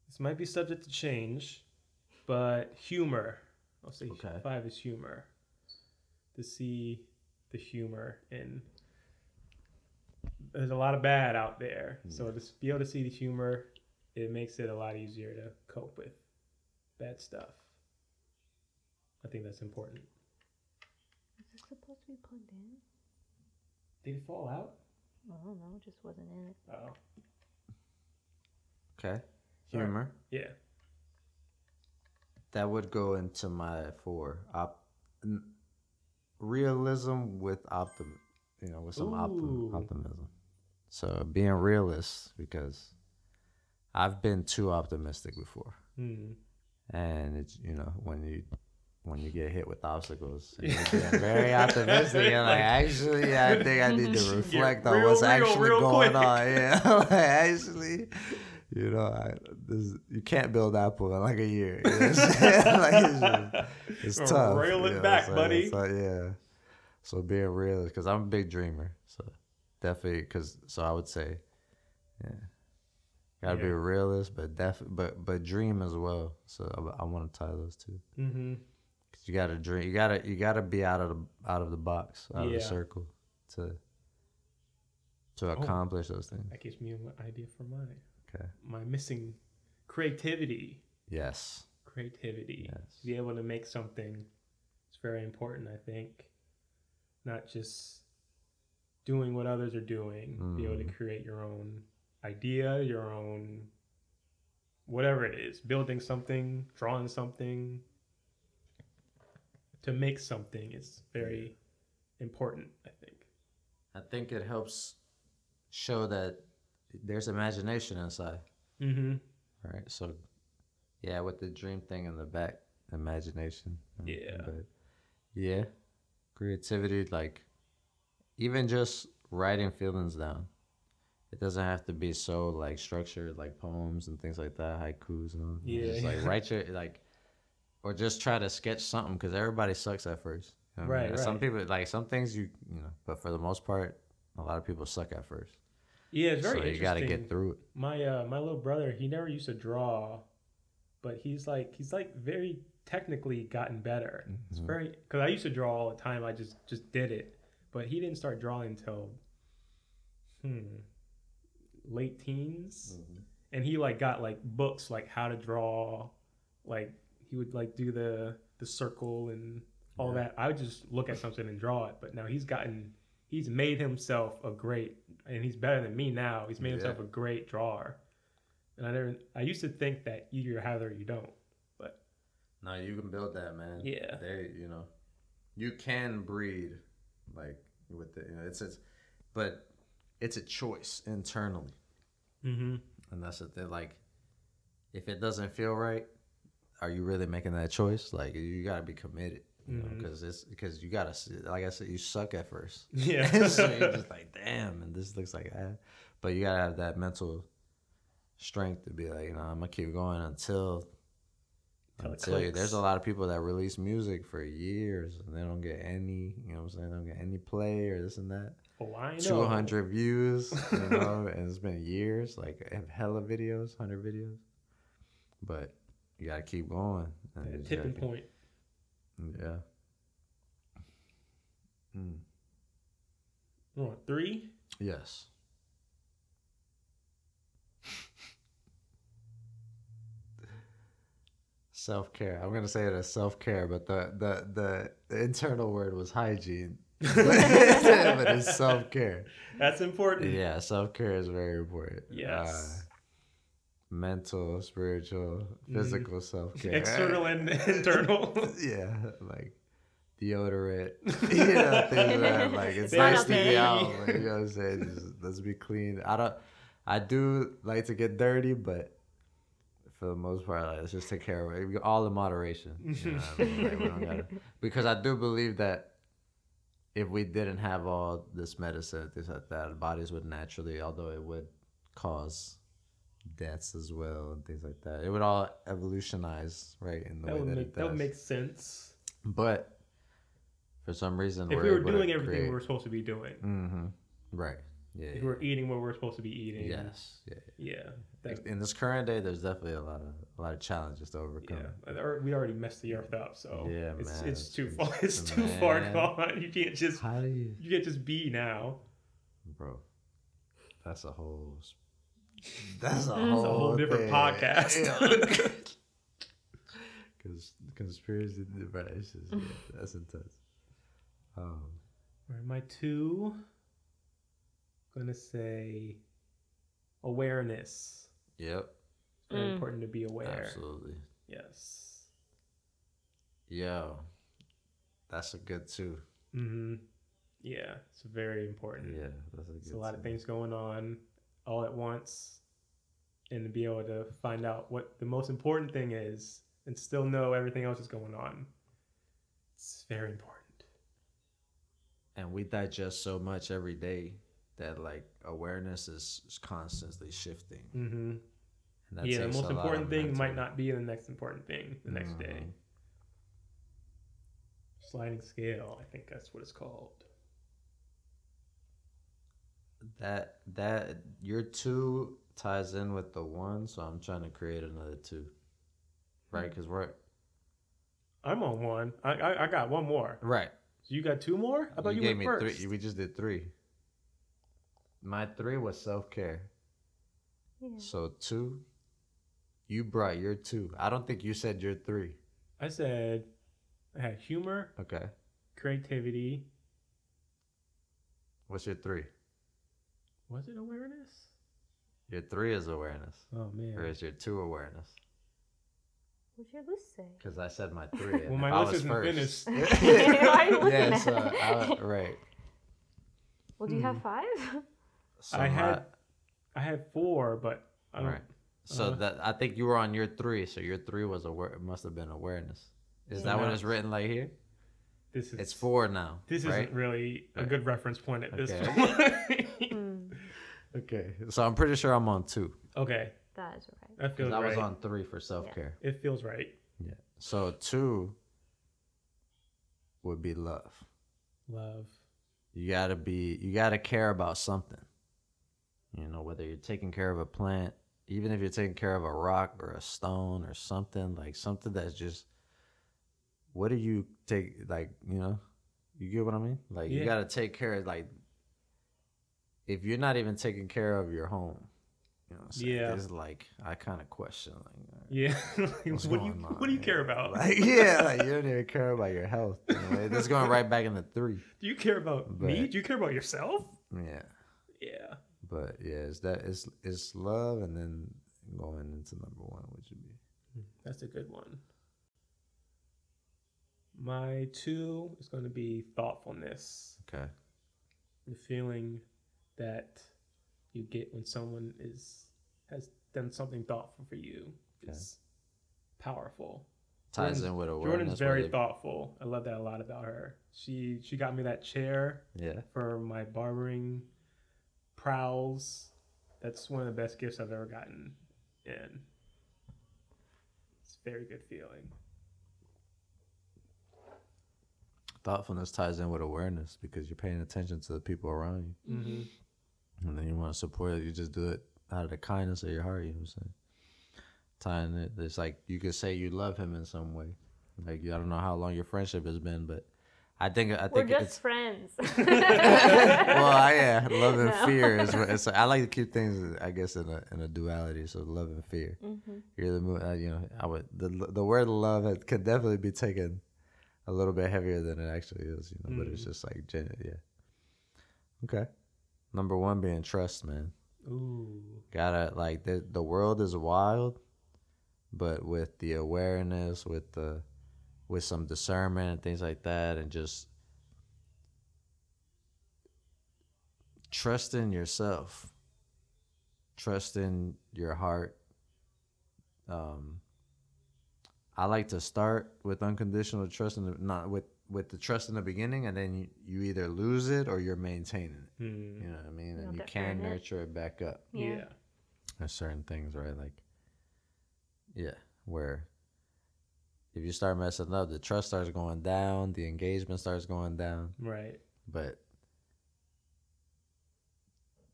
[SPEAKER 1] This might be subject to change, but humor. I'll say
[SPEAKER 2] Okay.
[SPEAKER 1] five is humor. To see the humor in. There's a lot of bad out there,
[SPEAKER 2] Hmm.
[SPEAKER 1] so to be able to see the humor, it makes it a lot easier to cope with bad stuff. I think that's important.
[SPEAKER 4] Is this supposed to be plugged in?
[SPEAKER 1] Did it fall out?
[SPEAKER 4] I don't know. It just wasn't in it.
[SPEAKER 1] Oh,
[SPEAKER 2] okay humor
[SPEAKER 1] yeah.
[SPEAKER 2] that would go into my four op n- realism with optim, you know, with some
[SPEAKER 1] Ooh.
[SPEAKER 2] optim- optimism. So being realist because I've been too optimistic before.
[SPEAKER 1] Hmm.
[SPEAKER 2] and it's you know when you when you get hit with obstacles and you get very optimistic and like,
[SPEAKER 1] Like-
[SPEAKER 2] actually i think i need to reflect on
[SPEAKER 1] real,
[SPEAKER 2] what's
[SPEAKER 1] real,
[SPEAKER 2] actually
[SPEAKER 1] real
[SPEAKER 2] going
[SPEAKER 1] quick.
[SPEAKER 2] on yeah like, actually you know I, this, you can't build apple in like a year you know what I'm saying? like, it's, just- it's
[SPEAKER 1] Or
[SPEAKER 2] tough
[SPEAKER 1] reel it
[SPEAKER 2] you know,
[SPEAKER 1] back,
[SPEAKER 2] so-
[SPEAKER 1] buddy.
[SPEAKER 2] so, yeah so being real because i'm a big dreamer so definitely because so i would say yeah gotta be
[SPEAKER 1] Yeah.
[SPEAKER 2] a realist but def but but dream as well so i, I want to tie those two
[SPEAKER 1] Mm-hmm.
[SPEAKER 2] 'Cause you gotta dream you gotta you gotta be out of the out of the box out of the
[SPEAKER 1] Yeah. Oh.
[SPEAKER 2] circle to to accomplish those things
[SPEAKER 1] That gives me an idea for my
[SPEAKER 2] okay
[SPEAKER 1] my missing creativity.
[SPEAKER 2] yes
[SPEAKER 1] Creativity.
[SPEAKER 2] Yes.
[SPEAKER 1] To be able to make something It's very important, I think. Not just doing what others are doing, be able to
[SPEAKER 2] Mm.
[SPEAKER 1] create your own idea, your own whatever it is, building something, drawing something, to make something is very important, I think.
[SPEAKER 2] I think it helps show that there's imagination inside.
[SPEAKER 1] Mm-hmm.
[SPEAKER 2] Right. So, yeah, with the dream thing in the back, imagination. uh,
[SPEAKER 1] Yeah.
[SPEAKER 2] But yeah, creativity, like even just writing feelings down. It doesn't have to be so like structured, like poems and things like that, haikus and all. You
[SPEAKER 1] Yeah.
[SPEAKER 2] Just like write your like, or just try to sketch something because everybody sucks at first. You know what I mean?
[SPEAKER 1] Right,
[SPEAKER 2] Some
[SPEAKER 1] right.
[SPEAKER 2] people like some things you you know, but for the most part, a lot of people suck at first.
[SPEAKER 1] Yeah, it's very
[SPEAKER 2] so you
[SPEAKER 1] interesting.
[SPEAKER 2] gotta get through it.
[SPEAKER 1] my uh my little brother he never used to draw but he's like he's like very technically gotten better it's
[SPEAKER 2] Mhm.
[SPEAKER 1] very because i used to draw all the time i just just did it but he didn't start drawing until hmm late teens and he like got like books like how to draw like he would like do the the circle and all
[SPEAKER 2] Yeah.
[SPEAKER 1] that i would just look at something and draw it but now he's gotten he's made himself a great and he's better than me now he's made
[SPEAKER 2] Yeah.
[SPEAKER 1] himself a great drawer and i never i used to think that you either have it or you don't
[SPEAKER 2] No, you can build that, man.
[SPEAKER 1] Yeah.
[SPEAKER 2] They, you know, you can breed, like with the, you know, it's it's, but it's a choice internally,
[SPEAKER 1] mm-hmm
[SPEAKER 2] and that's the thing. Like, if it doesn't feel right, are you really making that choice? Like, you gotta be committed, you know,
[SPEAKER 1] Mhm.
[SPEAKER 2] because it's because you gotta, s- like I said, you suck at first.
[SPEAKER 1] yeah
[SPEAKER 2] so you're just like, damn, and this looks like ass. But you gotta have that mental strength to be like, you know, I'm gonna keep going until
[SPEAKER 1] Till it
[SPEAKER 2] until you.
[SPEAKER 1] clicks.
[SPEAKER 2] There's a lot of people that release music for years and they don't get any, you know, what I'm saying, they don't get any play or this and that.
[SPEAKER 1] oh, I know.
[SPEAKER 2] Two hundred views, you know, and it's been years. Like I have hella videos, hundred videos, but you gotta keep going. and you
[SPEAKER 1] That
[SPEAKER 2] just gotta
[SPEAKER 1] tipping
[SPEAKER 2] keep-
[SPEAKER 1] point
[SPEAKER 2] Yeah. Mm.
[SPEAKER 1] We're on three
[SPEAKER 2] Yes. Self care. I'm gonna say it as self care, but the, the the the internal word was hygiene. but it's self care.
[SPEAKER 1] that's important
[SPEAKER 2] Yeah, self care is very important.
[SPEAKER 1] yes
[SPEAKER 2] Uh, mental, spiritual, physical self care.
[SPEAKER 1] Mm-hmm. external and internal
[SPEAKER 2] Yeah, like deodorant. you know, things like that. Like it's
[SPEAKER 1] They
[SPEAKER 2] nice
[SPEAKER 4] out
[SPEAKER 2] to be
[SPEAKER 4] there.
[SPEAKER 2] out. Like, you know what I'm saying? Just, let's be clean. I don't. I do like to get dirty, but for the most part, like, let's just take care of it. We- All in moderation. You know what I mean? Like, we don't gotta, because I do believe that if we didn't have all this medicine, things like that, our bodies would naturally, although it would cause deaths as well and things like that. It would all evolutionize, right, in the
[SPEAKER 1] that
[SPEAKER 2] way
[SPEAKER 1] would
[SPEAKER 2] that
[SPEAKER 1] make
[SPEAKER 2] it does.
[SPEAKER 1] that would make sense
[SPEAKER 2] But for some reason,
[SPEAKER 1] if we were doing everything we were supposed to be doing
[SPEAKER 2] mm-hmm. right, yeah,
[SPEAKER 1] if we were eating what we are supposed to be eating
[SPEAKER 2] yes, yeah.
[SPEAKER 1] yeah that,
[SPEAKER 2] In this current day, there's definitely a lot of a lot of challenges to overcome.
[SPEAKER 1] yeah Or- we already messed the earth up so
[SPEAKER 2] Yeah,
[SPEAKER 1] it's,
[SPEAKER 2] man,
[SPEAKER 1] it's too
[SPEAKER 2] it's-
[SPEAKER 1] far it's too far
[SPEAKER 2] man.
[SPEAKER 1] gone you can't just
[SPEAKER 2] How do you,
[SPEAKER 1] you can't just be now
[SPEAKER 2] bro? That's a whole. s- That's
[SPEAKER 1] it's
[SPEAKER 2] a whole,
[SPEAKER 1] a whole different
[SPEAKER 2] thing.
[SPEAKER 1] podcast
[SPEAKER 2] Cons- conspiracy, bro, it's just, yeah, that's intense. Um,
[SPEAKER 1] Where am I two? gonna say awareness.
[SPEAKER 2] yep,
[SPEAKER 1] It's very
[SPEAKER 4] Mm.
[SPEAKER 1] important to be aware.
[SPEAKER 2] absolutely.
[SPEAKER 1] Yes.
[SPEAKER 2] Yo, that's a good too.
[SPEAKER 1] Mm-hmm. Yeah, it's very important.
[SPEAKER 2] Yeah, that's a good.
[SPEAKER 1] It's a lot of
[SPEAKER 2] two.
[SPEAKER 1] things going on all at once, and to be able to find out what the most important thing is, and still know everything else is going on. It's very important.
[SPEAKER 2] and we digest so much every day that like awareness is is constantly shifting.
[SPEAKER 1] Mm-hmm.
[SPEAKER 2] And that
[SPEAKER 1] Yeah, the
[SPEAKER 2] takes
[SPEAKER 1] most
[SPEAKER 2] a lot of
[SPEAKER 1] important thing might
[SPEAKER 2] mental-
[SPEAKER 1] not be the next important thing the next day.
[SPEAKER 2] Mhm.
[SPEAKER 1] Sliding scale, I think that's what it's called.
[SPEAKER 2] That that your two ties in with the one, so I'm trying to create another two, right? Because we're
[SPEAKER 1] I'm on one. I, I I got one more.
[SPEAKER 2] right.
[SPEAKER 1] So you got two more? I thought you,
[SPEAKER 2] gave
[SPEAKER 1] went
[SPEAKER 2] me
[SPEAKER 1] first.
[SPEAKER 2] three. We just did three. My three was self care.
[SPEAKER 4] Yeah.
[SPEAKER 2] So two. You brought your two. I don't think you said your three.
[SPEAKER 1] I said I had humor,
[SPEAKER 2] Okay.
[SPEAKER 1] creativity.
[SPEAKER 2] What's your three?
[SPEAKER 1] Was it awareness?
[SPEAKER 2] Your three is awareness,
[SPEAKER 1] Oh man.
[SPEAKER 2] or is your two awareness?
[SPEAKER 4] What'd your loose say?
[SPEAKER 2] Because I said my three. and
[SPEAKER 1] Well, my
[SPEAKER 2] I
[SPEAKER 1] list
[SPEAKER 2] was
[SPEAKER 1] isn't
[SPEAKER 2] first-
[SPEAKER 1] finished.
[SPEAKER 4] Why are you looking
[SPEAKER 2] yeah, so
[SPEAKER 4] at it?
[SPEAKER 2] I, right.
[SPEAKER 4] Well, do you have five?
[SPEAKER 2] So
[SPEAKER 1] I
[SPEAKER 2] my-
[SPEAKER 1] had, uh, I had four, but I don't.
[SPEAKER 2] Right. So
[SPEAKER 1] Uh,
[SPEAKER 2] that I think you were on your three. So your three was aware. Must have been awareness. Is that what
[SPEAKER 1] Yeah.
[SPEAKER 2] it's written like here?
[SPEAKER 1] This is
[SPEAKER 2] It's four now.
[SPEAKER 1] This
[SPEAKER 2] right?
[SPEAKER 1] isn't really a
[SPEAKER 2] Right.
[SPEAKER 1] good reference point at this point.
[SPEAKER 4] Hmm.
[SPEAKER 2] okay. So I'm pretty sure I'm on two.
[SPEAKER 1] okay,
[SPEAKER 4] that is right.
[SPEAKER 1] that feels
[SPEAKER 2] Because I
[SPEAKER 1] right.
[SPEAKER 2] was on three for self care.
[SPEAKER 1] It feels right.
[SPEAKER 2] Yeah. So two would be love.
[SPEAKER 1] Love.
[SPEAKER 2] You gotta be. You gotta care about something. You know, whether you're taking care of a plant, even if you're taking care of a rock or a stone or something like something that's just. What do you take? Like you know, you get what I mean. Like
[SPEAKER 1] Yeah.
[SPEAKER 2] you gotta take care of like. If you're not even taking care of your home, you know, what I'm saying?
[SPEAKER 1] Yeah.
[SPEAKER 2] it's like I kind of question like. uh,
[SPEAKER 1] Yeah.
[SPEAKER 2] What's
[SPEAKER 1] what do you
[SPEAKER 2] going on,
[SPEAKER 1] What do you
[SPEAKER 2] man?
[SPEAKER 1] care about?
[SPEAKER 2] Like, yeah, like you don't even care about your health. You know? like, That's going right back into three.
[SPEAKER 1] Do you care about me?
[SPEAKER 2] But-
[SPEAKER 1] Do you care about yourself?
[SPEAKER 2] Yeah,
[SPEAKER 1] Yeah.
[SPEAKER 2] but yeah, it's that it's it's love, and then going into number one, which would be
[SPEAKER 1] Hmm, That's a good one. My two is going to be thoughtfulness.
[SPEAKER 2] okay.
[SPEAKER 1] The feeling that you get when someone is has done something thoughtful for you is powerful.
[SPEAKER 2] Ties
[SPEAKER 1] Jordan's-
[SPEAKER 2] in with awareness.
[SPEAKER 1] Jordan's very
[SPEAKER 2] whether-
[SPEAKER 1] thoughtful. I love that a lot about her. She she got me that chair
[SPEAKER 2] Yeah,
[SPEAKER 1] for my barbering prowls. That's one of the best gifts I've ever gotten, and it's a very good feeling.
[SPEAKER 2] thoughtfulness ties in with awareness because you're paying attention to the people around you,
[SPEAKER 1] Mm-hmm.
[SPEAKER 2] and then you want to support it. You just do it out of the kindness of your heart. You know what I'm saying? Tying it, it's like you could say you love him in some way. Like I don't know how long your friendship has been, but I think I think
[SPEAKER 4] We're
[SPEAKER 2] it's
[SPEAKER 4] just friends.
[SPEAKER 2] well, I, yeah, love and
[SPEAKER 4] No.
[SPEAKER 2] fear is what it's. I like to keep things, I guess, in a in a duality. So love and fear.
[SPEAKER 4] Mm-hmm.
[SPEAKER 2] You're the mo- uh, you know I would the the word love it could definitely be taken a little bit heavier than it actually is. You know, but it's just like gen- yeah. Okay, number one being trust, man.
[SPEAKER 1] Ooh,
[SPEAKER 2] Gotta like the the world is wild, but with the awareness, with the with some discernment and things like that, and just trusting yourself, trusting your heart. Um, I like to start with unconditional trust, in the, not with with the trust in the beginning, and then you, you either lose it or you're maintaining it.
[SPEAKER 1] Hmm.
[SPEAKER 2] You know what I mean? And
[SPEAKER 4] Not
[SPEAKER 2] you
[SPEAKER 4] that
[SPEAKER 2] can
[SPEAKER 4] earn it.
[SPEAKER 2] nurture it back up
[SPEAKER 1] yeah.
[SPEAKER 4] yeah.
[SPEAKER 2] there's certain things, right? Like, yeah, where if you start messing up, the trust starts going down, the engagement starts going down,
[SPEAKER 1] right.
[SPEAKER 2] but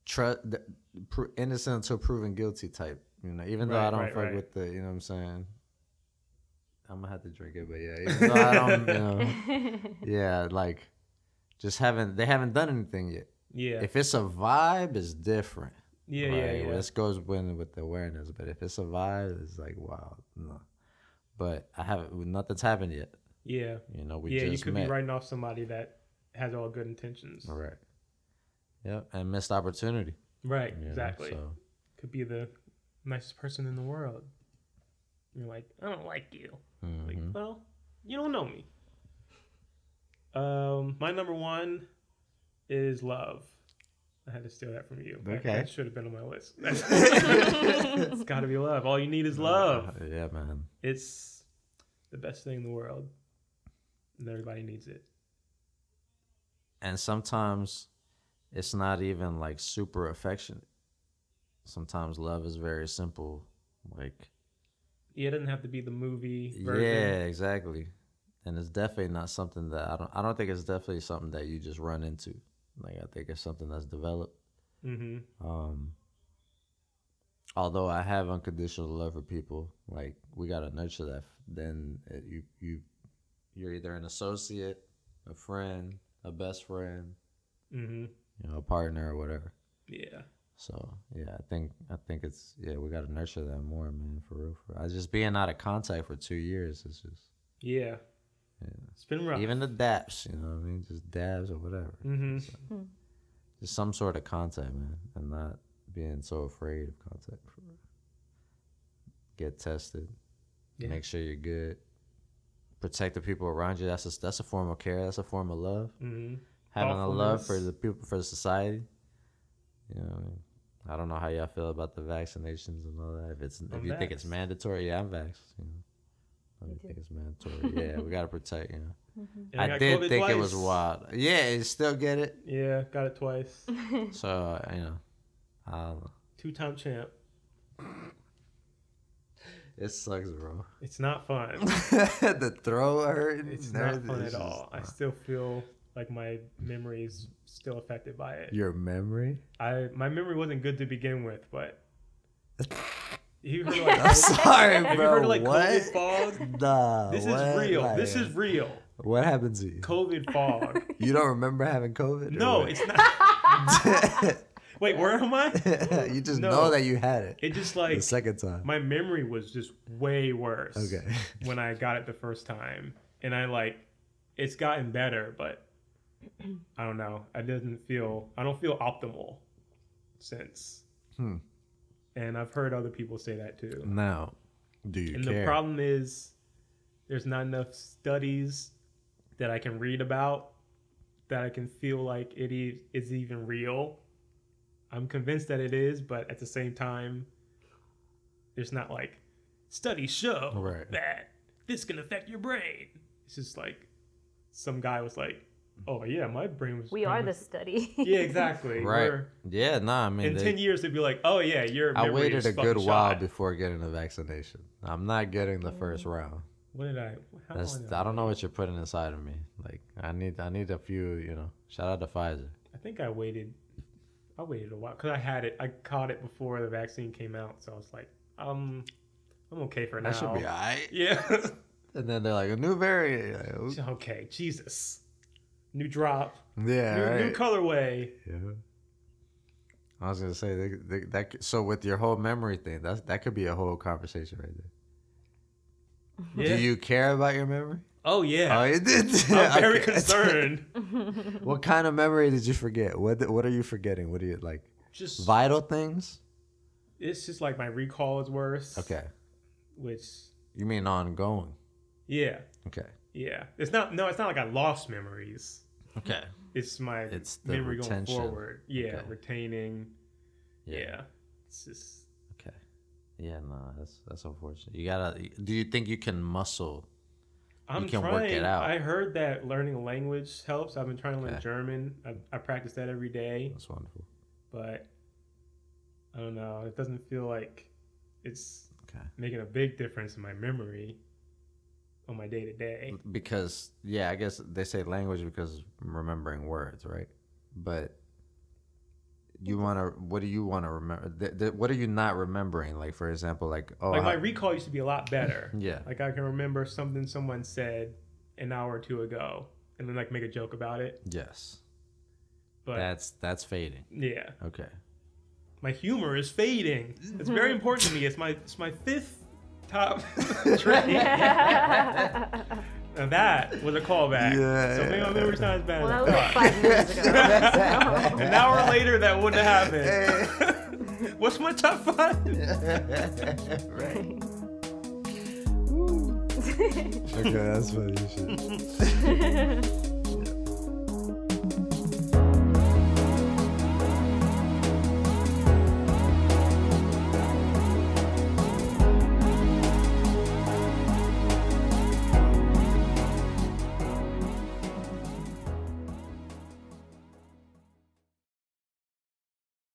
[SPEAKER 2] trust pr- innocent until proven guilty type. You know, even though
[SPEAKER 1] Right,
[SPEAKER 2] I don't
[SPEAKER 1] right,
[SPEAKER 2] fuck
[SPEAKER 1] right.
[SPEAKER 2] with the, you know what I'm saying. I'm gonna have to drink it, but yeah, even though I don't, you know,
[SPEAKER 4] Uh-huh.
[SPEAKER 2] yeah, like just haven't they haven't done anything yet.
[SPEAKER 1] Yeah,
[SPEAKER 2] If it's a vibe, it's different.
[SPEAKER 1] yeah,
[SPEAKER 2] Like,
[SPEAKER 1] yeah, yeah.
[SPEAKER 2] This goes when with the awareness, but if it's a vibe, it's like wow, no. But I haven't. Nothing's happened yet.
[SPEAKER 1] yeah,
[SPEAKER 2] You know, we
[SPEAKER 1] yeah. You
[SPEAKER 2] just
[SPEAKER 1] could
[SPEAKER 2] met.
[SPEAKER 1] be writing off somebody that has all good intentions.
[SPEAKER 2] All
[SPEAKER 1] Right,
[SPEAKER 2] right. Yep, and missed opportunity. you know,
[SPEAKER 1] exactly.
[SPEAKER 2] So
[SPEAKER 1] Could be the nicest person in the world. You're like, I don't like you. Like,
[SPEAKER 2] mhm.
[SPEAKER 1] well, you don't know me. Um, my number one is love. I had to steal that from you. That-
[SPEAKER 2] Okay.
[SPEAKER 1] That should have been on my list. it's got to be love. All you need is love.
[SPEAKER 2] yeah, man.
[SPEAKER 1] It's the best thing in the world, and everybody needs it.
[SPEAKER 2] And sometimes it's not even like super affectionate. Sometimes love is very simple. Like
[SPEAKER 1] Yeah, it doesn't have to be the movie
[SPEAKER 2] yeah,
[SPEAKER 1] version.
[SPEAKER 2] exactly. And it's definitely not something that I don't. I don't think it's definitely something that you just run into. Like I think it's something that's developed.
[SPEAKER 1] Mm-hmm.
[SPEAKER 2] Um, although I have unconditional love for people, like we gotta nurture that. Then it, you you you're either an associate, a friend, a best friend,
[SPEAKER 1] Mm-hmm.
[SPEAKER 2] you know, a partner or whatever.
[SPEAKER 1] Yeah.
[SPEAKER 2] So yeah, I think I think it's yeah we gotta nurture that more, man. For real, for real. I just being out of contact for two years is just
[SPEAKER 1] Yeah. It's been rough.
[SPEAKER 2] Even the daps, you know what I mean? Just dabs or whatever.
[SPEAKER 1] hmm
[SPEAKER 2] Just some sort of contact, man, and not being so afraid of contact. Get tested.
[SPEAKER 1] Yeah.
[SPEAKER 2] Make sure you're good. Protect the people around you. That's a, that's a form of care. That's a form of love.
[SPEAKER 1] hmm
[SPEAKER 2] Having a love for
[SPEAKER 1] Thoughtfulness.
[SPEAKER 2] the people, for the society. You know, what I, mean? I don't know how y'all feel about the vaccinations and all that. If it's if
[SPEAKER 1] I'm
[SPEAKER 2] you think it's
[SPEAKER 1] vaxxed.
[SPEAKER 2] mandatory, yeah, I'm vaxxed. You know, I
[SPEAKER 4] Me
[SPEAKER 2] don't
[SPEAKER 4] too.
[SPEAKER 2] think it's mandatory. yeah, we gotta protect. You know.
[SPEAKER 1] And
[SPEAKER 2] I
[SPEAKER 1] got
[SPEAKER 2] did
[SPEAKER 1] COVID
[SPEAKER 2] think it was
[SPEAKER 1] twice.
[SPEAKER 2] wild. Yeah, you still get it.
[SPEAKER 1] Yeah, got it twice.
[SPEAKER 2] So uh, you know, I don't know.
[SPEAKER 1] Two time champ.
[SPEAKER 2] It sucks, bro.
[SPEAKER 1] It's not fun.
[SPEAKER 2] the throat hurting.
[SPEAKER 1] It's
[SPEAKER 2] and
[SPEAKER 1] not
[SPEAKER 2] everything,
[SPEAKER 1] fun at
[SPEAKER 2] it's
[SPEAKER 1] all.
[SPEAKER 2] just
[SPEAKER 1] I
[SPEAKER 2] not-
[SPEAKER 1] still feel like my memory is still affected by it.
[SPEAKER 2] Your memory.
[SPEAKER 1] I my memory wasn't good to begin with, but you heard
[SPEAKER 2] I'm
[SPEAKER 1] like,
[SPEAKER 2] sorry, bro.
[SPEAKER 1] have you heard of, like
[SPEAKER 2] what?
[SPEAKER 1] COVID fog?
[SPEAKER 2] Nah,
[SPEAKER 1] This
[SPEAKER 2] what?
[SPEAKER 1] is real.
[SPEAKER 2] Like, uh,
[SPEAKER 1] this is real.
[SPEAKER 2] what happened to you.
[SPEAKER 1] COVID fog.
[SPEAKER 2] You don't remember having COVID? or
[SPEAKER 1] no,
[SPEAKER 2] what?
[SPEAKER 1] it's not. Wait, where am I?
[SPEAKER 2] you just
[SPEAKER 1] No.
[SPEAKER 2] know that you had it,
[SPEAKER 1] It just like
[SPEAKER 2] the second time.
[SPEAKER 1] my memory was just way worse.
[SPEAKER 2] Okay.
[SPEAKER 1] when I got it the first time, and I like, it's gotten better, but I don't know. I doesn't feel. I don't feel optimal since.
[SPEAKER 2] Hmm.
[SPEAKER 1] And I've heard other people say that too.
[SPEAKER 2] Now, do you
[SPEAKER 1] and
[SPEAKER 2] care?
[SPEAKER 1] the problem is, there's not enough studies that I can read about that I can feel like it e- is even real. I'm convinced that it is, but at the same time, there's not like studies show
[SPEAKER 2] Right.
[SPEAKER 1] that this can affect your brain. It's just like some guy was like, "Oh yeah, my brain was."
[SPEAKER 4] we are the study.
[SPEAKER 1] Yeah, exactly.
[SPEAKER 2] right?
[SPEAKER 1] We're-
[SPEAKER 2] Yeah, nah. I mean,
[SPEAKER 1] in
[SPEAKER 2] they-
[SPEAKER 1] ten years, they'd be like, "Oh yeah, your
[SPEAKER 2] I
[SPEAKER 1] memory
[SPEAKER 2] waited
[SPEAKER 1] is
[SPEAKER 2] a good
[SPEAKER 1] fucking
[SPEAKER 2] while
[SPEAKER 1] shot."
[SPEAKER 2] before getting the vaccination. I'm not getting the first round.
[SPEAKER 1] What did I? How
[SPEAKER 2] That's
[SPEAKER 1] long did
[SPEAKER 2] I don't know what you're putting inside of me. Like I need I need a few, you know. Shout out to Pfizer.
[SPEAKER 1] I think I waited. I waited a while because I had it. I caught it before the vaccine came out, so I was like, um, I'm okay for now.
[SPEAKER 2] That should be alright.
[SPEAKER 1] Yeah.
[SPEAKER 2] And then they're like a new variant. You're like, "Oop."
[SPEAKER 1] okay. Jesus. New drop.
[SPEAKER 2] yeah,
[SPEAKER 1] new, new
[SPEAKER 2] right.
[SPEAKER 1] colorway.
[SPEAKER 2] yeah. I was gonna say they, they, that. could- So with your whole memory thing, that's that could be a whole conversation right there.
[SPEAKER 1] Yeah.
[SPEAKER 2] Do you care about your memory?
[SPEAKER 1] oh yeah.
[SPEAKER 2] Oh, you did.
[SPEAKER 1] I'm very
[SPEAKER 2] Okay.
[SPEAKER 1] concerned.
[SPEAKER 2] what kind of memory did you forget? What What are you forgetting? What are you like?
[SPEAKER 1] Just
[SPEAKER 2] Vital things.
[SPEAKER 1] it's just like my recall is worse.
[SPEAKER 2] Okay.
[SPEAKER 1] Which
[SPEAKER 2] You mean ongoing?
[SPEAKER 1] yeah
[SPEAKER 2] Okay.
[SPEAKER 1] yeah. It's not no. It's not like I lost memories.
[SPEAKER 2] Okay.
[SPEAKER 1] It's my
[SPEAKER 2] It's the
[SPEAKER 1] memory
[SPEAKER 2] retention.
[SPEAKER 1] going forward. Yeah.
[SPEAKER 2] Okay.
[SPEAKER 1] Retaining. yeah. It's just.
[SPEAKER 2] Okay. Yeah, no, that's that's unfortunate. You gotta. Do you think you can muscle?
[SPEAKER 1] I'm
[SPEAKER 2] can
[SPEAKER 1] trying.
[SPEAKER 2] work it out.
[SPEAKER 1] I heard that learning a language helps. I've been trying to learn
[SPEAKER 2] Okay.
[SPEAKER 1] German. I, I practice that every day,
[SPEAKER 2] That's wonderful.
[SPEAKER 1] but I don't know. It doesn't feel like it's
[SPEAKER 2] Okay.
[SPEAKER 1] making a big difference in my memory on my day to
[SPEAKER 2] Mm,
[SPEAKER 1] day.
[SPEAKER 2] Because yeah, I guess they say language because remembering words, right? But you want to. What do you want to remember? Th- th- what are you not remembering? Like for example, like oh,
[SPEAKER 1] Like my
[SPEAKER 2] how-
[SPEAKER 1] recall used to be a lot better.
[SPEAKER 2] yeah,
[SPEAKER 1] Like I can remember something someone said an hour or two ago, and then like make a joke about it.
[SPEAKER 2] yes,
[SPEAKER 1] But
[SPEAKER 2] that's that's fading.
[SPEAKER 1] yeah,
[SPEAKER 2] Okay.
[SPEAKER 1] my humor is fading. It's very important to me. It's my it's my fifth top trait. Now that was a callback.
[SPEAKER 2] Yeah,
[SPEAKER 1] so maybe my
[SPEAKER 2] yeah.
[SPEAKER 1] memory's not as bad
[SPEAKER 4] well, that
[SPEAKER 1] as
[SPEAKER 4] was
[SPEAKER 1] I thought.
[SPEAKER 4] like five years ago.
[SPEAKER 1] An hour later, that wouldn't have happened. What's my top five?
[SPEAKER 2] right. okay, that's funny shit.